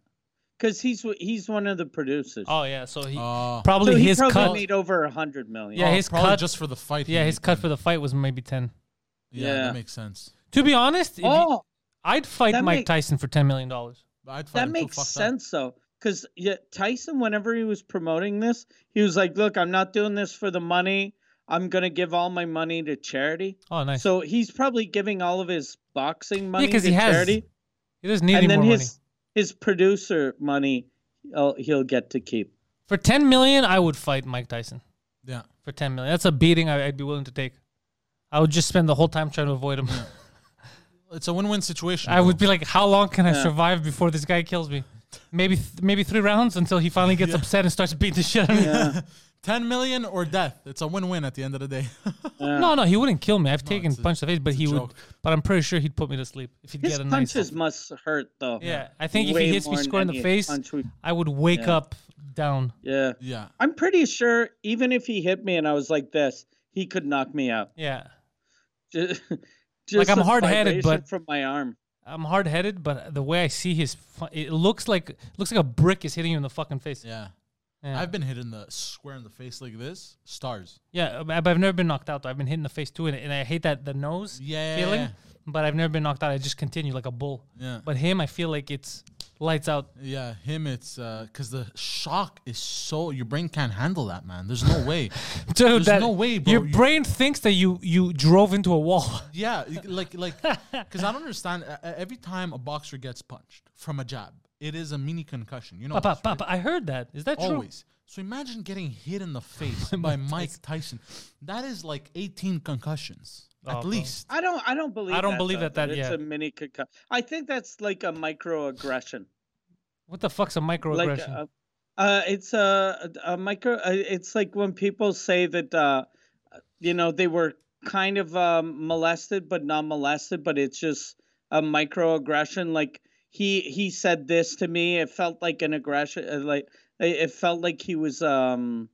[SPEAKER 3] because he's w- he's one of the producers.
[SPEAKER 2] oh yeah, so he
[SPEAKER 1] Uh,
[SPEAKER 2] probably
[SPEAKER 3] so he
[SPEAKER 2] his
[SPEAKER 3] probably
[SPEAKER 2] cut.
[SPEAKER 3] made over a hundred million.
[SPEAKER 2] Yeah,
[SPEAKER 1] oh,
[SPEAKER 2] his
[SPEAKER 1] probably
[SPEAKER 2] cut-
[SPEAKER 1] just for the fight. he
[SPEAKER 2] yeah, his
[SPEAKER 1] made
[SPEAKER 2] cut
[SPEAKER 1] 10.
[SPEAKER 2] for the fight was maybe ten.
[SPEAKER 1] Yeah,
[SPEAKER 3] Yeah.
[SPEAKER 1] that makes sense.
[SPEAKER 2] To be honest, if you-
[SPEAKER 3] Oh,
[SPEAKER 2] I'd fight
[SPEAKER 3] that
[SPEAKER 2] Mike
[SPEAKER 3] make-
[SPEAKER 2] Tyson for ten million dollars.
[SPEAKER 1] But I'd fight
[SPEAKER 3] that
[SPEAKER 1] him too,
[SPEAKER 3] makes
[SPEAKER 1] fuck
[SPEAKER 3] sense though, because yeah, Tyson, whenever he was promoting this, he was like, "Look, I'm not doing this for the money. I'm gonna give all my money to charity."
[SPEAKER 2] Oh, nice.
[SPEAKER 3] So he's probably giving all of his boxing money
[SPEAKER 2] 'cause
[SPEAKER 3] to
[SPEAKER 2] he has
[SPEAKER 3] charity.
[SPEAKER 2] he doesn't need
[SPEAKER 3] and
[SPEAKER 2] any
[SPEAKER 3] then
[SPEAKER 2] more
[SPEAKER 3] his
[SPEAKER 2] money.
[SPEAKER 3] his producer money he'll, he'll get to keep.
[SPEAKER 2] For ten million, I would fight Mike Tyson
[SPEAKER 1] Yeah.
[SPEAKER 2] for ten million. That's a beating I, I'd be willing to take. I would just spend the whole time trying to avoid him.
[SPEAKER 1] It's a win-win situation.
[SPEAKER 2] I would
[SPEAKER 1] though.
[SPEAKER 2] be like, how long can I survive before this guy kills me? Maybe th- maybe three rounds until he finally gets upset and starts beating the shit out of me.
[SPEAKER 1] *laughs* 10 million or death. It's a win-win at the end of the day. *laughs*
[SPEAKER 2] No, no, he wouldn't kill me. I've taken
[SPEAKER 1] it's a-
[SPEAKER 2] punch to the face, but he would.
[SPEAKER 1] joke.
[SPEAKER 2] But I'm pretty sure he'd put me to sleep if he'd
[SPEAKER 3] His
[SPEAKER 2] get a nice.
[SPEAKER 3] punches must hurt though.
[SPEAKER 2] Yeah, I think if
[SPEAKER 3] Way
[SPEAKER 2] he hits me
[SPEAKER 3] more
[SPEAKER 2] square in
[SPEAKER 3] than
[SPEAKER 2] the
[SPEAKER 3] any
[SPEAKER 2] face,
[SPEAKER 3] punch we-
[SPEAKER 2] I would wake
[SPEAKER 3] Yeah.
[SPEAKER 2] up down.
[SPEAKER 3] yeah.
[SPEAKER 1] yeah.
[SPEAKER 3] I'm pretty sure even if he hit me and I was like this, he could knock me out. *laughs*
[SPEAKER 2] Yeah,
[SPEAKER 3] Just,
[SPEAKER 2] I'm
[SPEAKER 3] the
[SPEAKER 2] hard-headed,
[SPEAKER 3] vibration
[SPEAKER 2] but-
[SPEAKER 3] from my arm.
[SPEAKER 2] I'm hard headed, but the way I see his, fu- it looks like looks like a brick is hitting you in the fucking face. Yeah,
[SPEAKER 1] Yeah.
[SPEAKER 2] Yeah.
[SPEAKER 1] I've been hit in the square in the face like this. Stars.
[SPEAKER 2] uh, but but I've never been knocked out. Though. I've been hit in the face too, and, and I hate that the nose
[SPEAKER 1] Yeah.
[SPEAKER 2] feeling. But I've never been knocked out. I just continue like a bull.
[SPEAKER 1] Yeah.
[SPEAKER 2] But him, I feel like it's lights out.
[SPEAKER 1] Yeah, him. It's because the shock is so your brain can't handle that, man. There's no
[SPEAKER 2] *laughs*
[SPEAKER 1] way.
[SPEAKER 2] *laughs* Dude,
[SPEAKER 1] There's
[SPEAKER 2] that-
[SPEAKER 1] no way, bro.
[SPEAKER 2] Your
[SPEAKER 1] You-
[SPEAKER 2] brain thinks that you you drove into a wall. *laughs*
[SPEAKER 1] yeah, you- like like because I don't understand. Uh, uh, every time a boxer gets punched from a jab, it is a mini concussion. You know,
[SPEAKER 2] Papa,
[SPEAKER 1] this, right?
[SPEAKER 2] papa, I heard that. Is that true?
[SPEAKER 1] always. So imagine getting hit in
[SPEAKER 2] *laughs*
[SPEAKER 1] the face by Mike Tyson. That is like 18 concussions
[SPEAKER 2] Oh,
[SPEAKER 1] at
[SPEAKER 2] bro.
[SPEAKER 1] least.
[SPEAKER 3] I don't. I don't believe.
[SPEAKER 2] I don't believe
[SPEAKER 3] though,
[SPEAKER 2] that- that
[SPEAKER 3] it's
[SPEAKER 2] yet.
[SPEAKER 3] a mini concussion. I think that's like a microaggression.
[SPEAKER 2] What the fuck's a
[SPEAKER 3] like
[SPEAKER 2] microaggression?
[SPEAKER 3] uh, uh, it's a, a micro. Uh, it's like when people say that uh, you know they were kind of um, molested but not molested, but it's just a microaggression. Like he he said this to me. It felt like an aggression. uh, Like it it felt like he was. Um,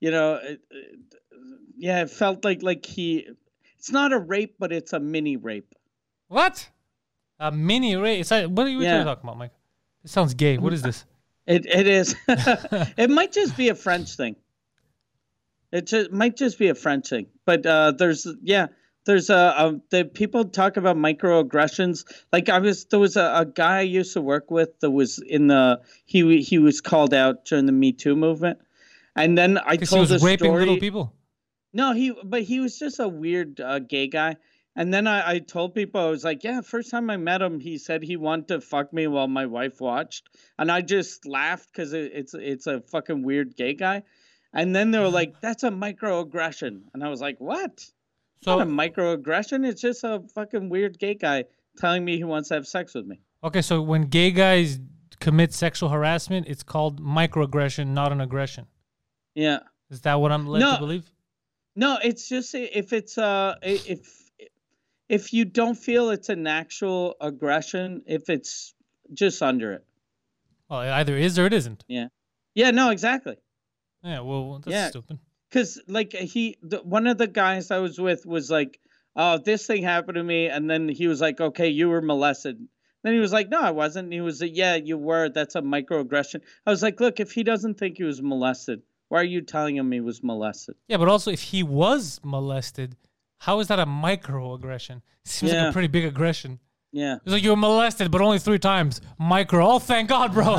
[SPEAKER 3] you know, it, it, yeah, it felt like like he. It's not a rape, but it's a mini rape.
[SPEAKER 2] what? A mini rape? It's like, what are you what are you
[SPEAKER 3] Yeah.
[SPEAKER 2] talking about, Mike? This sounds gay. What is this?
[SPEAKER 3] It
[SPEAKER 2] *laughs*
[SPEAKER 3] it is. *laughs* it might just be a French thing. It just might just be a French thing. But uh, there's yeah, there's uh, um, the people talk about microaggressions. Like I was there was a, a guy I used to work with that was in the he he was called out during the Me Too movement, and then I
[SPEAKER 2] Because he
[SPEAKER 3] told
[SPEAKER 2] was
[SPEAKER 3] this
[SPEAKER 2] raping
[SPEAKER 3] story.
[SPEAKER 2] little people.
[SPEAKER 3] No, he but he was just a weird uh, gay guy. And then I, I told people I was like, yeah, first time I met him, he said he wanted to fuck me while my wife watched, and I just laughed because it, it's it's a fucking weird gay guy. And then they were like, that's a microaggression, and I was like, what?
[SPEAKER 2] So
[SPEAKER 3] Not a microaggression. It's just a fucking weird gay guy telling me he wants to have sex with me.
[SPEAKER 2] okay, so when gay guys commit sexual harassment, it's called microaggression, not an aggression.
[SPEAKER 3] Yeah.
[SPEAKER 2] Is that what I'm led to
[SPEAKER 3] No.
[SPEAKER 2] believe?
[SPEAKER 3] No, it's just i- if it's uh i- if if you don't feel it's an actual aggression, if it's just under it.
[SPEAKER 2] Well, it either is or it isn't.
[SPEAKER 3] Yeah, no, exactly.
[SPEAKER 2] Yeah, well, that's
[SPEAKER 3] Yeah.
[SPEAKER 2] stupid.
[SPEAKER 3] Because like he, the, one of the guys I was with was like, "Oh, this thing happened to me," and then he was like, "Okay, you were molested." Then he was like, "No, I wasn't." And he was like, "Yeah, you were. That's a microaggression." I was like, "Look, if he doesn't think he was molested, why are you telling him he was molested?"
[SPEAKER 2] Yeah, but also if he was molested, how is that a microaggression? Seems like a
[SPEAKER 3] Yeah.
[SPEAKER 2] pretty big aggression.
[SPEAKER 3] Yeah,
[SPEAKER 2] It's like you were molested, but only three times. Micro. Oh, thank God,
[SPEAKER 3] *laughs*
[SPEAKER 2] bro.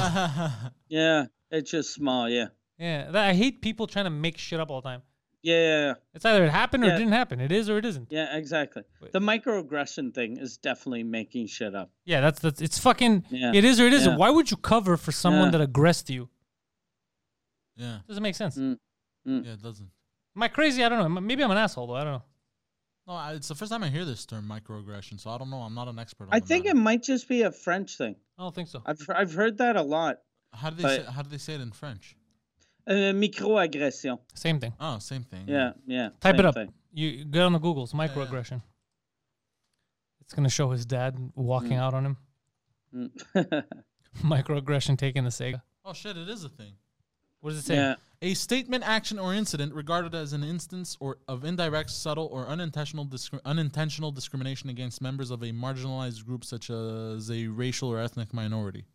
[SPEAKER 3] yeah, it's just small. Yeah,
[SPEAKER 2] yeah, that, I hate people trying to make shit up all the time.
[SPEAKER 3] yeah, yeah, yeah.
[SPEAKER 2] It's either it happened or it
[SPEAKER 3] Yeah.
[SPEAKER 2] didn't happen. It is or it isn't.
[SPEAKER 3] Yeah, exactly. The microaggression thing is definitely making shit up.
[SPEAKER 2] Yeah, that's that's it's fucking.
[SPEAKER 3] Yeah.
[SPEAKER 2] It is or it isn't.
[SPEAKER 3] Yeah.
[SPEAKER 2] Why would you cover for someone
[SPEAKER 3] Yeah.
[SPEAKER 2] that aggressed you?
[SPEAKER 1] *laughs* yeah,
[SPEAKER 2] Doesn't make sense.
[SPEAKER 3] Mm.
[SPEAKER 1] yeah, it doesn't.
[SPEAKER 2] Am I crazy? I don't know. Am I- Maybe I'm an asshole though. I don't know.
[SPEAKER 1] No, I, it's the first time I hear this term microaggression, so I don't know. I'm not an expert.
[SPEAKER 2] Oh,
[SPEAKER 1] On
[SPEAKER 3] I
[SPEAKER 1] the
[SPEAKER 3] think it
[SPEAKER 1] matter.
[SPEAKER 3] might just be a French thing.
[SPEAKER 2] I don't think so.
[SPEAKER 3] I've I've heard that a lot.
[SPEAKER 1] How do they
[SPEAKER 3] but-
[SPEAKER 1] say, how do they say it in French?
[SPEAKER 3] Uh, microaggression.
[SPEAKER 2] Same thing.
[SPEAKER 1] Oh, same thing.
[SPEAKER 3] Yeah, yeah.
[SPEAKER 2] Mm. Type
[SPEAKER 3] same
[SPEAKER 2] it up.
[SPEAKER 3] thing. *laughs*
[SPEAKER 2] You get on the Google's
[SPEAKER 1] yeah.
[SPEAKER 2] microaggression. It's gonna show his dad walking out on him.
[SPEAKER 3] Mm.
[SPEAKER 2] *laughs* microaggression taking the Sega.
[SPEAKER 1] Oh shit! It is a thing.
[SPEAKER 2] What does it say?
[SPEAKER 3] yeah.
[SPEAKER 1] A statement, action, or incident regarded as an instance or of indirect, subtle, or unintentional discri- unintentional discrimination against members of a marginalized group, such as a racial or ethnic minority.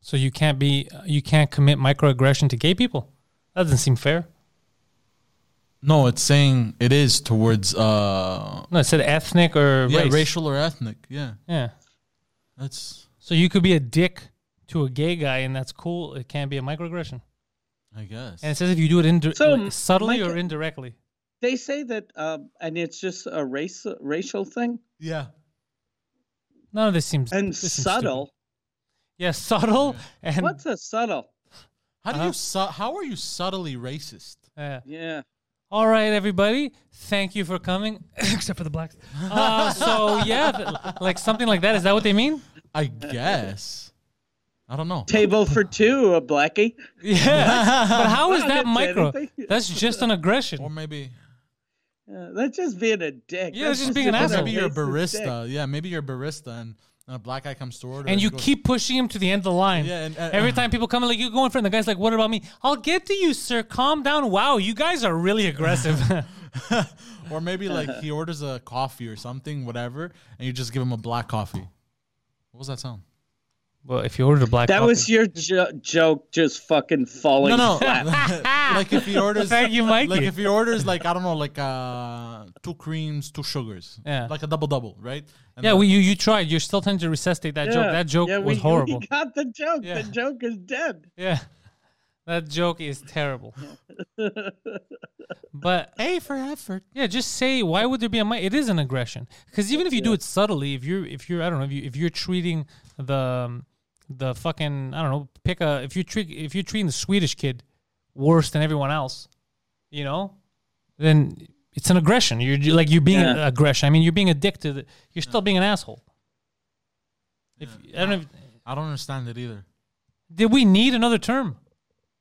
[SPEAKER 2] So you can't be you can't commit microaggression to gay people. That doesn't seem fair.
[SPEAKER 1] No, it's saying it is towards uh,
[SPEAKER 2] No, it said ethnic or
[SPEAKER 1] yeah,
[SPEAKER 2] race.
[SPEAKER 1] racial or ethnic. Yeah,
[SPEAKER 2] Yeah.
[SPEAKER 1] that's
[SPEAKER 2] So you could be a dick to a gay guy, and that's cool. It can't be a microaggression.
[SPEAKER 1] I guess.
[SPEAKER 2] And it says if you do it indi-
[SPEAKER 3] So,
[SPEAKER 2] like, subtly
[SPEAKER 3] mic-
[SPEAKER 2] or indirectly.
[SPEAKER 3] They say that, uh, and it's just a race racial thing
[SPEAKER 1] yeah,
[SPEAKER 2] None of this seems
[SPEAKER 3] and
[SPEAKER 2] this seems stupid.
[SPEAKER 3] subtle.
[SPEAKER 2] Yeah, subtle and
[SPEAKER 3] What's a subtle?
[SPEAKER 1] how do
[SPEAKER 2] Uh-huh.
[SPEAKER 1] you su- how are you subtly racist?
[SPEAKER 2] yeah.
[SPEAKER 3] Yeah.
[SPEAKER 2] All right, everybody. Thank you for coming, *laughs* except for the blacks. Uh, so yeah, th- like something like that. Is that what they mean?
[SPEAKER 1] I guess. I don't know.
[SPEAKER 2] *laughs*
[SPEAKER 3] Table for two, a blackie.
[SPEAKER 2] Yeah.
[SPEAKER 3] *laughs*
[SPEAKER 2] but how is
[SPEAKER 3] I
[SPEAKER 2] that
[SPEAKER 3] didn't say
[SPEAKER 2] micro?
[SPEAKER 3] anything.
[SPEAKER 2] That's just an aggression.
[SPEAKER 1] Or maybe
[SPEAKER 3] Uh, that's just being a dick.
[SPEAKER 2] Yeah, that's just being an
[SPEAKER 1] or
[SPEAKER 3] a
[SPEAKER 2] asshole.
[SPEAKER 1] maybe you're a
[SPEAKER 3] racist dick.
[SPEAKER 1] barista. Yeah, maybe you're a barista and, and a black guy comes toward her
[SPEAKER 2] and you
[SPEAKER 1] goes,
[SPEAKER 2] keep pushing him to the end of the line.
[SPEAKER 1] Yeah, and, uh,
[SPEAKER 2] Every time people come, like you go in front, the guy's like, "What about me? I'll get to you, sir. Calm down. Wow, you guys are really
[SPEAKER 1] *laughs*
[SPEAKER 2] aggressive." *laughs*
[SPEAKER 1] or maybe like he orders a coffee or something, whatever, and you just give him a black coffee. What was that sound?
[SPEAKER 2] well, if you ordered a black,
[SPEAKER 3] That was your jo- joke, just fucking
[SPEAKER 1] No,
[SPEAKER 3] falling. *laughs*
[SPEAKER 1] no. *laughs*
[SPEAKER 2] *laughs*
[SPEAKER 3] flat.
[SPEAKER 1] like if he orders,
[SPEAKER 2] Thank you, Mikey.
[SPEAKER 1] Like if he orders, like I don't know, like uh, two creams, two sugars,
[SPEAKER 2] Yeah.
[SPEAKER 1] like a double double, right? And
[SPEAKER 2] yeah,
[SPEAKER 1] the-
[SPEAKER 2] well, you you tried. You're still trying to resuscitate that joke.
[SPEAKER 3] Yeah,
[SPEAKER 2] That joke
[SPEAKER 3] yeah, we- *laughs*
[SPEAKER 2] was horrible.
[SPEAKER 3] We got the joke.
[SPEAKER 2] Yeah.
[SPEAKER 3] The joke is dead.
[SPEAKER 2] yeah, that joke is terrible. but
[SPEAKER 1] A for effort.
[SPEAKER 2] Yeah, just say why would there be a mic? It is an aggression because even if you do it subtly, if you're if you're I don't know if you if you're treating the um, the fucking I don't know. Pick a if you treat if you're treating the Swedish kid worse than everyone else, you know, then it's an aggression. You're, you're like you're being
[SPEAKER 3] Yeah.
[SPEAKER 2] a- aggression. I mean, you're being addicted. You're still being an asshole. If I don't know, if,
[SPEAKER 1] I don't understand it either.
[SPEAKER 2] did we need another term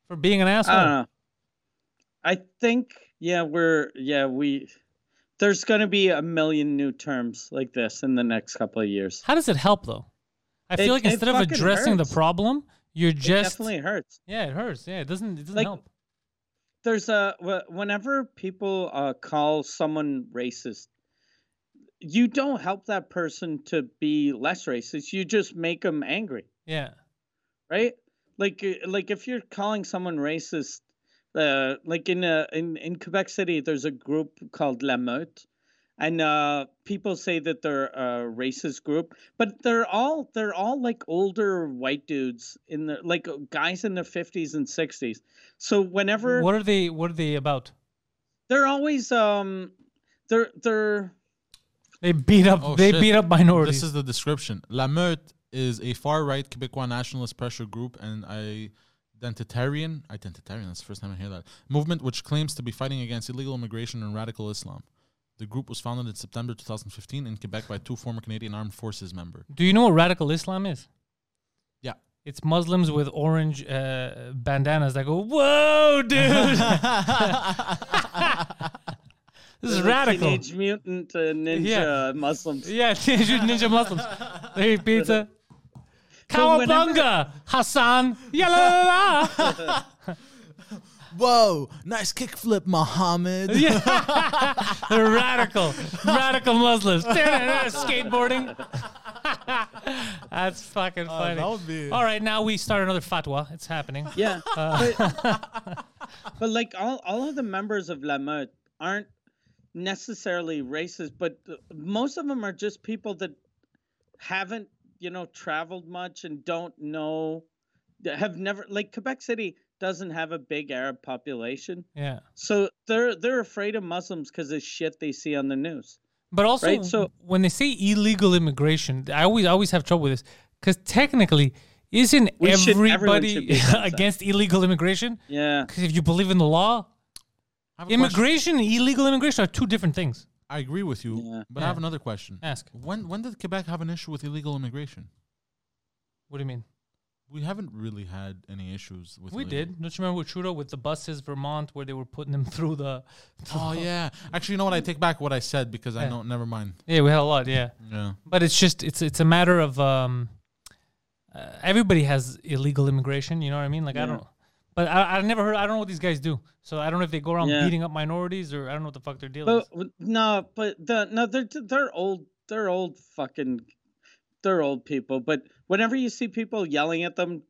[SPEAKER 2] for being an asshole?
[SPEAKER 3] I don't know. Uh, I think yeah, we're yeah we. There's gonna be a million new terms like this in the next couple of years.
[SPEAKER 2] How does it help though? I
[SPEAKER 3] It-
[SPEAKER 2] feel like
[SPEAKER 3] it
[SPEAKER 2] instead of
[SPEAKER 3] fucking
[SPEAKER 2] addressing
[SPEAKER 3] hurts.
[SPEAKER 2] the problem, you're
[SPEAKER 3] it
[SPEAKER 2] just
[SPEAKER 3] definitely hurts.
[SPEAKER 2] yeah, it hurts. Yeah, it doesn't. It doesn't
[SPEAKER 3] Like-
[SPEAKER 2] help.
[SPEAKER 3] There's a wh- whenever people uh, call someone racist, you don't help that person to be less racist. You just make them angry.
[SPEAKER 2] Yeah,
[SPEAKER 3] right? Like uh, like if you're calling someone racist, uh, like in uh, in in Quebec City, there's a group called La Meute, and uh, people say that they're a racist group, but they're all they're all like older white dudes in the like uh, guys in their fifties and sixties. So whenever
[SPEAKER 2] what are they? What are they about?
[SPEAKER 3] they're always um they're they're
[SPEAKER 2] They beat up.
[SPEAKER 1] Oh,
[SPEAKER 2] they
[SPEAKER 1] shit.
[SPEAKER 2] beat up minorities.
[SPEAKER 1] This is the description. La Meute is a far right Quebecois nationalist pressure group and identitarian, identitarian, that's the first time I hear that, movement which claims to be fighting against illegal immigration and radical Islam. The group was founded in September 2015 in Quebec by two former Canadian Armed Forces member.
[SPEAKER 2] Do you know what radical Islam is?
[SPEAKER 1] Yeah.
[SPEAKER 2] It's Muslims with orange uh, bandanas that go, "Whoa,
[SPEAKER 1] *laughs*
[SPEAKER 2] dude, *laughs* this is
[SPEAKER 3] like
[SPEAKER 2] radical."
[SPEAKER 3] teenage mutant uh, ninja
[SPEAKER 2] Yeah.
[SPEAKER 3] Muslims.
[SPEAKER 2] Yeah, *laughs* teenage ninja Muslims. They eat pizza.
[SPEAKER 3] So whenever-
[SPEAKER 2] Cowabunga, Hassan. Yeah, la, la, la, la.
[SPEAKER 1] *laughs* Whoa, nice kickflip, Mohammed.
[SPEAKER 2] They're radical, radical Muslims. Skateboarding. *laughs* That's fucking funny.
[SPEAKER 1] *laughs* Oh, that would be-
[SPEAKER 2] All right, now we start another fatwa. It's happening.
[SPEAKER 3] Yeah. but, but like all, all of the members of La Meute aren't necessarily racist, but uh, most of them are just people that haven't, you know, traveled much and don't know, that have never, like Quebec City doesn't have a big Arab population.
[SPEAKER 2] Yeah.
[SPEAKER 3] So they're they're afraid of Muslims because of shit they see on the news.
[SPEAKER 2] But also,
[SPEAKER 3] Right, so-
[SPEAKER 2] when they say illegal immigration, I always I always have trouble with this because technically, isn't
[SPEAKER 3] We should- everyone should be
[SPEAKER 2] *laughs* everybody
[SPEAKER 3] against that.
[SPEAKER 2] against illegal immigration?
[SPEAKER 3] Yeah.
[SPEAKER 2] Because if you believe in the law,
[SPEAKER 1] I have a question.
[SPEAKER 2] immigration and illegal immigration are two different things.
[SPEAKER 1] I agree with you,
[SPEAKER 3] Yeah.
[SPEAKER 1] but I have another question.
[SPEAKER 2] Ask.
[SPEAKER 1] When when did Quebec have an issue with illegal immigration?
[SPEAKER 2] What do you mean?
[SPEAKER 1] We haven't really had any issues with.
[SPEAKER 2] We
[SPEAKER 1] illegal-
[SPEAKER 2] did. Don't you remember with Trudeau with the buses, Vermont, where they were putting them *laughs* through the? *laughs*
[SPEAKER 1] Oh yeah. Actually, you know what? I take back what I said because I
[SPEAKER 2] Yeah.
[SPEAKER 1] know. Never mind.
[SPEAKER 2] Yeah, we had a lot. Yeah,
[SPEAKER 1] Yeah.
[SPEAKER 2] but it's just it's it's a matter of um, uh, everybody has illegal immigration. You know what I mean? Like I don't. But I I never heard. I don't know what these guys do. So I don't know if they go around
[SPEAKER 3] Yeah.
[SPEAKER 2] beating up minorities or I don't know what the fuck their deal is.
[SPEAKER 3] But w- no, but the no, they're they're old. They're old fucking. They're old people. But whenever you see people yelling at them,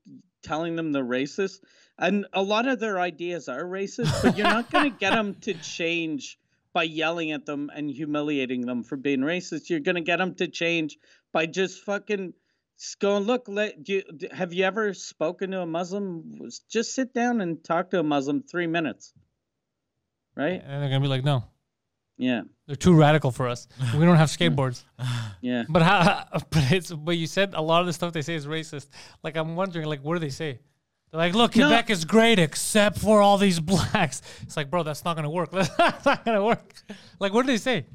[SPEAKER 3] telling them they're racist, and a lot of their ideas are racist, but you're not gonna get them to change by yelling at them and humiliating them for being racist. You're gonna get them to change by just fucking. s- Going, look, let, do you, d- have you ever spoken to a Muslim? S- Just sit down and talk to a Muslim three minutes, right?
[SPEAKER 2] And they're gonna be like, no,
[SPEAKER 3] Yeah,
[SPEAKER 2] they're too radical for us. We don't have skateboards.
[SPEAKER 3] yeah.
[SPEAKER 2] *laughs* But how, but it's but you said a lot of the stuff they say is racist. Like I'm wondering, like what do they say? They're like, look,
[SPEAKER 3] No.
[SPEAKER 2] Quebec is great except for all these *laughs* blacks. It's like, bro, that's not gonna work. *laughs* that's not gonna work. Like what do they say?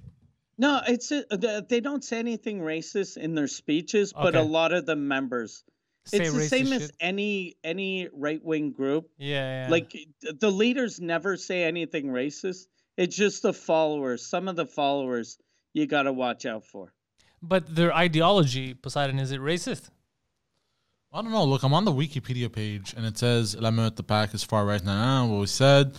[SPEAKER 3] No, it's a, th- they don't say anything racist in their speeches, but a
[SPEAKER 2] Okay.
[SPEAKER 3] lot of the members.
[SPEAKER 2] Say
[SPEAKER 3] it's the
[SPEAKER 2] racist
[SPEAKER 3] same
[SPEAKER 2] shit.
[SPEAKER 3] as any any right wing group.
[SPEAKER 2] yeah, yeah.
[SPEAKER 3] Like th- the leaders never say anything racist. It's just the followers. Some of the followers you got to watch out for.
[SPEAKER 2] but their ideology, Poseidon, is it racist?
[SPEAKER 1] I don't know. Look, I'm on the Wikipedia page and it says La Meute the pack is far right now. What we said.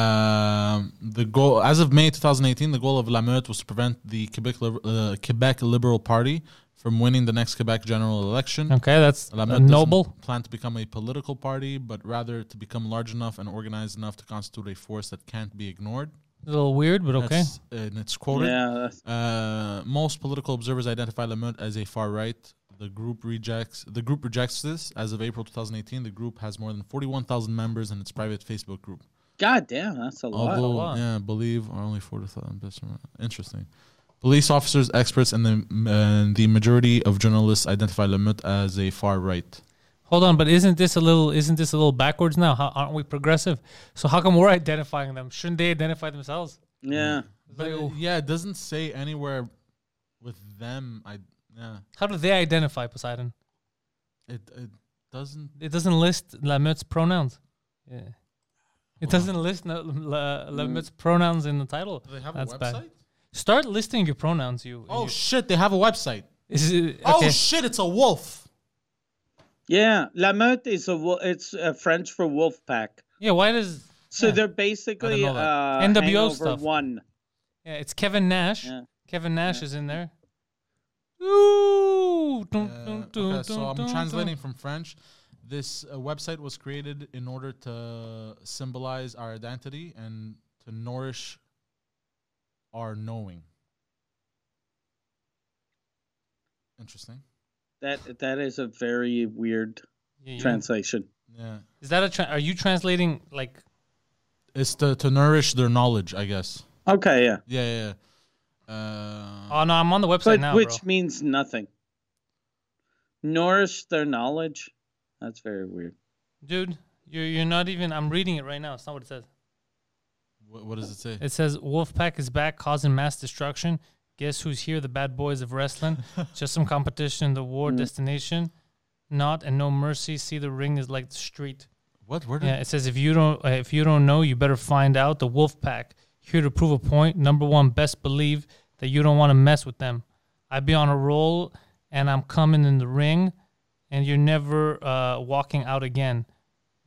[SPEAKER 1] Um, the goal as of May 2018, the goal of La Meute was to prevent the Quebec Liber- uh, Quebec Liberal Party from winning the next Quebec general election.
[SPEAKER 2] Okay, that's
[SPEAKER 1] La
[SPEAKER 2] a
[SPEAKER 1] Meute doesn't
[SPEAKER 2] noble.
[SPEAKER 1] plan to become a political party, but rather to become large enough and organized enough to constitute a force that can't be ignored.
[SPEAKER 2] A little weird, but okay.
[SPEAKER 1] That's- uh, and it's quoted.
[SPEAKER 3] Yeah, that's-
[SPEAKER 1] Uh, most political observers identify Lamont as a far right. The group rejects the group rejects this. As of April 2018, the group has more than 41,000 members in its private Facebook group.
[SPEAKER 3] God damn, that's a lot.
[SPEAKER 1] Although,
[SPEAKER 2] lot.
[SPEAKER 1] yeah, believe are only 40,000. best- Interesting. Police officers, experts, and the, and the majority of journalists identify Lamont as a far right.
[SPEAKER 2] Hold on, but isn't this a little isn't this a little backwards now? How, aren't we progressive? So how come we're *laughs* identifying them? Shouldn't they identify themselves?
[SPEAKER 3] Yeah.
[SPEAKER 1] But
[SPEAKER 2] Like,
[SPEAKER 1] it- yeah, it doesn't say anywhere with them. I yeah,
[SPEAKER 2] How do they identify Poseidon?
[SPEAKER 1] it it doesn't.
[SPEAKER 2] It doesn't list Lamut's pronouns. Yeah. It doesn't list no, La, Lamut's pronouns in the title.
[SPEAKER 1] Do they have a website?
[SPEAKER 2] bad. Start listing your pronouns. You.
[SPEAKER 1] Oh
[SPEAKER 2] you-
[SPEAKER 1] shit, they have a website.
[SPEAKER 2] Is it-
[SPEAKER 1] Oh
[SPEAKER 2] okay.
[SPEAKER 1] shit, it's a wolf.
[SPEAKER 3] Yeah. La Meute is a wo- it's uh, French for wolf pack.
[SPEAKER 2] yeah. Why does?
[SPEAKER 3] So
[SPEAKER 2] Yeah.
[SPEAKER 3] they're basically
[SPEAKER 2] know that.
[SPEAKER 3] uh,
[SPEAKER 2] NWO
[SPEAKER 3] hangover
[SPEAKER 2] stuff.
[SPEAKER 3] one.
[SPEAKER 2] Yeah, it's Kevin Nash.
[SPEAKER 3] Yeah.
[SPEAKER 2] Kevin Nash is in there. Ooh. Dun,
[SPEAKER 1] Uh,
[SPEAKER 2] dun, dun,
[SPEAKER 1] okay, so
[SPEAKER 2] dun,
[SPEAKER 1] I'm
[SPEAKER 2] dun,
[SPEAKER 1] translating from French. This uh, website was created in order to symbolize our identity and to nourish our knowing. Interesting.
[SPEAKER 3] That that is a very weird
[SPEAKER 2] dun. Yeah, you-
[SPEAKER 3] translation.
[SPEAKER 1] Yeah.
[SPEAKER 2] Is that a? Tra- are you translating like?
[SPEAKER 1] It's to, to nourish their knowledge, I guess.
[SPEAKER 3] Okay, yeah.
[SPEAKER 1] Yeah, yeah, yeah. Uh,
[SPEAKER 2] Oh no, I'm on the website
[SPEAKER 3] But
[SPEAKER 2] now,
[SPEAKER 3] which
[SPEAKER 2] bro.
[SPEAKER 3] means nothing. Nourish their knowledge. That's very weird.
[SPEAKER 2] Dude, you're you're not even. I'm reading it right now. It's not what it says.
[SPEAKER 1] wh- what does it say?
[SPEAKER 2] It says Wolfpack is back, causing mass destruction. Guess who's here? The bad boys of wrestling. Just some competition. The war destination. Not and no mercy. See the ring is like the street.
[SPEAKER 1] What? Where did
[SPEAKER 2] Yeah, it says if you don't uh, if you don't know, you better find out. The Wolfpack here to prove a point. Number one, best believe that you don't want to mess with them. I be on a roll, and I'm coming in the ring, and you're never uh, walking out again.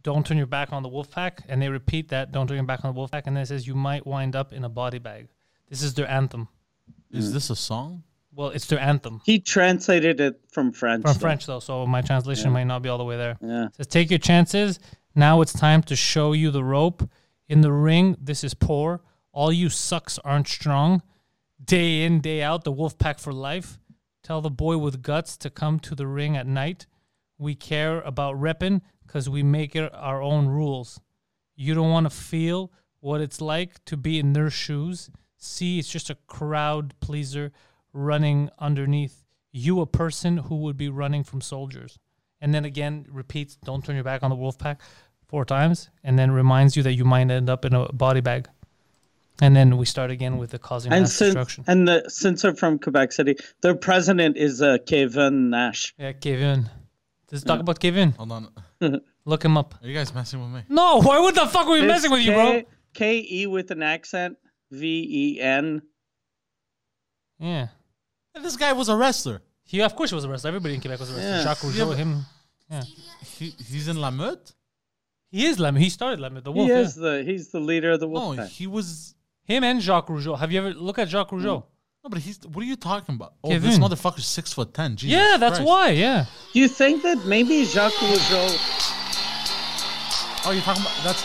[SPEAKER 2] Don't turn your back on the Wolfpack, and they repeat that. Don't turn your back on the Wolfpack, and then it says you might wind up in a body bag. This is their anthem.
[SPEAKER 1] is this a song?
[SPEAKER 2] Well, it's their anthem
[SPEAKER 3] He translated it from French.
[SPEAKER 2] from
[SPEAKER 3] though.
[SPEAKER 2] French though, so my translation might not be all the way there.
[SPEAKER 3] Yeah.
[SPEAKER 2] It says, take your chances. Now it's time to show you the rope. In the ring, this is poor. All you sucks aren't strong. Day in, day out, the wolf pack for life. Tell the boy with guts to come to the ring at night. We care about reppin' because we make it our own rules. You don't want to feel what it's like to be in their shoes. See, it's just a crowd pleaser running underneath you, a person who would be running from soldiers. And then again, repeats, don't turn your back on the wolf pack four times, and then reminds you that you might end up in a body bag. And then we start again with the causing
[SPEAKER 3] And
[SPEAKER 2] mass
[SPEAKER 3] since
[SPEAKER 2] destruction.
[SPEAKER 3] and the since they're from Quebec City, their president is uh, Kevin Nash.
[SPEAKER 2] Yeah, Kevin. Let's
[SPEAKER 3] Mm.
[SPEAKER 2] talk about Kevin.
[SPEAKER 1] Hold on.
[SPEAKER 2] Look him up.
[SPEAKER 1] Are you guys messing with me?
[SPEAKER 2] No, why would the fuck are we messing with you, bro?
[SPEAKER 3] K E with an accent, V E N.
[SPEAKER 2] Yeah.
[SPEAKER 1] This guy was a wrestler.
[SPEAKER 2] He, of course, he was arrested. Everybody in Quebec was arrested.
[SPEAKER 3] Yeah.
[SPEAKER 2] Jacques Rougeau,
[SPEAKER 1] but-
[SPEAKER 2] him.
[SPEAKER 1] He, he's in La Meute?
[SPEAKER 2] He is Lemmy. He started Lemmy. The wolf.
[SPEAKER 3] He
[SPEAKER 2] yeah.
[SPEAKER 3] is the he's the leader of the
[SPEAKER 1] No,
[SPEAKER 3] Wolfpack.
[SPEAKER 1] Oh, he was.
[SPEAKER 2] Him and Jacques Rougeau. Have you ever look at Jacques Rougeau?
[SPEAKER 3] Mm.
[SPEAKER 1] No, but he's. What are you talking about? Oh, this
[SPEAKER 2] Kevin.
[SPEAKER 1] motherfucker's six foot ten. Jesus
[SPEAKER 2] Yeah, that's
[SPEAKER 1] Christ.
[SPEAKER 2] why. Yeah.
[SPEAKER 3] Do you think that maybe Jacques Rougeau?
[SPEAKER 1] Oh, you're talking about that's.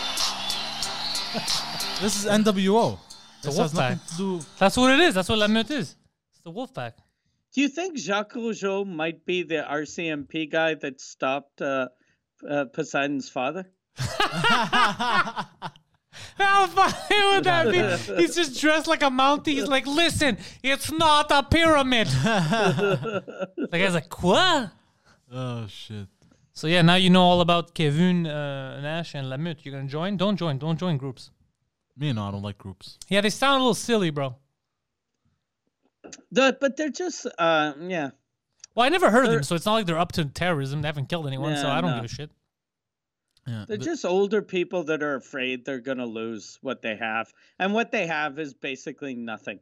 [SPEAKER 1] this is NWO. This has
[SPEAKER 2] Wolfpack.
[SPEAKER 1] nothing to do.
[SPEAKER 2] That's what it is. That's what Lemmy is. It's the wolf pack. *laughs*
[SPEAKER 3] Do you think Jacques Rougeau might be the RCMP guy that stopped uh, uh, Poseidon's father?
[SPEAKER 2] How funny would that be? He's just dressed like a mountie. He's like, listen, it's not a
[SPEAKER 3] *laughs*
[SPEAKER 2] pyramid. the guy's like, what?
[SPEAKER 1] Oh shit.
[SPEAKER 2] So yeah, now you know all about Kevin uh, Nash and Lamut. You're gonna join? Don't join. Don't join groups.
[SPEAKER 1] Me no, I don't like groups.
[SPEAKER 2] Yeah, they sound a little silly, bro.
[SPEAKER 3] The, but they're just uh, yeah.
[SPEAKER 2] Well, I never heard of them, so it's not like they're up to terrorism. They haven't killed anyone, so
[SPEAKER 3] Yeah,
[SPEAKER 2] I don't
[SPEAKER 3] no.
[SPEAKER 2] give a shit.
[SPEAKER 1] Yeah.
[SPEAKER 3] They're
[SPEAKER 1] th-
[SPEAKER 3] just older people that are afraid they're going to lose what they have. And what they have is basically nothing.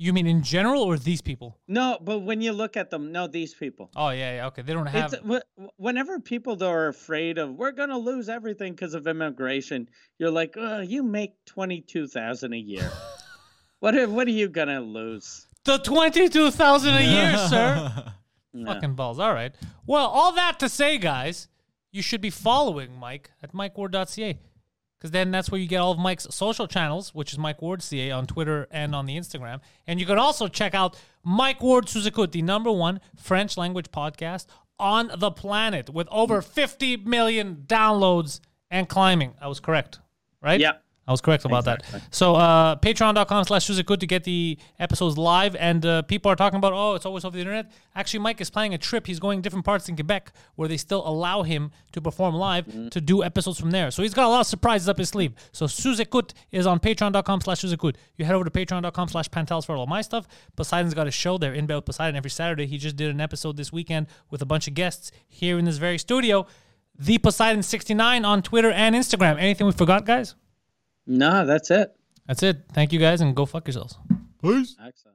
[SPEAKER 2] You mean in general or these people?
[SPEAKER 3] No, but when you look at them, no, these people.
[SPEAKER 2] Oh yeah, yeah. Okay, they don't have.
[SPEAKER 3] It's, uh, wh- whenever people that are afraid of we're going to lose everything because of immigration, you're like, oh, you make 22,000 a year. what are, what are you going to lose?
[SPEAKER 2] the twenty-two thousand a year, sir.
[SPEAKER 3] No.
[SPEAKER 2] Fucking balls. All right. Well, all that to say, guys, you should be following Mike at MikeWard.ca because then that's where you get all of Mike's social channels, which is Mike Ward.ca on Twitter and on the Instagram. And you can also check out Mike Ward Suzukut, the number one French language podcast on the planet with over fifty million downloads and climbing. I was correct, right?
[SPEAKER 3] Yeah.
[SPEAKER 2] I was correct about
[SPEAKER 3] Exactly.
[SPEAKER 2] that. So uh, patreon.com slash is good to get the episodes live. And uh, people are talking about, oh, it's always over the internet. Actually, Mike is planning a trip. He's going different parts in Quebec where they still allow him to perform live to do episodes from there. So he's got a lot of surprises up his sleeve. So Suzekut is on patreon.com slash Suzekut. You head over to patreon.com slash Pantels for all my stuff. Poseidon's got a show there, In Bed with Poseidon, every Saturday. He just did an episode this weekend with a bunch of guests here in this very studio. The Poseidon69 on Twitter and Instagram. Anything we forgot, guys?
[SPEAKER 3] No, that's it.
[SPEAKER 2] That's it. Thank you guys and go fuck yourselves.
[SPEAKER 1] Peace.
[SPEAKER 3] Excellent.